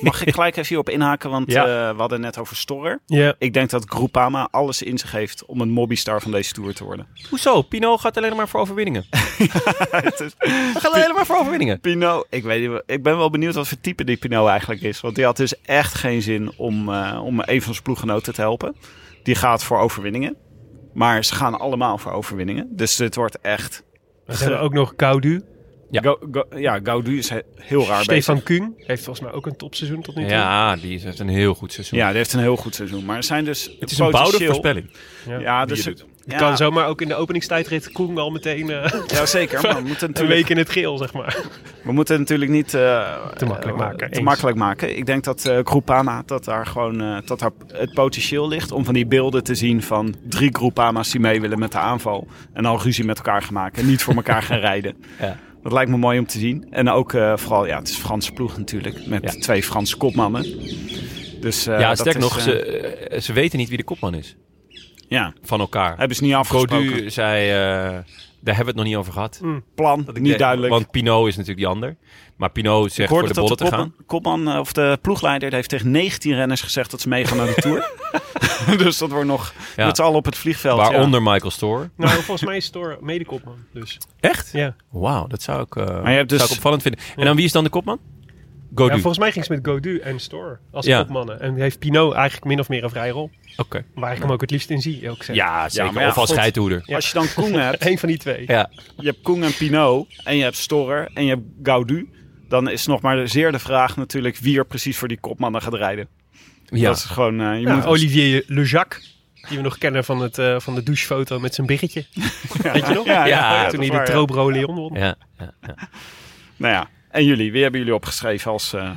S1: Mag ik gelijk even hierop inhaken, want
S2: Ja.
S1: eh, we hadden het net over Storer.
S3: Ja.
S1: Ik denk dat Groupama alles in zich heeft om een mobbystar van deze tour te worden.
S2: Hoezo? Pino gaat alleen maar voor overwinningen.
S1: Het is-
S2: Hij gaat alleen maar voor overwinningen.
S1: Pino, ik, weet, niet, ik ben wel benieuwd wat voor type die Pino eigenlijk is. Want die had dus echt geen zin om, eh, om een van zijn ploeggenoten te helpen. Die gaat voor overwinningen. Maar ze gaan allemaal voor overwinningen. Dus dit wordt echt...
S3: We hebben ook nog Gaudu.
S2: Ja.
S1: Go, go- ja, Gaudu is he- heel raar bezig.
S3: Stefan Kuhn heeft volgens mij ook een topseizoen tot nu toe.
S2: Ja, die heeft een heel goed seizoen.
S1: Ja, die heeft een heel goed seizoen. Maar er zijn dus
S2: Het is een bouwde voorspelling. eh,
S3: Ja,
S1: Ja,
S2: die
S1: dus
S2: je doet.
S1: ja,
S3: Kan zomaar ook in de openingstijdrit Koen al meteen eh,
S1: Ja, zeker. Maar we moeten
S3: een
S1: natuurlijk,
S3: week in het geel, zeg maar.
S1: we moeten het natuurlijk niet eh,
S3: Te makkelijk
S1: eh,
S3: maken,
S1: Te
S3: eens.
S1: makkelijk maken. Ik denk dat eh Groupama, dat daar gewoon eh, dat daar het potentieel ligt om van die beelden te zien van drie Groupama's die mee willen met de aanval. En al ruzie met elkaar gaan maken. en Niet voor elkaar gaan rijden.
S2: Ja.
S1: Dat lijkt me mooi om te zien. En ook eh, vooral, ja, het is een Franse ploeg natuurlijk. Met
S2: Ja.
S1: twee Franse kopmannen. Dus, eh,
S2: ja,
S1: dat
S2: sterk
S1: is,
S2: nog,
S1: eh,
S2: ze, eh, ze weten niet wie de kopman is
S1: ja,
S2: van elkaar.
S1: hebben ze niet afgesproken.
S2: Godu zei, eh, daar hebben we het nog niet over gehad.
S1: plan, niet
S2: Nee,
S1: duidelijk.
S2: Want Pino is natuurlijk die ander. Maar Pino zegt
S1: Ik
S2: voor de
S1: hoorde
S2: bollen
S1: dat de
S2: te gaan.
S1: kopman- kopman eh, of de ploegleider die heeft tegen 19 renners gezegd dat ze meegaan naar de Tour. dus dat wordt nog
S2: Ja.
S1: met z'n allen op het vliegveld. ja.
S2: Waaronder Michael Store.
S3: Nou, volgens mij is Thor medekopman. Dus.
S2: Echt?
S3: Ja.
S2: Wauw, dat zou ik, eh,
S1: je hebt dus-
S2: zou ik opvallend vinden. En dan wie is dan de kopman?
S3: ja,
S2: Godu.
S3: volgens mij ging ze met Godu en Store als
S2: Ja.
S3: kopmannen. En heeft Pino eigenlijk min of meer een vrije rol.
S2: Oké.
S3: Waar ik hem ook het liefst in zie, ook zeg.
S2: Ja, zeker.
S1: maar ja,
S2: of als
S1: God.
S2: scheidhoeder.
S3: Ja.
S1: Als je dan Koen hebt,
S3: Eén van die twee.
S2: Ja.
S1: je hebt Koen en Pino en je hebt Storer en je hebt Gaudu. Dan is nog maar zeer de vraag natuurlijk wie er precies voor die kopmannen gaat rijden.
S2: ja.
S1: Dat is gewoon, eh, je
S3: Ja, Oh,
S1: moet
S3: Olivier Lejac, die we nog kennen van, het, eh, van de douchefoto met zijn biggetje. Weet je nog?
S1: Ja,
S2: Ja,
S1: ja, ja,
S3: Toen
S1: dat
S3: hij
S1: is
S3: de
S1: waar, ja.
S3: Trobro Leon won.
S2: Ja, ja, ja.
S1: Nou ja, en jullie, wie hebben jullie opgeschreven als, eh,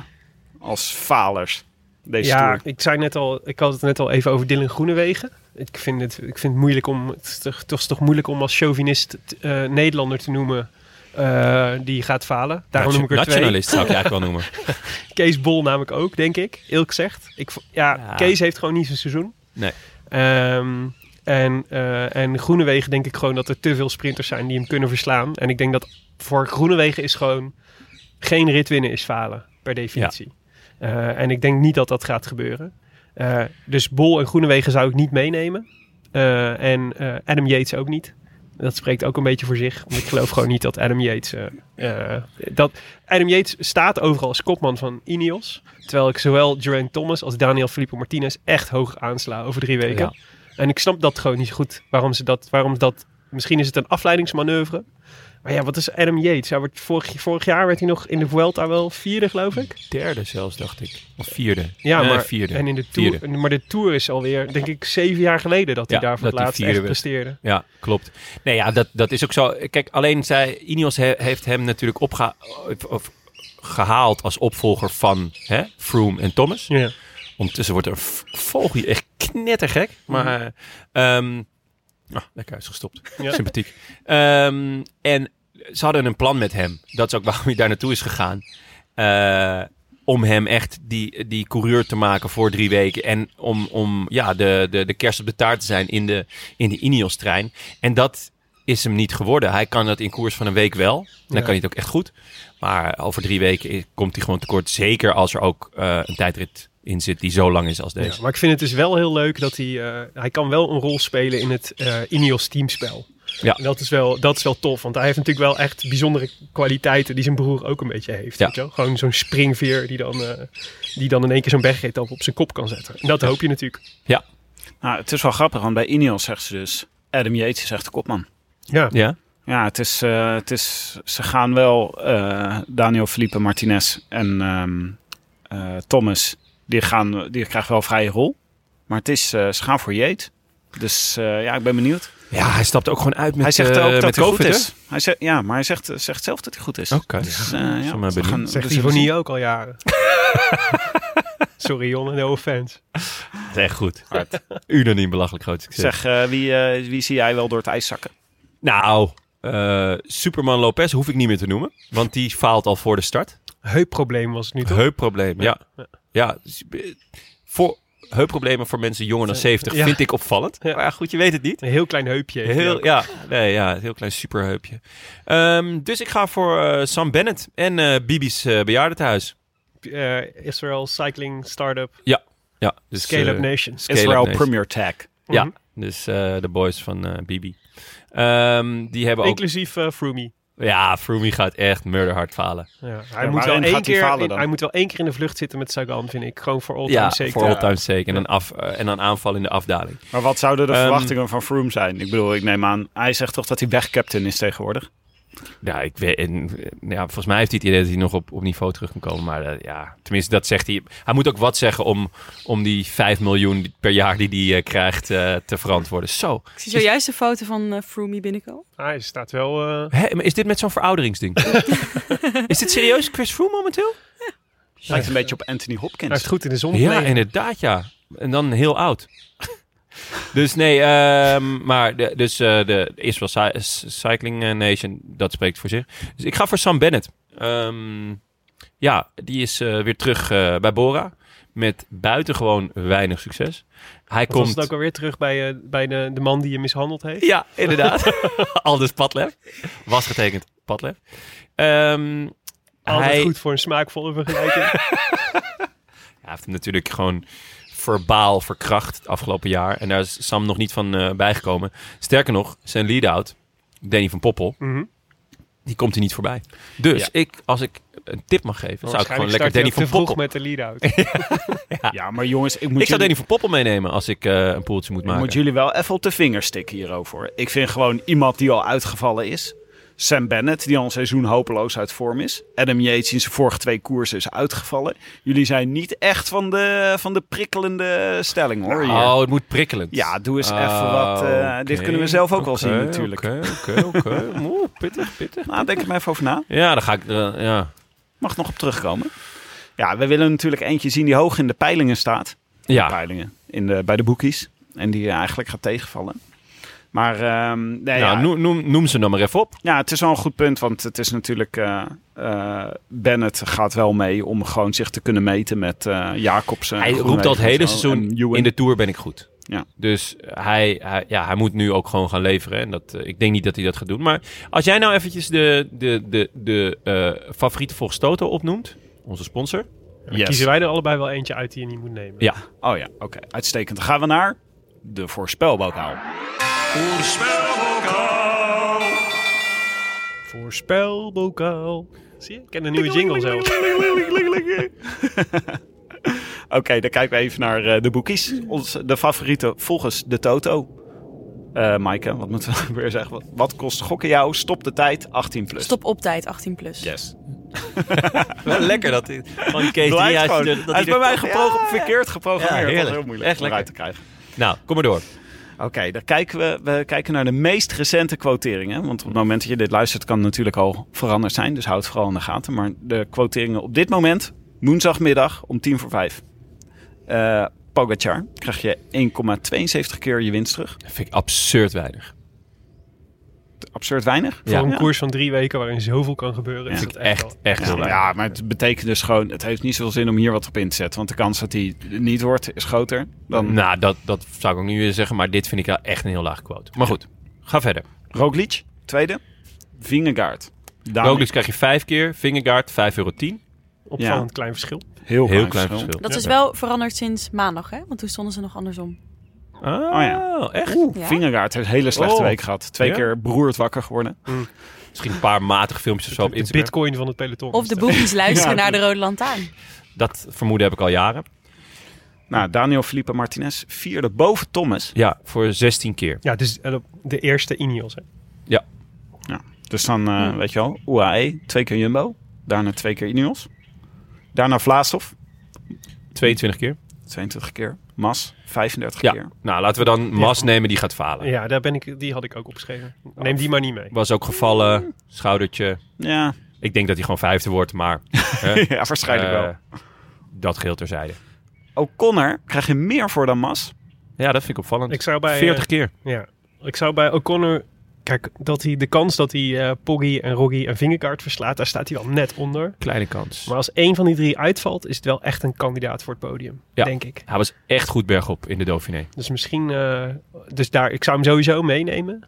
S1: als falers deze
S3: Ja,
S1: Tour?
S3: ik zei net al, ik had het net al even over Dylan Groenewegen. Ik vind het, ik vind het moeilijk om, het is toch, toch is toch moeilijk om als chauvinist t- eh, Nederlander te noemen eh, die gaat falen. Daarom noem ik er twee.
S2: Nationalist zou ik je eigenlijk wel noemen.
S3: Kees Bol namelijk ook, denk ik. Eerlijk gezegd. Ik, vo- ja,
S2: Ja.
S3: Kees heeft gewoon niet zijn seizoen.
S2: Nee.
S3: Ehm, en, eh en Groenewegen denk ik gewoon dat er te veel sprinters zijn die hem kunnen verslaan. En ik denk dat voor Groenewegen is gewoon geen rit winnen is falen, per definitie. Eh, en ik denk niet dat dat gaat gebeuren. Eh, dus Bol en Groenewegen zou ik niet meenemen. Eh, en eh, Adam Yates ook niet. Dat spreekt ook een beetje voor zich. Want ik geloof gewoon niet dat Adam Yates... eh, eh, dat, Adam Yates staat overal als kopman van Ineos. Terwijl ik zowel Geraint Thomas als Daniel Filippo Martinez echt hoog aansla over drie weken.
S2: Ja.
S3: En ik snap dat gewoon niet zo goed. Waarom ze dat, waarom dat... Misschien is het een afleidingsmanoeuvre. Maar ja, wat is Adam Yates? Hij wordt vorig, vorig jaar werd hij nog in de Vuelta wel vierde, geloof ik.
S2: Derde zelfs, dacht ik. Of vierde.
S3: Ja,
S2: Nee,
S3: maar,
S2: Eh, vierde.
S3: En in de tour,
S2: Vierde.
S3: Maar de Tour is alweer, denk ik, zeven jaar geleden dat hij
S2: Ja,
S3: daar voor het
S2: dat hij
S3: laatst
S2: vierde
S3: echt
S2: werd.
S3: presteerde.
S2: Ja, klopt. Nee, ja, dat, dat is ook zo. Kijk, alleen zij, Ineos he- heeft hem natuurlijk opgeha of- of gehaald als opvolger van hè, Froome en Thomas.
S3: Ja.
S2: Ondertussen wordt er volg hier echt knettergek. Maar eh, ehm, ah, lekker uitgestopt.
S3: Ja.
S2: Sympathiek. Ehm, en ze hadden een plan met hem. Dat is ook waarom hij daar naartoe is gegaan. Eh, om hem echt die, die coureur te maken voor drie weken. En om, om ja, de, de, de kerst op de taart te zijn in de, in de Ineos-trein. En dat is hem niet geworden. Hij kan dat in koers van een week wel. En dan kan hij het ook echt goed. Maar over drie weken i- komt hij gewoon tekort. Zeker als er ook eh, een tijdrit in zit die zo lang is als
S3: Ja,
S2: deze.
S3: maar ik vind het dus wel heel leuk dat hij... eh, hij kan wel een rol spelen in het eh Ineos teamspel.
S2: Ja.
S3: En Dat is, wel, dat is wel tof, want hij heeft natuurlijk wel echt bijzondere kwaliteiten die zijn broer ook een beetje heeft.
S2: Ja.
S3: weet je wel? Gewoon zo'n springveer die dan, eh, die dan in één keer zo'n bergritap op zijn kop kan zetten. En dat hoop je natuurlijk.
S1: Nou, het is wel grappig, want bij Ineos zegt ze dus... Adam Yates is echt de kopman.
S3: Ja,
S2: Ja,
S1: Ja, het is, eh, het is, ze gaan wel eh, Daniel Felipe Martinez en ehm, eh, Thomas. Die, gaan, die krijgen wel een vrije rol. Maar het is, eh, ze gaan voor Yates. Dus eh, ja, ik ben benieuwd.
S2: ja hij stapt ook gewoon uit met
S1: hij zegt
S2: eh,
S1: ook dat
S2: met
S1: hij goed
S2: COVID, hè?
S1: is. Hij zegt, ja, maar hij zegt, zegt zelf dat hij goed is.
S2: Oké.
S1: Dus, eh,
S2: Zal
S1: ja,
S2: maar
S1: we
S2: benieuwd.
S1: gaan-
S3: zegt
S1: dus we
S3: Ivonie
S1: zien.
S3: ook al jaren. Sorry Jonne, no offense.
S2: Dat is echt goed. Unaniem belachelijk groot succes.
S1: Zeg, eh, wie, eh, wie zie jij wel door het ijs zakken?
S2: Nou, eh, Superman Lopez hoef ik niet meer te noemen. Want die faalt al voor de start.
S3: Heupprobleem was het nu toch?
S2: Heupproblemen. Ja. ja. dus, eh, Voor heupproblemen voor mensen jonger dan 70
S3: Ja.
S2: vind ik opvallend.
S3: Ja.
S2: Maar ja, goed, je weet het niet.
S3: Een heel klein heupje. heeft hij ook.
S2: Heel, ja, nee, ja, een heel klein superheupje. Ehm, dus ik ga voor eh, Sam Bennett en eh, Bibi's eh bejaardentehuis.
S3: Eh, Israel Cycling Startup,
S2: Ja, dus,
S3: Scale-up
S2: eh,
S3: Nation.
S2: Scale Up
S1: Israel
S2: Nation.
S1: Premier Tag.
S2: Ja,
S3: Mhm.
S2: dus eh, de boys van eh, Bibi. Ehm, die hebben ook...
S3: Inclusief eh Froomey.
S2: Ja, Froomey gaat echt murderhard falen.
S3: Ja, hij,
S1: Ja,
S3: moet wel
S1: waarin
S3: één
S1: gaat hij
S3: keer,
S1: falen
S3: in-
S1: dan?
S3: hij moet wel één keer in de vlucht zitten met Sagan, vind ik. Gewoon voor all time
S2: Ja,
S3: sake.
S2: voor all
S3: Ja.
S2: time sake. En dan, af, eh, en dan aanval in de afdaling.
S1: Maar wat zouden de
S2: Ehm,
S1: verwachtingen van Froome zijn? Ik bedoel, ik neem aan, hij zegt toch dat hij wegcaptain is tegenwoordig?
S2: Ja, ik weet, en, eh, ja, volgens mij heeft hij het idee dat hij nog op, op niveau terug kan komen. Maar eh, ja, tenminste, dat zegt hij. Hij moet ook wat zeggen om, om die 5 miljoen per jaar die hij eh, krijgt eh, te verantwoorden. Zo.
S4: Ik zie zojuist een foto van eh Froomey binnenkomen.
S3: Hij staat wel... eh,
S2: Hé, maar is dit met zo'n verouderingsding? is dit serieus Chris Froome momenteel?
S1: Lijkt een beetje op Anthony
S3: hij heeft
S1: Hopkins.
S3: goed in de zon
S2: Ja,
S3: gelegen.
S2: inderdaad, ja. En dan heel oud. dus nee, ehm, maar de, dus, eh, de Israel Cy- S- Cycling eh, Nation, dat spreekt voor zich. Dus ik ga voor Sam Bennett. Ehm, ja, die is eh, weer terug eh, bij Bora. Met buitengewoon weinig succes. Hij
S3: Komt. Was
S2: komt...
S3: het ook alweer terug bij, eh, bij de, de man die je mishandeld heeft?
S2: Ja, inderdaad. Aldus Padlef. Was getekend Padlef. Ehm,
S3: Altijd
S2: hij,
S3: goed voor een smaakvolle vergelijking.
S2: Ja, hij heeft hem natuurlijk gewoon verbaal verkracht het afgelopen jaar. En daar is Sam nog niet van eh, bijgekomen. Sterker nog, zijn lead-out, Danny van Poppel,
S3: Mhm.
S2: die komt hij niet voorbij. Dus
S1: Ja.
S2: ik, als ik een tip mag geven, zou ik
S3: Waarschijnlijk
S2: gewoon
S3: start
S2: lekker
S3: hij
S2: Danny
S3: ook te
S2: van
S3: vroeg
S2: Poppel...
S3: met de lead-out.
S1: Ja, maar jongens, ik moet,
S2: Ik zou
S1: jullie,
S2: Danny van Poppel meenemen als ik eh, een poeltje moet
S1: ik moet
S2: maken.
S1: jullie wel even op de vinger stikken hierover. hoor. Ik vind gewoon iemand die al uitgevallen is. Sam Bennett, die al een seizoen hopeloos uit vorm is. Adam Yates in zijn vorige twee koersen is uitgevallen. Jullie zijn niet echt van de, van de prikkelende stelling hoor. hier.
S2: Oh, het moet prikkelend.
S1: Ja, doe eens even
S2: Oh,
S1: wat. eh, Dit
S2: oké,
S1: kunnen we zelf ook wel
S2: oké,
S1: zien natuurlijk.
S2: Oké, oké, oké. Oeh, pittig, pittig.
S1: Nou, denk er maar even over na.
S2: Ja, dan ga ik... eh, ja.
S1: Mag nog op terugkomen. Ja, we willen natuurlijk eentje zien die hoog in de peilingen staat.
S2: ja,
S1: peilingen in de, bij de boekies. En die eigenlijk gaat tegenvallen. Maar ehm, nee,
S2: nou,
S1: ja,
S2: noem, noem, noem ze dan maar even op.
S1: ja, het is wel een goed punt, want het is natuurlijk... eh, eh, Bennett gaat wel mee om gewoon zich te kunnen meten met eh, Jacobsen.
S2: Hij
S1: Groenewegen
S2: roept al het
S1: en
S2: hele
S1: zo.
S2: seizoen,
S1: En Ewan.
S2: in de Tour ben ik goed.
S1: Ja.
S2: Dus hij, hij, ja, hij moet nu ook gewoon gaan leveren. En dat, eh, ik denk niet dat hij dat gaat doen. Maar als jij nou eventjes de, de, de, de eh, favoriete volgens Toto opnoemt, onze sponsor.
S1: Yes.
S3: Kiezen wij er allebei wel eentje uit die je niet moet nemen.
S2: Ja.
S1: Oh ja, oké. Uitstekend. Dan gaan we naar de voorspelbokaal.
S3: Voorspelbokaal. Zie je? Ik ken een nieuwe jingle zelf.
S1: Oké, dan kijken we even naar eh, de boekies. Ons, de favoriete volgens de Toto. Eh Maaike, wat moeten we weer zeggen? Wat, wat kost gokken jou? Stop de tijd, 18 plus.
S4: Stop op tijd, 18 plus.
S1: Yes.
S2: Wel lekker dat hij. Van Kees
S1: Blijft
S2: Driehuis,
S1: gewoon.
S2: dat hij
S1: Hij is
S2: er
S1: bij mij
S2: toch-
S1: gepro-
S2: Ja.
S1: verkeerd
S2: Ja,
S1: geprogrammeerd. dat is
S2: heerlijk.
S1: heel moeilijk
S2: Echt
S1: om eruit te
S2: lekker.
S1: krijgen.
S2: Nou, kom maar door.
S1: Oké, dan kijken we, we kijken naar de meest recente quoteringen. Want op het moment dat je dit luistert, kan het natuurlijk al veranderd zijn. Dus houd het vooral in de gaten. Maar de quoteringen op dit moment, woensdagmiddag om tien voor vijf. Eh Pogacar krijg je 1,72 keer je winst terug.
S2: Dat vind ik absurd weinig.
S1: Absurd weinig.
S3: Voor een
S1: Ja.
S3: koers van drie weken waarin zoveel kan gebeuren, is
S1: Ja.
S3: dat echt,
S2: Echt,
S3: wel-
S2: echt heel
S1: Ja,
S2: weinig.
S1: maar het betekent dus gewoon, het heeft niet zoveel zin om hier wat op in te zetten. Want de kans dat hij niet wordt, is groter dan
S2: Nou, dat, dat zou ik ook niet willen zeggen, maar dit vind ik wel echt een heel laag quote. Maar goed, ga verder.
S1: Roglic, tweede. Vingegaard. Dani.
S2: Roglic krijg je vijf keer, Vingegaard 5,10 euro.
S3: opvallend
S1: Ja.
S3: klein verschil.
S1: Heel,
S2: Heel klein verschil.
S4: Dat
S2: Ja.
S4: is wel veranderd sinds maandag, hè? Want toen stonden ze nog andersom.
S2: Ah,
S1: Oh
S2: echt?
S4: Ja?
S1: Vingegaard heeft een hele slechte
S2: Oh.
S1: week gehad. Twee
S2: Ja?
S1: keer beroerd wakker geworden.
S2: Misschien een paar matige filmpjes of zo op
S3: De
S2: Instagram.
S3: bitcoin van het peloton.
S4: Of de boekies luisteren naar de Rode Lantaarn.
S2: Dat vermoeden heb ik al jaren.
S1: Nou, Daniel Felipe Martinez, vierde boven Thomas.
S2: Ja, voor 16 keer.
S3: Ja, dus eh, de eerste Ineos. Hè.
S1: Dus dan, eh,
S2: Hmm.
S1: weet je wel, UAE, twee keer Jumbo. Daarna twee keer Ineos. Daarna Vlaasov,
S2: 22 keer.
S1: 22 keer. Mas, 35
S2: Ja.
S1: keer.
S2: Nou, laten we dan Mas nemen, die gaat falen.
S3: Ja, daar ben ik, die had ik ook opgeschreven.
S2: Oh.
S3: Neem die maar niet mee.
S2: Was ook gevallen, schoudertje.
S1: Ja,
S2: Ik denk dat hij gewoon vijfde wordt, maar... hè,
S1: ja waarschijnlijk wel.
S2: eh, Dat geheel terzijde.
S1: O'Connor krijg je meer voor dan Mas.
S2: Ja, dat vind ik opvallend.
S3: Ik zou bij, eh,
S2: 40 keer.
S3: Ja, ik zou bij O'Connor... Kijk, dat hij, de kans dat hij eh, Poggi en Roggi en Vingegaard verslaat, daar staat hij wel net onder.
S2: Kleine kans.
S3: Maar als één van die drie uitvalt, is het wel echt een kandidaat voor het podium,
S2: Ja.
S3: denk ik.
S2: Hij was echt goed bergop in de Dauphiné.
S3: Dus misschien, eh, dus daar, ik zou hem sowieso meenemen.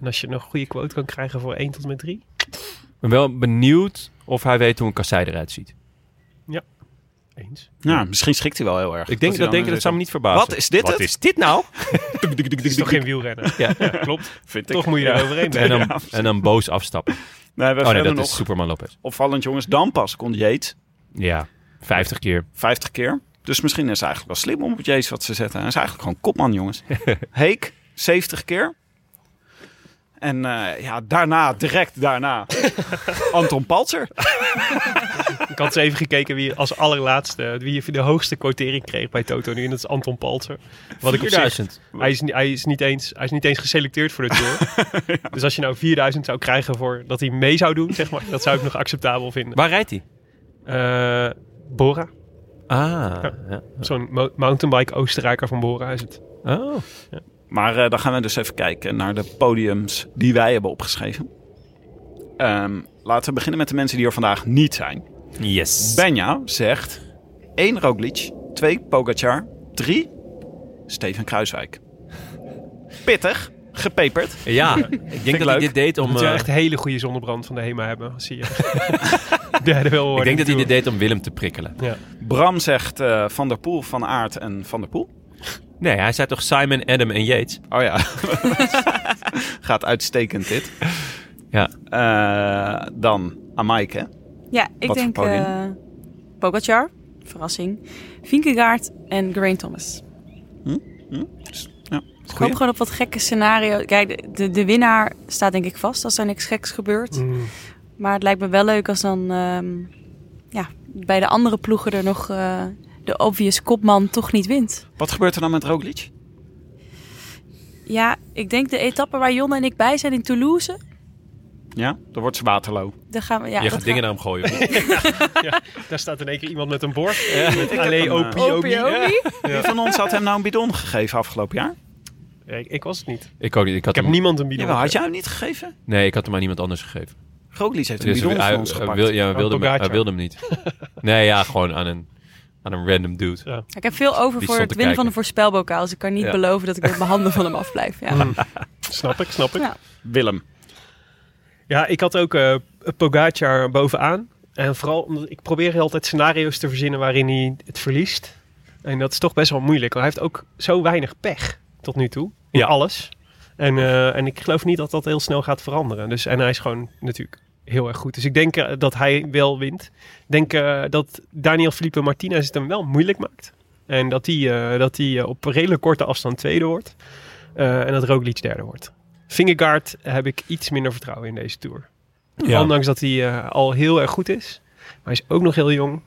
S3: En als je nog een goede quote kan krijgen voor 1 tot en met 3.
S2: Ik ben wel benieuwd of hij weet hoe een kassei eruit ziet.
S3: Eens.
S1: Nou, misschien schikt hij wel heel erg.
S2: Hmm. Ik denk dat,
S1: hij
S2: denk,
S1: dan eh,
S2: dat zou me
S1: weer
S2: niet verbazen.
S1: Wat is dit
S2: Wat
S1: het?
S2: is dit nou?
S3: Het is toch geen wielrennen?
S2: Ja.
S3: klopt.
S1: zit. Vind ik.
S3: Toch moet je
S1: Ja.
S3: er overheen
S2: En
S3: brengen.
S2: dan, en dan boos afstappen.
S1: Nee, we
S2: Oh nee,
S1: verder
S2: dat
S1: nog
S2: is Superman Lopez.
S1: opvallend, jongens. Dan pas kon Yates
S2: Ja, 50 keer.
S1: 50 keer. Dus misschien is het eigenlijk wel slim om op Yates wat te zetten. Hij is eigenlijk gewoon kopman, jongens. Heek, 70 keer. En eh, ja, daarna, direct daarna, Anton Paltzer.
S3: Ik had eens even gekeken wie als allerlaatste, wie de hoogste quotering kreeg bij Toto nu. En dat is Anton Paltzer. Wat ik op zich,
S2: 4000.
S3: hij, is, ni- hij, is niet eens, hij is niet eens geselecteerd voor de Tour. Dus als je nou 4000 zou krijgen voor dat hij mee zou doen, zeg maar, dat zou ik nog acceptabel vinden.
S2: Waar rijdt hij?
S3: Eh, Bora,
S2: Ah. Ja.
S3: zo'n mo- mountainbike Oostenrijker van Bora is het.
S2: Oh.
S1: Maar eh, dan gaan we dus even kijken naar de podiums die wij hebben opgeschreven. Ehm, laten we beginnen met de mensen die er vandaag niet zijn.
S2: Yes.
S1: Benja zegt 1 Roglic, 2 Pogacar, 3 Steven Kruiswijk. Pittig, gepeperd.
S2: Ja, ik denk dat
S1: leuk.
S2: hij dit deed om...
S3: Moet je
S2: eh,
S3: echt hele goede zonnebrand van de HEMA hebben, zie je. Derde wel
S2: ik denk dat hij dit deed om Willem te prikkelen.
S1: Bram zegt eh, Van der Poel, Van Aert en Van der Poel.
S2: Nee, hij zei toch Simon, Adam en Yates?
S1: Oh ja, gaat uitstekend dit.
S2: Ja.
S1: Eh, dan Amaike.
S4: Ja,
S1: Wat
S4: ik
S1: voor
S4: denk
S1: podium?
S4: eh Pogacar, verrassing. Vinkegaard en Geraint Thomas.
S1: Ja,
S4: Ik hoop
S1: goeie.
S4: gewoon op wat gekke scenario. Kijk, de, de, de winnaar staat denk ik vast als er niks geks gebeurt.
S2: Mm.
S4: Maar het lijkt me wel leuk als dan ehm, ja, bij de andere ploegen er nog eh, de obvious kopman toch niet wint.
S1: Wat gebeurt er dan met Roglic?
S4: Ja, ik denk de etappe waar Jonne en ik bij zijn in Toulouse.
S1: Ja, dan wordt ze Waterloo.
S4: Daar gaan we, ja,
S2: je
S4: dat
S2: gaat dingen
S4: gaan-
S2: naar hem gooien. of niet?
S3: Daar staat in één keer iemand met een bord.
S1: Ik heb
S3: Allee,
S1: hem, eh,
S3: opie, opie.
S4: Opie, opie.
S1: Wie van ons had hem nou een bidon gegeven afgelopen jaar?
S3: Ja, ik, ik was het niet.
S2: Ik ook niet. Ik had
S3: Ik heb
S2: hem,
S3: niemand een bidon.
S1: Jawel, had jij hem niet gegeven?
S2: Nee, ik had hem aan iemand anders gegeven.
S1: Roglic heeft een
S2: Dus
S1: bidon
S2: hij,
S1: van ons
S2: hij
S1: gepakt.
S2: wil, ja, hij wilde, hem, hij
S3: Pogacar.
S2: wilde hem niet. nee, ja, gewoon aan een, aan een random dude.
S4: Ik heb veel over
S2: Die
S4: voor
S2: stond
S4: het
S2: te
S4: winnen van de
S2: kijken.
S4: voorspelbokaal. Dus ik kan niet
S2: Ja. Mm.
S4: beloven dat ik met mijn handen van hem afblijf. Ja. Nou.
S3: Snap ik, snap ik.
S4: Ja.
S1: Willem.
S3: Ja, ik had ook eh Pogacar bovenaan. En vooral omdat ik probeer altijd scenario's te verzinnen waarin hij het verliest. En dat is toch best wel moeilijk. Want hij heeft ook zo weinig pech tot nu toe. In
S2: Ja.
S3: alles. En, eh, en ik geloof niet dat dat heel snel gaat veranderen. Dus, en hij is gewoon natuurlijk heel erg goed. Dus ik denk eh, dat hij wel wint. Ik denk eh, dat Daniel Felipe Martinez het hem wel moeilijk maakt. En dat hij eh, dat hij eh, op redelijk korte afstand tweede wordt. Eh, en dat Roglic derde wordt. Vingegaard heb ik iets minder vertrouwen in deze Tour.
S2: Ja.
S3: Ondanks dat hij eh, al heel erg goed is. Maar hij is ook nog heel jong.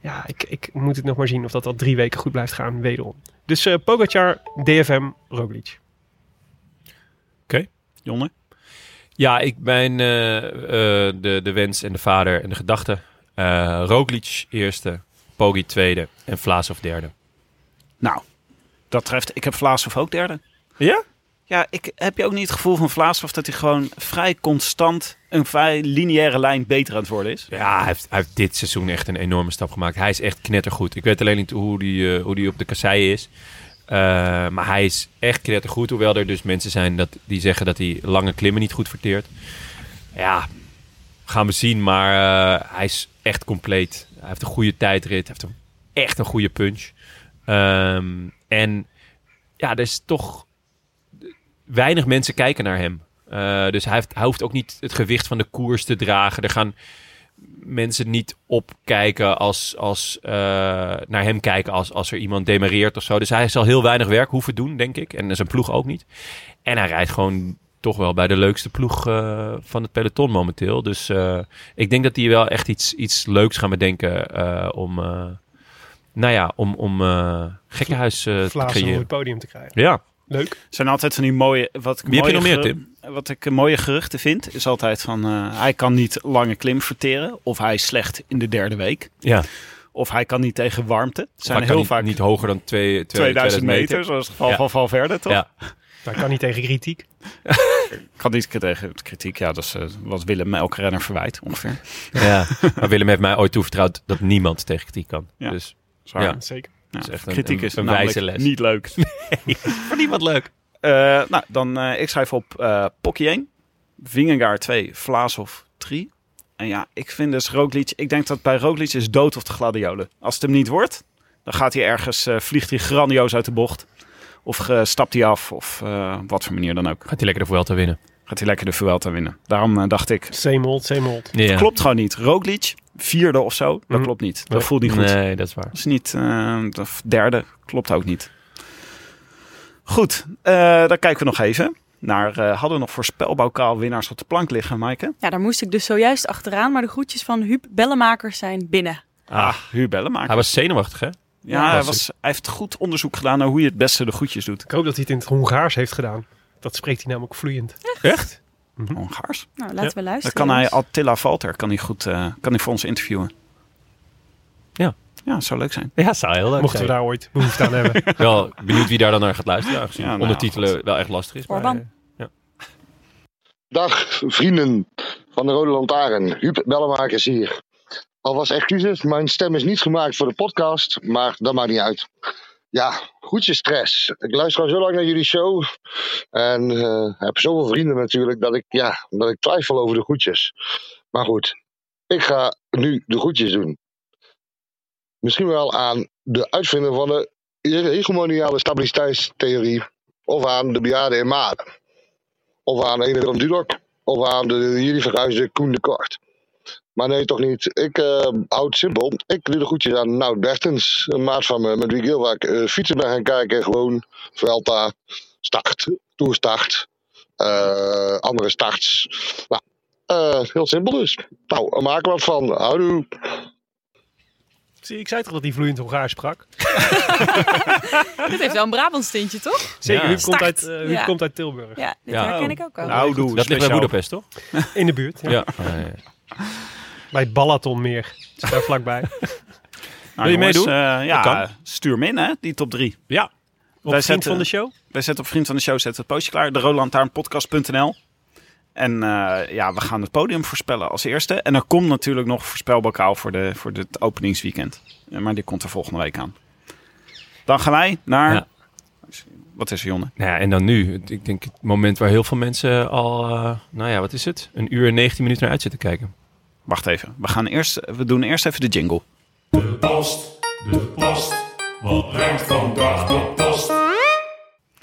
S3: Ja, ik, ik moet het nog maar zien of dat al drie weken goed blijft gaan, wederom. Dus eh Pogacar, DFM, Roglic.
S1: Jonne.
S2: Ja, ik ben eh, eh, de, de wens en de vader en de gedachte. Eh Roglic eerste, Poggi tweede en Vlaasov derde.
S1: Nou, dat treft. Ik heb Vlaashoff ook derde.
S2: Ja?
S1: Ja, ik, heb je ook niet het gevoel van Vlaashoff dat hij gewoon vrij constant een vrij lineaire lijn beter aan het worden is?
S2: Ja, hij heeft, hij heeft dit seizoen echt een enorme stap gemaakt. Hij is echt knettergoed. Ik weet alleen niet hoe die, eh, hoe die op de kassei is. Eh, maar hij is echt knettergoed. Hoewel er dus mensen zijn dat, die zeggen dat hij lange klimmen niet goed verteert. Ja, gaan we zien. Maar eh, hij is echt compleet. Hij heeft een goede tijdrit. Hij heeft een, echt een goede punch. Ehm, en ja, er is toch... Weinig mensen kijken naar hem. Eh, dus hij, heeft, hij hoeft ook niet het gewicht van de koers te dragen. Er gaan mensen niet opkijken als, als eh, naar hem kijken als, als er iemand demareert of zo. Dus hij zal heel weinig werk hoeven doen, denk ik. En zijn ploeg ook niet. En hij rijdt gewoon toch wel bij de leukste ploeg eh, van het peloton momenteel. Dus eh, ik denk dat hij wel echt iets, iets leuks gaan bedenken eh, om, eh, nou ja, om, om eh, gekkenhuis eh, te
S3: Vlaas om op het
S2: creëren.
S3: podium te krijgen.
S2: Ja,
S3: Leuk.
S1: zijn altijd van die mooie... Wat ik
S2: Wie heb je
S1: mooie
S2: nog meer,
S1: geru- Wat ik eh, mooie geruchten vind, is altijd van... eh, hij kan niet lange klim verteren. Of hij is slecht in de derde week.
S2: ja.
S1: Of hij kan niet tegen warmte. Het zijn
S2: Maar
S1: heel
S2: heel niet,
S1: vaak
S2: vaak niet hoger dan twee,
S1: 2000 meter,
S2: meter.
S1: zoals het geval
S2: Ja.
S1: van Valverde, toch?
S2: Ja.
S3: Daar kan niet tegen kritiek.
S1: Kan niet tegen kritiek. Ja, dat is eh, wat Willem elke renner verwijt, ongeveer.
S2: Ja. maar Willem heeft mij ooit toevertrouwd dat niemand tegen kritiek kan.
S1: Ja.
S2: Dus
S1: Zwaar.
S2: Ja.
S3: Zeker.
S1: Ja,
S2: is echt een-
S1: kritiek
S2: een-
S1: is
S2: een
S1: namelijk
S2: wijze les.
S1: niet leuk.
S2: Voor niemand leuk.
S1: Eh, nou, dan eh, ik schrijf op eh Pocky 1, Vingegaard 2, Vlaashoff 3. En ja, ik vind dus Roglic... Ik denk dat bij Roglic is dood of de gladiolen. Als het hem niet wordt, dan gaat hij ergens... eh, vliegt hij grandioos uit de bocht. Of eh, stapt hij af, of eh, wat voor manier dan ook.
S2: Gaat hij lekker de Vuelta winnen.
S1: Gaat hij lekker de Vuelta winnen. Daarom eh, dacht ik,
S3: Same old, same old.
S2: Ja.
S1: klopt gewoon niet. Roglic, vierde of zo, dat
S3: Mhm.
S1: klopt niet. Dat
S3: Nee.
S1: voelt niet goed.
S2: Nee, dat is waar.
S1: Dat is niet. eh, of derde klopt ook niet. Goed, eh, dan kijken we nog even naar. eh, hadden we nog voorspelbokaal winnaars op de plank liggen, Maaike?
S4: ja, daar moest ik dus zojuist achteraan. Maar de groetjes van Huub Bellemakers zijn binnen.
S2: Ah,
S1: Huur Bellenmaker.
S2: hij was zenuwachtig, hè?
S1: ja, hij,
S2: was
S1: was, hij heeft goed onderzoek gedaan naar hoe je het beste de goedjes doet.
S3: Ik hoop dat hij het in het Hongaars heeft gedaan. Dat spreekt hij namelijk vloeiend.
S2: Echt? Mhm.
S1: Hongaars.
S4: Nou, laten
S3: Ja.
S4: we
S1: Oh, Dan
S4: luisteren.
S1: kan hij
S4: jongens.
S1: Attila Valter kan hij goed, eh, kan hij voor ons interviewen.
S2: Ja.
S1: Ja, zou leuk zijn.
S2: Ja, zou heel leuk
S3: Mochten we daar ooit behoefte aan hebben.
S2: Wel benieuwd wie daar dan naar gaat luisteren. Aangezien
S1: Ja, nou,
S2: ondertitelen
S1: goed.
S2: wel echt lastig is. maar,
S4: Orban.
S2: eh,
S5: Dag vrienden van de Rode Lantaarn. Huub Bellemakers hier. Alvast excuses, mijn stem is niet gemaakt voor de podcast, maar dat maakt niet uit. Ja, goedje stress. Ik luister al zo lang naar jullie show en eh, heb zoveel vrienden natuurlijk dat ik, ja, dat ik twijfel over de goedjes. Maar goed, ik ga nu de goedjes doen. Misschien wel aan de uitvinder van de hegemoniale stabiliteitstheorie of aan de bejaarden in Maden of aan een Willem Dudok, of aan de, jullie verhuisde Koen de Kort. Maar nee, toch niet. Ik eh, hou het simpel. Ik doe de groetjes aan Nout Bertens, een maat van me, met wie ik heel vaak eh, fietsen ben gaan kijken. Gewoon Vuelta, start, toerstart, eh, andere starts. Nou, eh, heel simpel dus. Nou, maak er wat van. Houdoe.
S3: Zie, ik zei toch dat hij vloeiend Hongaars sprak?
S4: Dit heeft wel een Brabants tintje, toch?
S3: Zeker,
S2: Ja.
S3: Huub, komt
S4: Start.
S3: uit, eh, Huub
S4: Ja.
S3: komt uit Tilburg.
S4: Ja, dit
S2: Ja.
S4: herken ik ook al.
S1: Nou, doe
S2: dat ligt bij
S1: speciaal.
S2: Budapest, toch?
S3: In de buurt. Ja.
S2: Ja. Ah, ja, ja.
S3: Bij het Balatonmeer. Is daar vlakbij.
S1: Nou,
S2: Wil je
S1: jongens,
S2: meedoen?
S1: eh, ja,
S2: Dat kan.
S1: stuur hem in, hè, die top drie.
S2: Ja.
S3: Op vriend
S1: zetten-
S3: van de show?
S1: Wij zetten op Vriend van de Show zetten het postje klaar. De roodlantaarnpodcast.nl. En eh, ja, we gaan het podium voorspellen als eerste. En er komt natuurlijk nog voorspelbokaal voor, de, voor het openingsweekend. Eh, Maar die komt er volgende week aan. Dan gaan wij naar...
S2: Ja.
S1: Wat is er, Jonne?
S2: Nou ja, en dan nu. Het- Ik denk het moment waar heel veel mensen al, eh, nou ja, wat is het? Een uur en 19 minuten naar uit zitten kijken.
S1: Wacht even. We, gaan eerst, we doen eerst even de jingle.
S6: De past, de past. Wat brengt vandaag de past?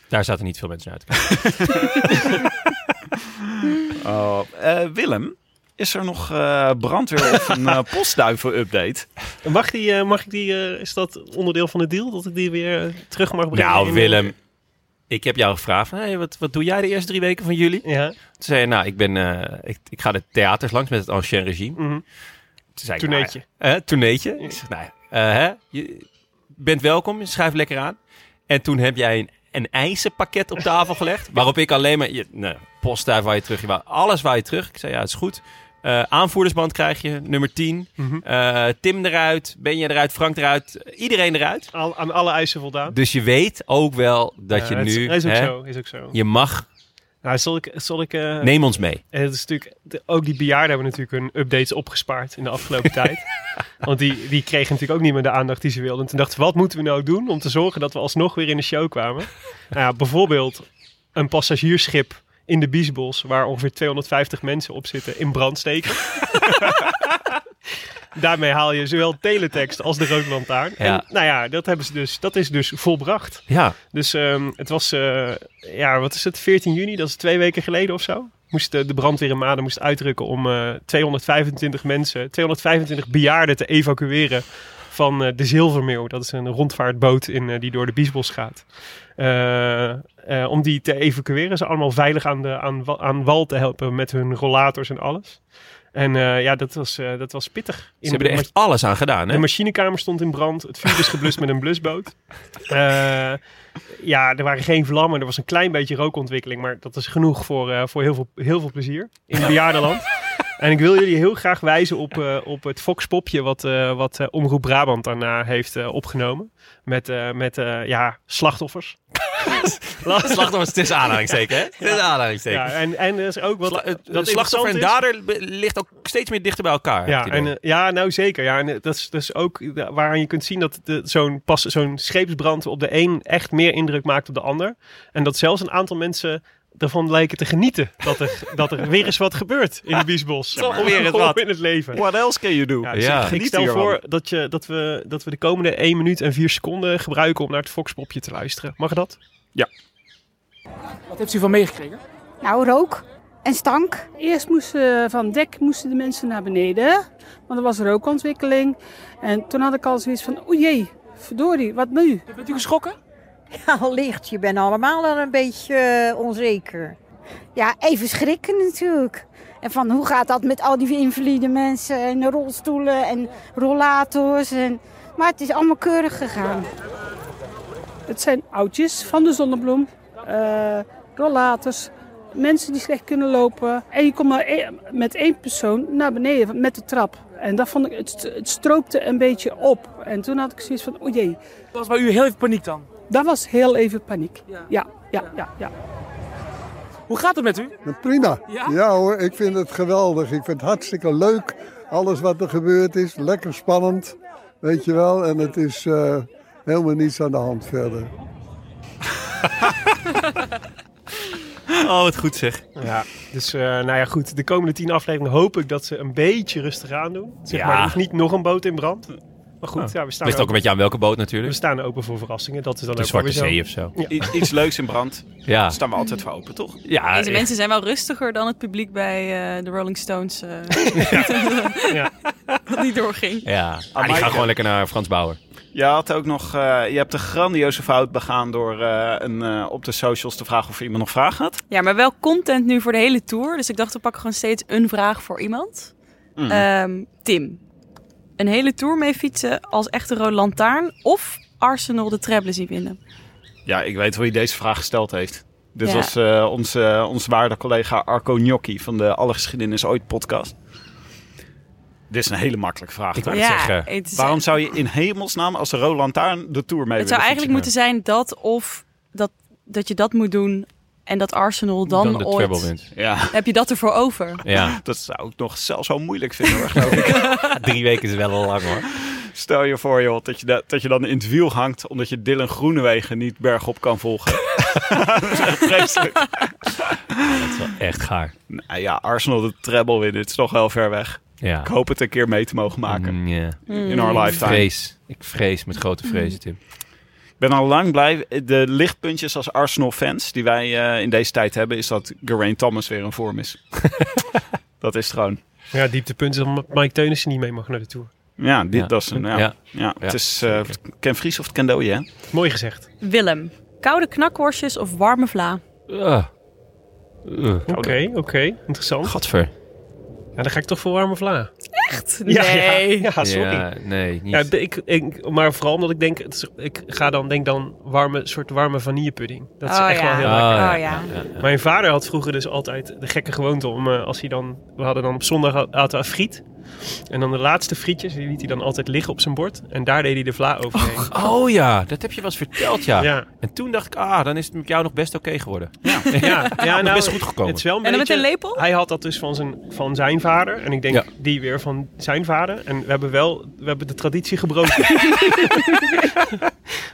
S2: Daar zaten niet veel mensen naar uit te kijken.
S1: Eh, Willem, is er nog eh, brandweer of een eh, postduiven-update?
S3: Mag, die, eh, mag ik die, eh, is dat onderdeel van de deal? Dat ik die weer eh, terug mag brengen?
S2: Nou,
S3: in-
S2: Willem. Ik heb jou gevraagd, van, hey, wat, wat doe jij de eerste drie weken van juli?
S3: Ja,
S2: Toen zei je, nou, ik, ben, eh, ik, ik ga de theaters langs met het ancien regime.
S3: mhm.
S2: Toen zei ik,
S3: Tourneetje.
S2: Nou, eh, tourneetje. Ik zeg, nou, eh, hè, je bent welkom, schrijf lekker aan. En toen heb jij een, een ijzerpakket op tafel gelegd, waarop ik alleen maar, je, nee, postduif waar je terug, je wou, alles waar je terug. Ik zei, ja, het is goed. Eh, aanvoerdersband krijg je, nummer 10.
S3: Mhm.
S2: Eh, Tim eruit, Benja eruit, Frank eruit, iedereen eruit.
S3: Al, aan alle eisen voldaan.
S2: Dus je weet ook wel dat je
S3: Ja, Eh, het is-
S2: nu,
S3: Is ook
S2: hè,
S3: zo, is ook zo.
S2: je mag,
S3: Nou, zal ik... Zal ik eh,
S2: neem ons mee.
S3: En het is natuurlijk, de- ook die bejaarden hebben natuurlijk hun updates opgespaard in de afgelopen tijd. Want die, die kregen natuurlijk ook niet meer de aandacht die ze wilden. En toen dachten we, wat moeten we nou doen om te zorgen dat we alsnog weer in de show kwamen? Nou ja, bijvoorbeeld een passagiersschip in de Biesbos, waar ongeveer 250 mensen op zitten, in brand steken. Daarmee haal je zowel teletext als de rode lantaarn.
S2: Ja.
S3: En nou ja, dat, hebben ze dus, dat is dus volbracht.
S2: Ja,
S3: Dus ehm, het was, eh, ja, wat is het, 14 juni, dat is twee weken geleden of zo. Moest eh, de brandweer in Maden moest uitrukken om eh, 225 mensen, 225 bejaarden te evacueren van eh, de Zilvermeeuw. Dat is een rondvaartboot in, eh, die door de Biesbos gaat. Eh, eh, om die te evacueren, ze allemaal veilig aan, de, aan, wa- aan wal te helpen met hun rollators en alles. En eh, ja, dat was, eh, dat was pittig.
S2: ze
S3: de-
S2: hebben er echt alles aan gedaan, hè?
S3: de machinekamer stond in brand. Het vuur is geblust met een blusboot. Eh, ja, er waren geen vlammen. Er was een klein beetje rookontwikkeling. Maar dat is genoeg voor, eh, voor heel, veel, heel veel plezier in het bejaardenland. En ik wil jullie heel graag wijzen op, eh, op het Fox-popje wat, eh, wat eh, Omroep Brabant daarna heeft eh, opgenomen. Met, eh, met eh, ja, slachtoffers.
S2: Slachtoffers, het is aanhalingstekens, hè? Het is aanhalingstekens.
S3: Ja, en, en er is ook wat...
S2: Sla- het-
S3: wat
S2: het slachtoffer en
S3: interessant is.
S2: dader be- ligt ook steeds meer dichter bij elkaar. heb
S3: Ja,
S2: ik
S3: en,
S2: het idee.
S3: eh, ja, nou zeker. Ja, en eh, dat is dus ook eh, waaraan je kunt zien dat de- zo'n pas- zo'n scheepsbrand op de een echt meer indruk maakt op de ander. En dat zelfs een aantal mensen ervan lijken te genieten dat er, dat er weer eens wat gebeurt in de Biesbos.
S2: Toch weer eens wat.
S3: in het leven.
S1: What else can you do?
S3: eh, Ja,
S2: Ja.
S3: ik- ik
S1: Geniet
S3: stel
S1: hiervan.
S3: voor dat, je, dat, we, dat we de komende 1 minuut en 4 seconden gebruiken om naar het Foxpopje te luisteren. Mag dat?
S7: Wat heeft u van meegekregen?
S6: Nou, rook en stank.
S7: Eerst moesten van dek moesten de mensen naar beneden, want er was rookontwikkeling. En toen had ik al zoiets van, o jee, verdorie, wat nu? Bent u geschrokken?
S6: Allicht, je bent allemaal al een beetje eh, onzeker. Ja, even schrikken natuurlijk. En van hoe gaat dat met al die invalide mensen en rolstoelen en rollators. En... Maar het is allemaal keurig gegaan.
S7: Het zijn oudjes van de zonnebloem, eh, rollators, mensen die slecht kunnen lopen. En je komt maar e- met één persoon naar beneden met de trap. En dat vond ik, het, het stroopte een beetje op. En toen had ik zoiets van, o jee.
S6: Was bij u heel even paniek dan?
S7: Dat was heel even paniek. Ja, ja, ja, ja.
S6: Hoe gaat het met u?
S7: Prima.
S6: Ja hoor, ik vind het geweldig. Ik vind het hartstikke leuk. Alles wat er gebeurd is, lekker spannend. Weet je wel, en het is eh, helemaal niets aan de hand verder.
S2: Oh, wat goed zeg.
S3: Ja, dus eh, nou ja, goed. De komende 10 afleveringen hoop ik dat ze een beetje rustig aan doen. Zeg
S2: Ja.
S3: maar, er hoeft niet nog een boot in brand. Maar goed, ja, we staan
S2: Ligt ook een beetje aan welke boot
S3: We
S2: natuurlijk.
S3: staan open voor verrassingen. Dat is dan
S2: De
S3: ook
S2: Zwarte
S3: weer zo.
S2: Zee of zo.
S1: I- iets leuks in brand.
S2: Ja,
S1: Daar staan we altijd voor open, toch?
S2: ja
S4: Deze
S2: eh,
S4: mensen zijn wel rustiger dan het publiek bij eh, de Rolling Stones. eh,
S3: Ja.
S4: dat niet doorging.
S2: ja. Ah, die
S1: Maaike.
S2: gaan gewoon lekker naar Frans Bauer.
S1: Je had ook nog, eh, je hebt de grandioze fout begaan door eh, een, eh, op de socials te vragen of er iemand nog vragen had.
S4: Ja, maar wel content nu voor de hele tour. Dus ik dacht, we pakken gewoon steeds een vraag voor iemand. Ehm, Tim, een hele tour mee fietsen als echte Rode Lantaarn of Arsenal de treble zien winnen?
S1: Ja, ik weet hoe je deze vraag gesteld heeft. Dit
S4: Ja.
S1: was eh, onze, eh, onze waarde collega Arco Gnocchi van de Alle Geschiedenis Ooit podcast. Dit is een hele makkelijke vraag.
S2: Ik
S1: toch?
S2: wou net zeggen.
S4: het is-
S1: Waarom zou je in hemelsnaam als de Roland Lantaarn de Tour mee willen
S4: Het zou eigenlijk moeten zijn dat of dat, dat je dat moet doen en dat Arsenal dan,
S2: Dan de
S4: ooit...
S2: treble wint.
S1: Ja.
S4: Heb je dat ervoor over?
S2: Ja.
S1: Dat zou ik nog zelfs zo moeilijk vinden, hoor, geloof ik.
S2: Drie weken is wel al lang hoor.
S1: Stel je voor, joh, dat je, da- dat je dan in het wiel hangt omdat je Dylan Groenewegen niet bergop kan volgen. dat is echt vreselijk.
S2: Dat is wel echt gaar.
S1: Nou ja, Arsenal de treble winnen, het is toch wel ver weg.
S2: Ja.
S1: Ik hoop het een keer mee te mogen maken.
S2: Mm, ja.
S1: In our lifetime.
S2: Vrees. Ik vrees met grote vrezen, Tim.
S1: Ik ben al lang blij. De lichtpuntjes als Arsenal-fans die wij eh, in deze tijd hebben, is dat Geraint Thomas weer in vorm is. dat is het gewoon.
S3: Ja, dieptepunt is dat Mike Teunissen niet mee mag naar de Tour.
S1: Ja, dit,
S2: Ja.
S1: dat is een.
S2: Ja.
S1: Ja, ja.
S2: Ja,
S1: het is eh, Ken Vries of het Ken Dooie, hè?
S3: Mooi gezegd.
S2: Oh,
S4: Willem, koude knakworstjes of warme vla?
S2: Ah. Uh,
S3: Oké, oké. Interessant.
S2: Gadver.
S3: Ja, dan ga ik toch voor warme vla.
S4: Echt?
S3: Ja,
S4: Nee.
S3: ja, ja, Ah, sorry.
S2: Ja, nee, niet.
S3: Ja, de- ik, ik, maar vooral omdat ik denk, het is- ik ga dan denk dan warme, soort warme vanillepudding. Dat is
S4: Oh,
S3: echt
S4: ja.
S3: wel heel
S4: Ah.
S3: lekker.
S4: ja.
S3: Mijn vader had vroeger dus altijd de gekke gewoonte om, eh, als hij dan, we hadden dan op zondag aten we friet. En dan de laatste frietjes, die liet hij dan altijd liggen op zijn bord. En daar deed hij de vla overheen.
S2: Oh ja, dat heb je wel eens verteld, ja.
S3: Ja.
S2: En toen dacht ik, ah, dan is het met jou nog best oké geworden.
S3: Ja, ja nou,
S2: nog best goed gekomen.
S3: Het is wel een
S4: En dan met
S3: beetje-
S4: een lepel?
S3: Hij had dat dus van zijn, van zijn vader. En ik denk
S2: Ja.
S3: die weer van zijn vader. En we hebben wel we hebben de traditie gebroken.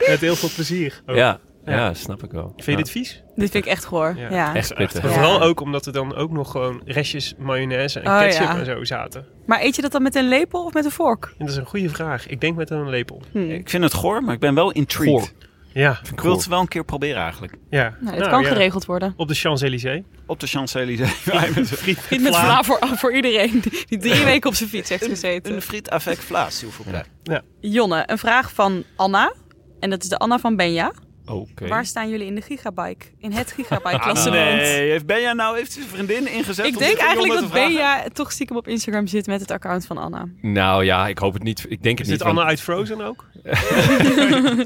S3: Met heel veel plezier. ook.
S2: Ja, ja. snap ik wel.
S3: Oh. Vind je
S2: Ja.
S3: dit vies?
S4: Dit vind ik echt goor. Ja.
S3: Ja.
S2: Echt pittig.
S3: Maar Vooral ook omdat er dan ook nog gewoon restjes mayonaise en
S4: Oh,
S3: ketchup
S4: ja.
S3: en zo zaten. En
S4: Maar eet je dat dan met een lepel of met een vork? Nou,
S3: dat is een goede vraag. Ik denk met een lepel.
S1: Ik vind het goor, maar ik ben wel intrigued.
S2: Goor.
S3: Ja,
S1: Ik wil het wel een keer proberen eigenlijk.
S3: ja.
S4: Nou, het
S3: Nou,
S4: kan
S3: ja.
S4: geregeld worden.
S3: Op de Champs-Élysées.
S1: Op de Champs-Élysées. Wij met een friet.
S4: Niet met vla voor, voor iedereen die, die drie weken op zijn fiets heeft gezeten.
S1: Een friet avec vla, s'il vous plaît.
S4: Jonne, een vraag van Anna. En dat is de Anna van Benja.
S2: Oké.
S4: Waar staan jullie in de gigabike? In het gigabike-klassement?
S1: Ah, Nee, heeft Benja nou heeft zijn vriendin ingezet?
S4: Ik
S1: om
S4: denk
S1: dit aan
S4: eigenlijk dat
S1: Jonne te vragen?
S4: Benja toch stiekem op Instagram zit met het account van Anna.
S2: Nou ja, ik hoop het niet. Ik denk het
S3: Is
S2: niet.
S3: dit Anna
S2: want
S3: uit Frozen ook?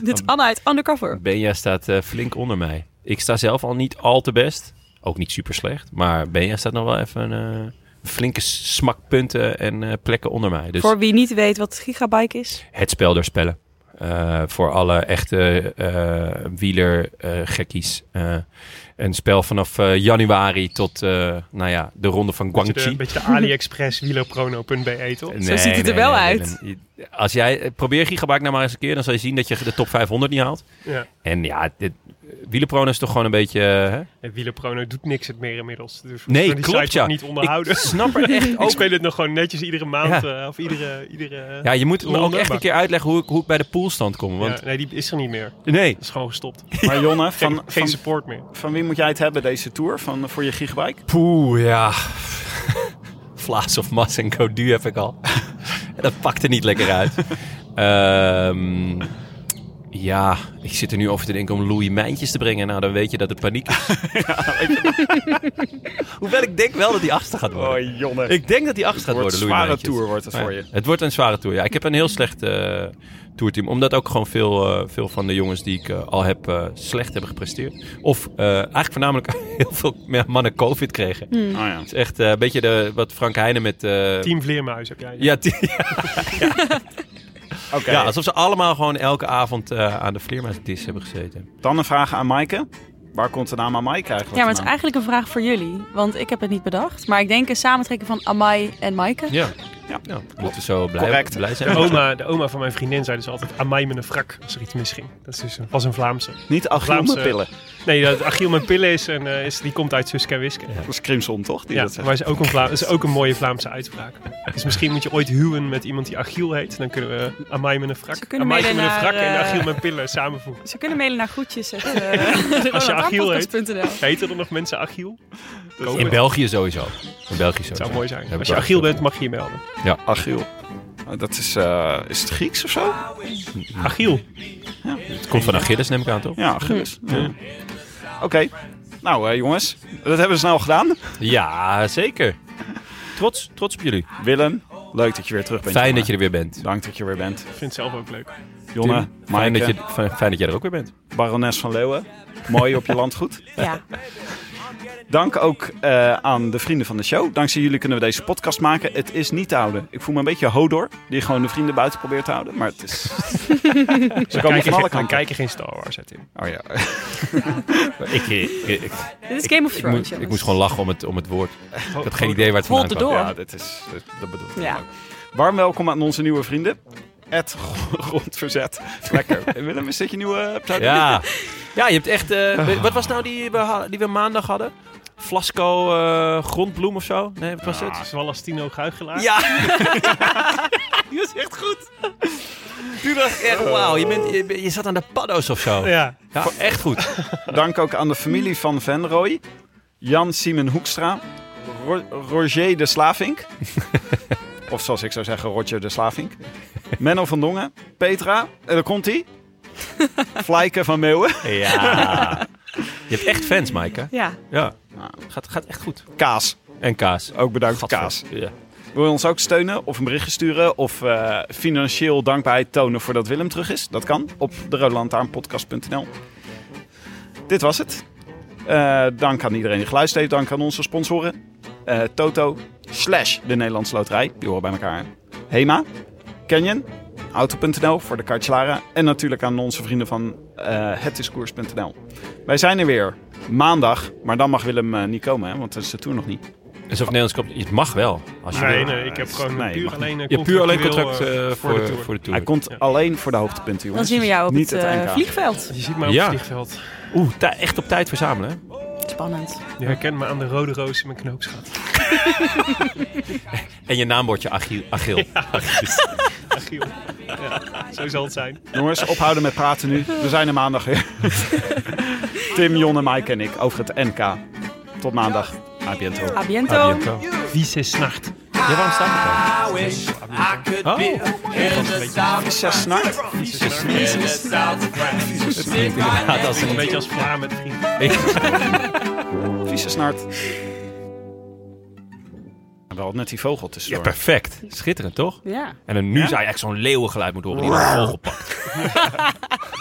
S4: Dit is Anna uit Undercover.
S2: Benja staat eh, flink onder mij. Ik sta zelf al niet al te best. Ook niet super slecht. Maar Benja staat nog wel even een eh, flinke smak punten en eh, plekken onder mij. Dus
S4: Voor wie niet weet wat gigabike is.
S2: het spel daar spellen. Eh, voor alle echte eh wielergekkies. een spel vanaf eh, januari tot eh, nou ja, de ronde van
S3: eh, Een beetje
S2: Guangxi.
S3: de- beetje de AliExpress wielerprono.be E, toch?
S2: Nee,
S4: Zo ziet het er wel uit.
S2: Willem. Als jij, eh, probeer Gigabyte nou maar eens een keer, dan zal je zien dat je de top 500 niet haalt.
S3: Ja.
S2: En ja, dit, wielenprono is toch gewoon een beetje... eh, hè?
S3: En Wielerprono doet niks het meer inmiddels. Dus we
S2: Nee,
S3: kunnen die
S2: klopt,
S3: site ook
S2: ja.
S3: niet onderhouden.
S2: Ik snap er echt
S3: Ik
S2: ook...
S3: speel het nog gewoon netjes iedere maand.
S2: Ja.
S3: eh, of iedere... iedere
S2: Ja, je moet me ook
S3: Ronde,
S2: echt een
S3: maar-
S2: keer uitleggen hoe ik, hoe ik bij de poolstand kom.
S3: Ja,
S2: Want
S3: nee, die is er niet meer.
S2: nee,
S3: Dat is gewoon gestopt.
S1: Maar Jonne,
S3: Geen,
S1: van,
S3: geen
S1: van,
S3: support meer.
S1: van wie moet jij het hebben deze tour? Van, voor je gigabike?
S2: poeh, ja. Vlaas of Mas en Codu heb ik al. En dat pakt er niet lekker uit. Ehm, ja, ik zit er nu over te denken om Louis Mijntjes te brengen. Nou, dan weet je dat het paniek is. Hoewel ik denk wel dat die achtste gaat worden.
S1: Oh, Jonne.
S2: Ik denk dat die acht gaat
S1: wordt
S2: worden.
S1: een
S2: Louis
S1: zware
S2: Mijntjes.
S1: tour, wordt het
S2: Maar
S1: voor
S2: ja,
S1: je.
S2: Het wordt een zware tour, ja. Ik heb een heel slecht eh tourteam. Omdat ook gewoon veel, eh, veel van de jongens die ik eh, al heb eh, slecht hebben gepresteerd. Of eh, eigenlijk voornamelijk heel veel mannen COVID kregen. Het
S1: Oh ja.
S2: is echt eh, een beetje de, wat Frank Heijnen met... eh,
S3: Team Vleermuis heb jij.
S2: Ja, team- ja,
S1: Oké,
S2: alsof ze allemaal gewoon elke avond eh, aan de vleermuisdis hebben gezeten.
S1: dan een vraag aan Maaike. Waar komt de naam aan Maaike eigenlijk
S4: Ja, maar het is
S1: vandaan?
S4: eigenlijk een vraag voor jullie. Want ik heb het niet bedacht. Maar ik denk een samentrekking van Amai en Maaike.
S2: Ja.
S1: Ja.
S2: Nou, moeten we zo blij,
S1: Correct.
S2: blij zijn.
S3: De oma, de oma van mijn vriendin zei dus altijd aan mij met een wrak als er iets misging. Dat is dus een, was een Vlaamse.
S1: Niet Achiel
S3: Vlaamse-
S1: met pillen.
S3: Nee, dat Achiel met pillen is, en, eh, is die komt uit Suske en Wiske. Ja,
S1: Dat is Crimson, toch? Die dat zegt.
S3: maar is ook, een Vla- is ook een mooie Vlaamse uitspraak. Dus misschien moet je ooit huwen met iemand die Achiel heet. Dan kunnen we eh, aan mij met een
S4: Ze
S3: wrak,
S4: kunnen
S3: aan mij met
S4: mede
S3: een
S4: naar,
S3: wrak en
S4: eh,
S3: Achiel met pillen samenvoegen.
S4: Ze kunnen mailen naar groetjes. eh, Het,
S3: Als je Achiel heet.
S4: Achiel
S3: Heten er nog mensen Achiel? Dat
S2: In België sowieso. In België sowieso.
S3: zou mooi
S2: Daar
S3: zijn.
S2: heb
S3: Als
S2: ik
S3: je
S2: wel
S3: Achiel
S2: gespeeld.
S3: bent, mag je je melden.
S1: Achiel. Ah, Dat is, eh, is het Grieks of zo?
S3: Achiel.
S2: Het komt van Achilles, neem ik aan, toch?
S1: Ja, Grieks. Ja. Oké. Nou, eh, jongens. Dat hebben we snel gedaan.
S2: Ja, zeker. Trots, trots op jullie.
S1: Willem, leuk dat je weer terug bent.
S2: Fijn
S1: jongen.
S2: dat je er weer bent.
S1: Dank dat je weer bent.
S3: Ik vind het zelf ook leuk.
S1: Jonne,
S2: Tim, fijn,
S1: Maaike,
S2: dat je, fijn, fijn dat jij er ook weer bent.
S1: barones van Leeuwen. Mooi op je landgoed.
S4: Ja,
S1: Dank ook eh, aan de vrienden van de show. Dankzij jullie kunnen we deze podcast maken. Het is niet te houden. Ik voel me een beetje Hodor, die gewoon de vrienden buiten probeert te houden. Maar het is... Ze komen van alle
S3: geen, we
S1: kanten.
S3: kijken geen Star Wars, hè, Tim.
S1: Oh ja.
S2: Ik, ik, ik-
S4: Dit is
S2: ik-
S4: Game of
S2: ik
S4: Thrones,
S2: moest- Ik,
S4: jongens.
S2: moest gewoon lachen om het, om het woord. Ik had geen
S3: Oh,
S1: Hold-
S2: idee waar het
S4: hold
S2: vandaan
S4: the
S2: kwam.
S4: door.
S1: Ja, dit is, dat, dat bedoel ik
S4: Ja.
S1: ook. Warm welkom aan onze nieuwe vrienden. Ed Grondverzet. Lekker. En Willem, is dit je nieuwe eh, pseudoniem?
S2: Ja. ja, je hebt echt... eh, we- Wat was nou die we, ha- die we maandag hadden? Flasco eh, grondbloem of zo? Nee, wat was het?
S3: Swallastino Guigelaar.
S2: Ja! die was echt goed. Die was echt, wauw. Je, bent, je, bent- je zat aan de paddo's of zo. Ja,
S3: Ja.
S2: echt goed.
S1: Dank ook aan de familie van Venrooy. Jan Simon Hoekstra. Ro- Roger de Slavink. of zoals ik zou zeggen, Roger de Slavink. Menno van Dongen. Petra. En daar komt hij. Flyke van Meeuwen.
S2: Ja. Je hebt echt fans, Maaike.
S4: Ja.
S2: Ja. Gaat, gaat echt goed.
S1: Kaas.
S2: En kaas.
S1: Ook bedankt,
S2: Gadver.
S1: Kaas.
S2: Ja.
S1: Wil je ons ook steunen of een berichtje sturen of eh, financieel dankbaarheid tonen voordat Willem terug is? Dat kan op de Dit was het. Eh, dank aan iedereen die geluisterd heeft. Dank aan onze sponsoren. Eh, Toto slash de Nederlandse Loterij. Die horen bij elkaar. Hema, Canyon, Auto.nl voor de kartslaren. En natuurlijk aan onze vrienden van eh hetdiscours.nl. Wij zijn er weer maandag. Maar dan mag Willem eh, niet komen, hè, want dan is de tour nog niet.
S2: Alsof Nederlands komt. Het mag wel. Als je,
S3: Nee,
S2: wil.
S3: nee, ik heb gewoon
S1: Nee,
S3: puur
S1: mag
S3: alleen een
S2: je hebt puur alleen
S3: contractueel,
S2: contract
S3: eh,
S2: eh, voor, de
S3: tour.
S2: voor de tour.
S1: Hij komt alleen voor de hoogtepunten,
S4: Dan
S1: jongens.
S4: zien we jou op
S1: Niet
S4: het, eh,
S1: NK.
S4: vliegveld.
S3: Je ziet mij op
S2: Ja.
S3: het vliegveld.
S2: Oeh, tij- echt op tijd verzamelen. hè?
S4: Spannend.
S3: Je herkent me aan de rode roos in mijn knoopsgat.
S2: En je naambordje Achiel. Achiel.
S3: Achiel. Ja, zo zal het zijn.
S1: Jongens, ophouden met praten nu. We zijn er maandag weer. Tim, Jon en Mike en ik over het NK. Tot maandag. A bientôt.
S4: A biento.
S3: Vieze snacht.
S2: Ja, waarom staat het
S8: I wish I could be in the south
S1: Zes snart.
S8: in the south of France. Sit right
S2: Ja, dat
S8: next
S2: is
S8: to
S3: Een beetje als Vlaar met vrienden.
S1: Vieze snart. Wel net die vogel
S2: Ja,
S1: tussendoor.
S2: perfect. Schitterend, toch?
S4: Ja.
S2: En dan nu zou je echt zo'n leeuwengeluid moeten horen die een vogel pakt.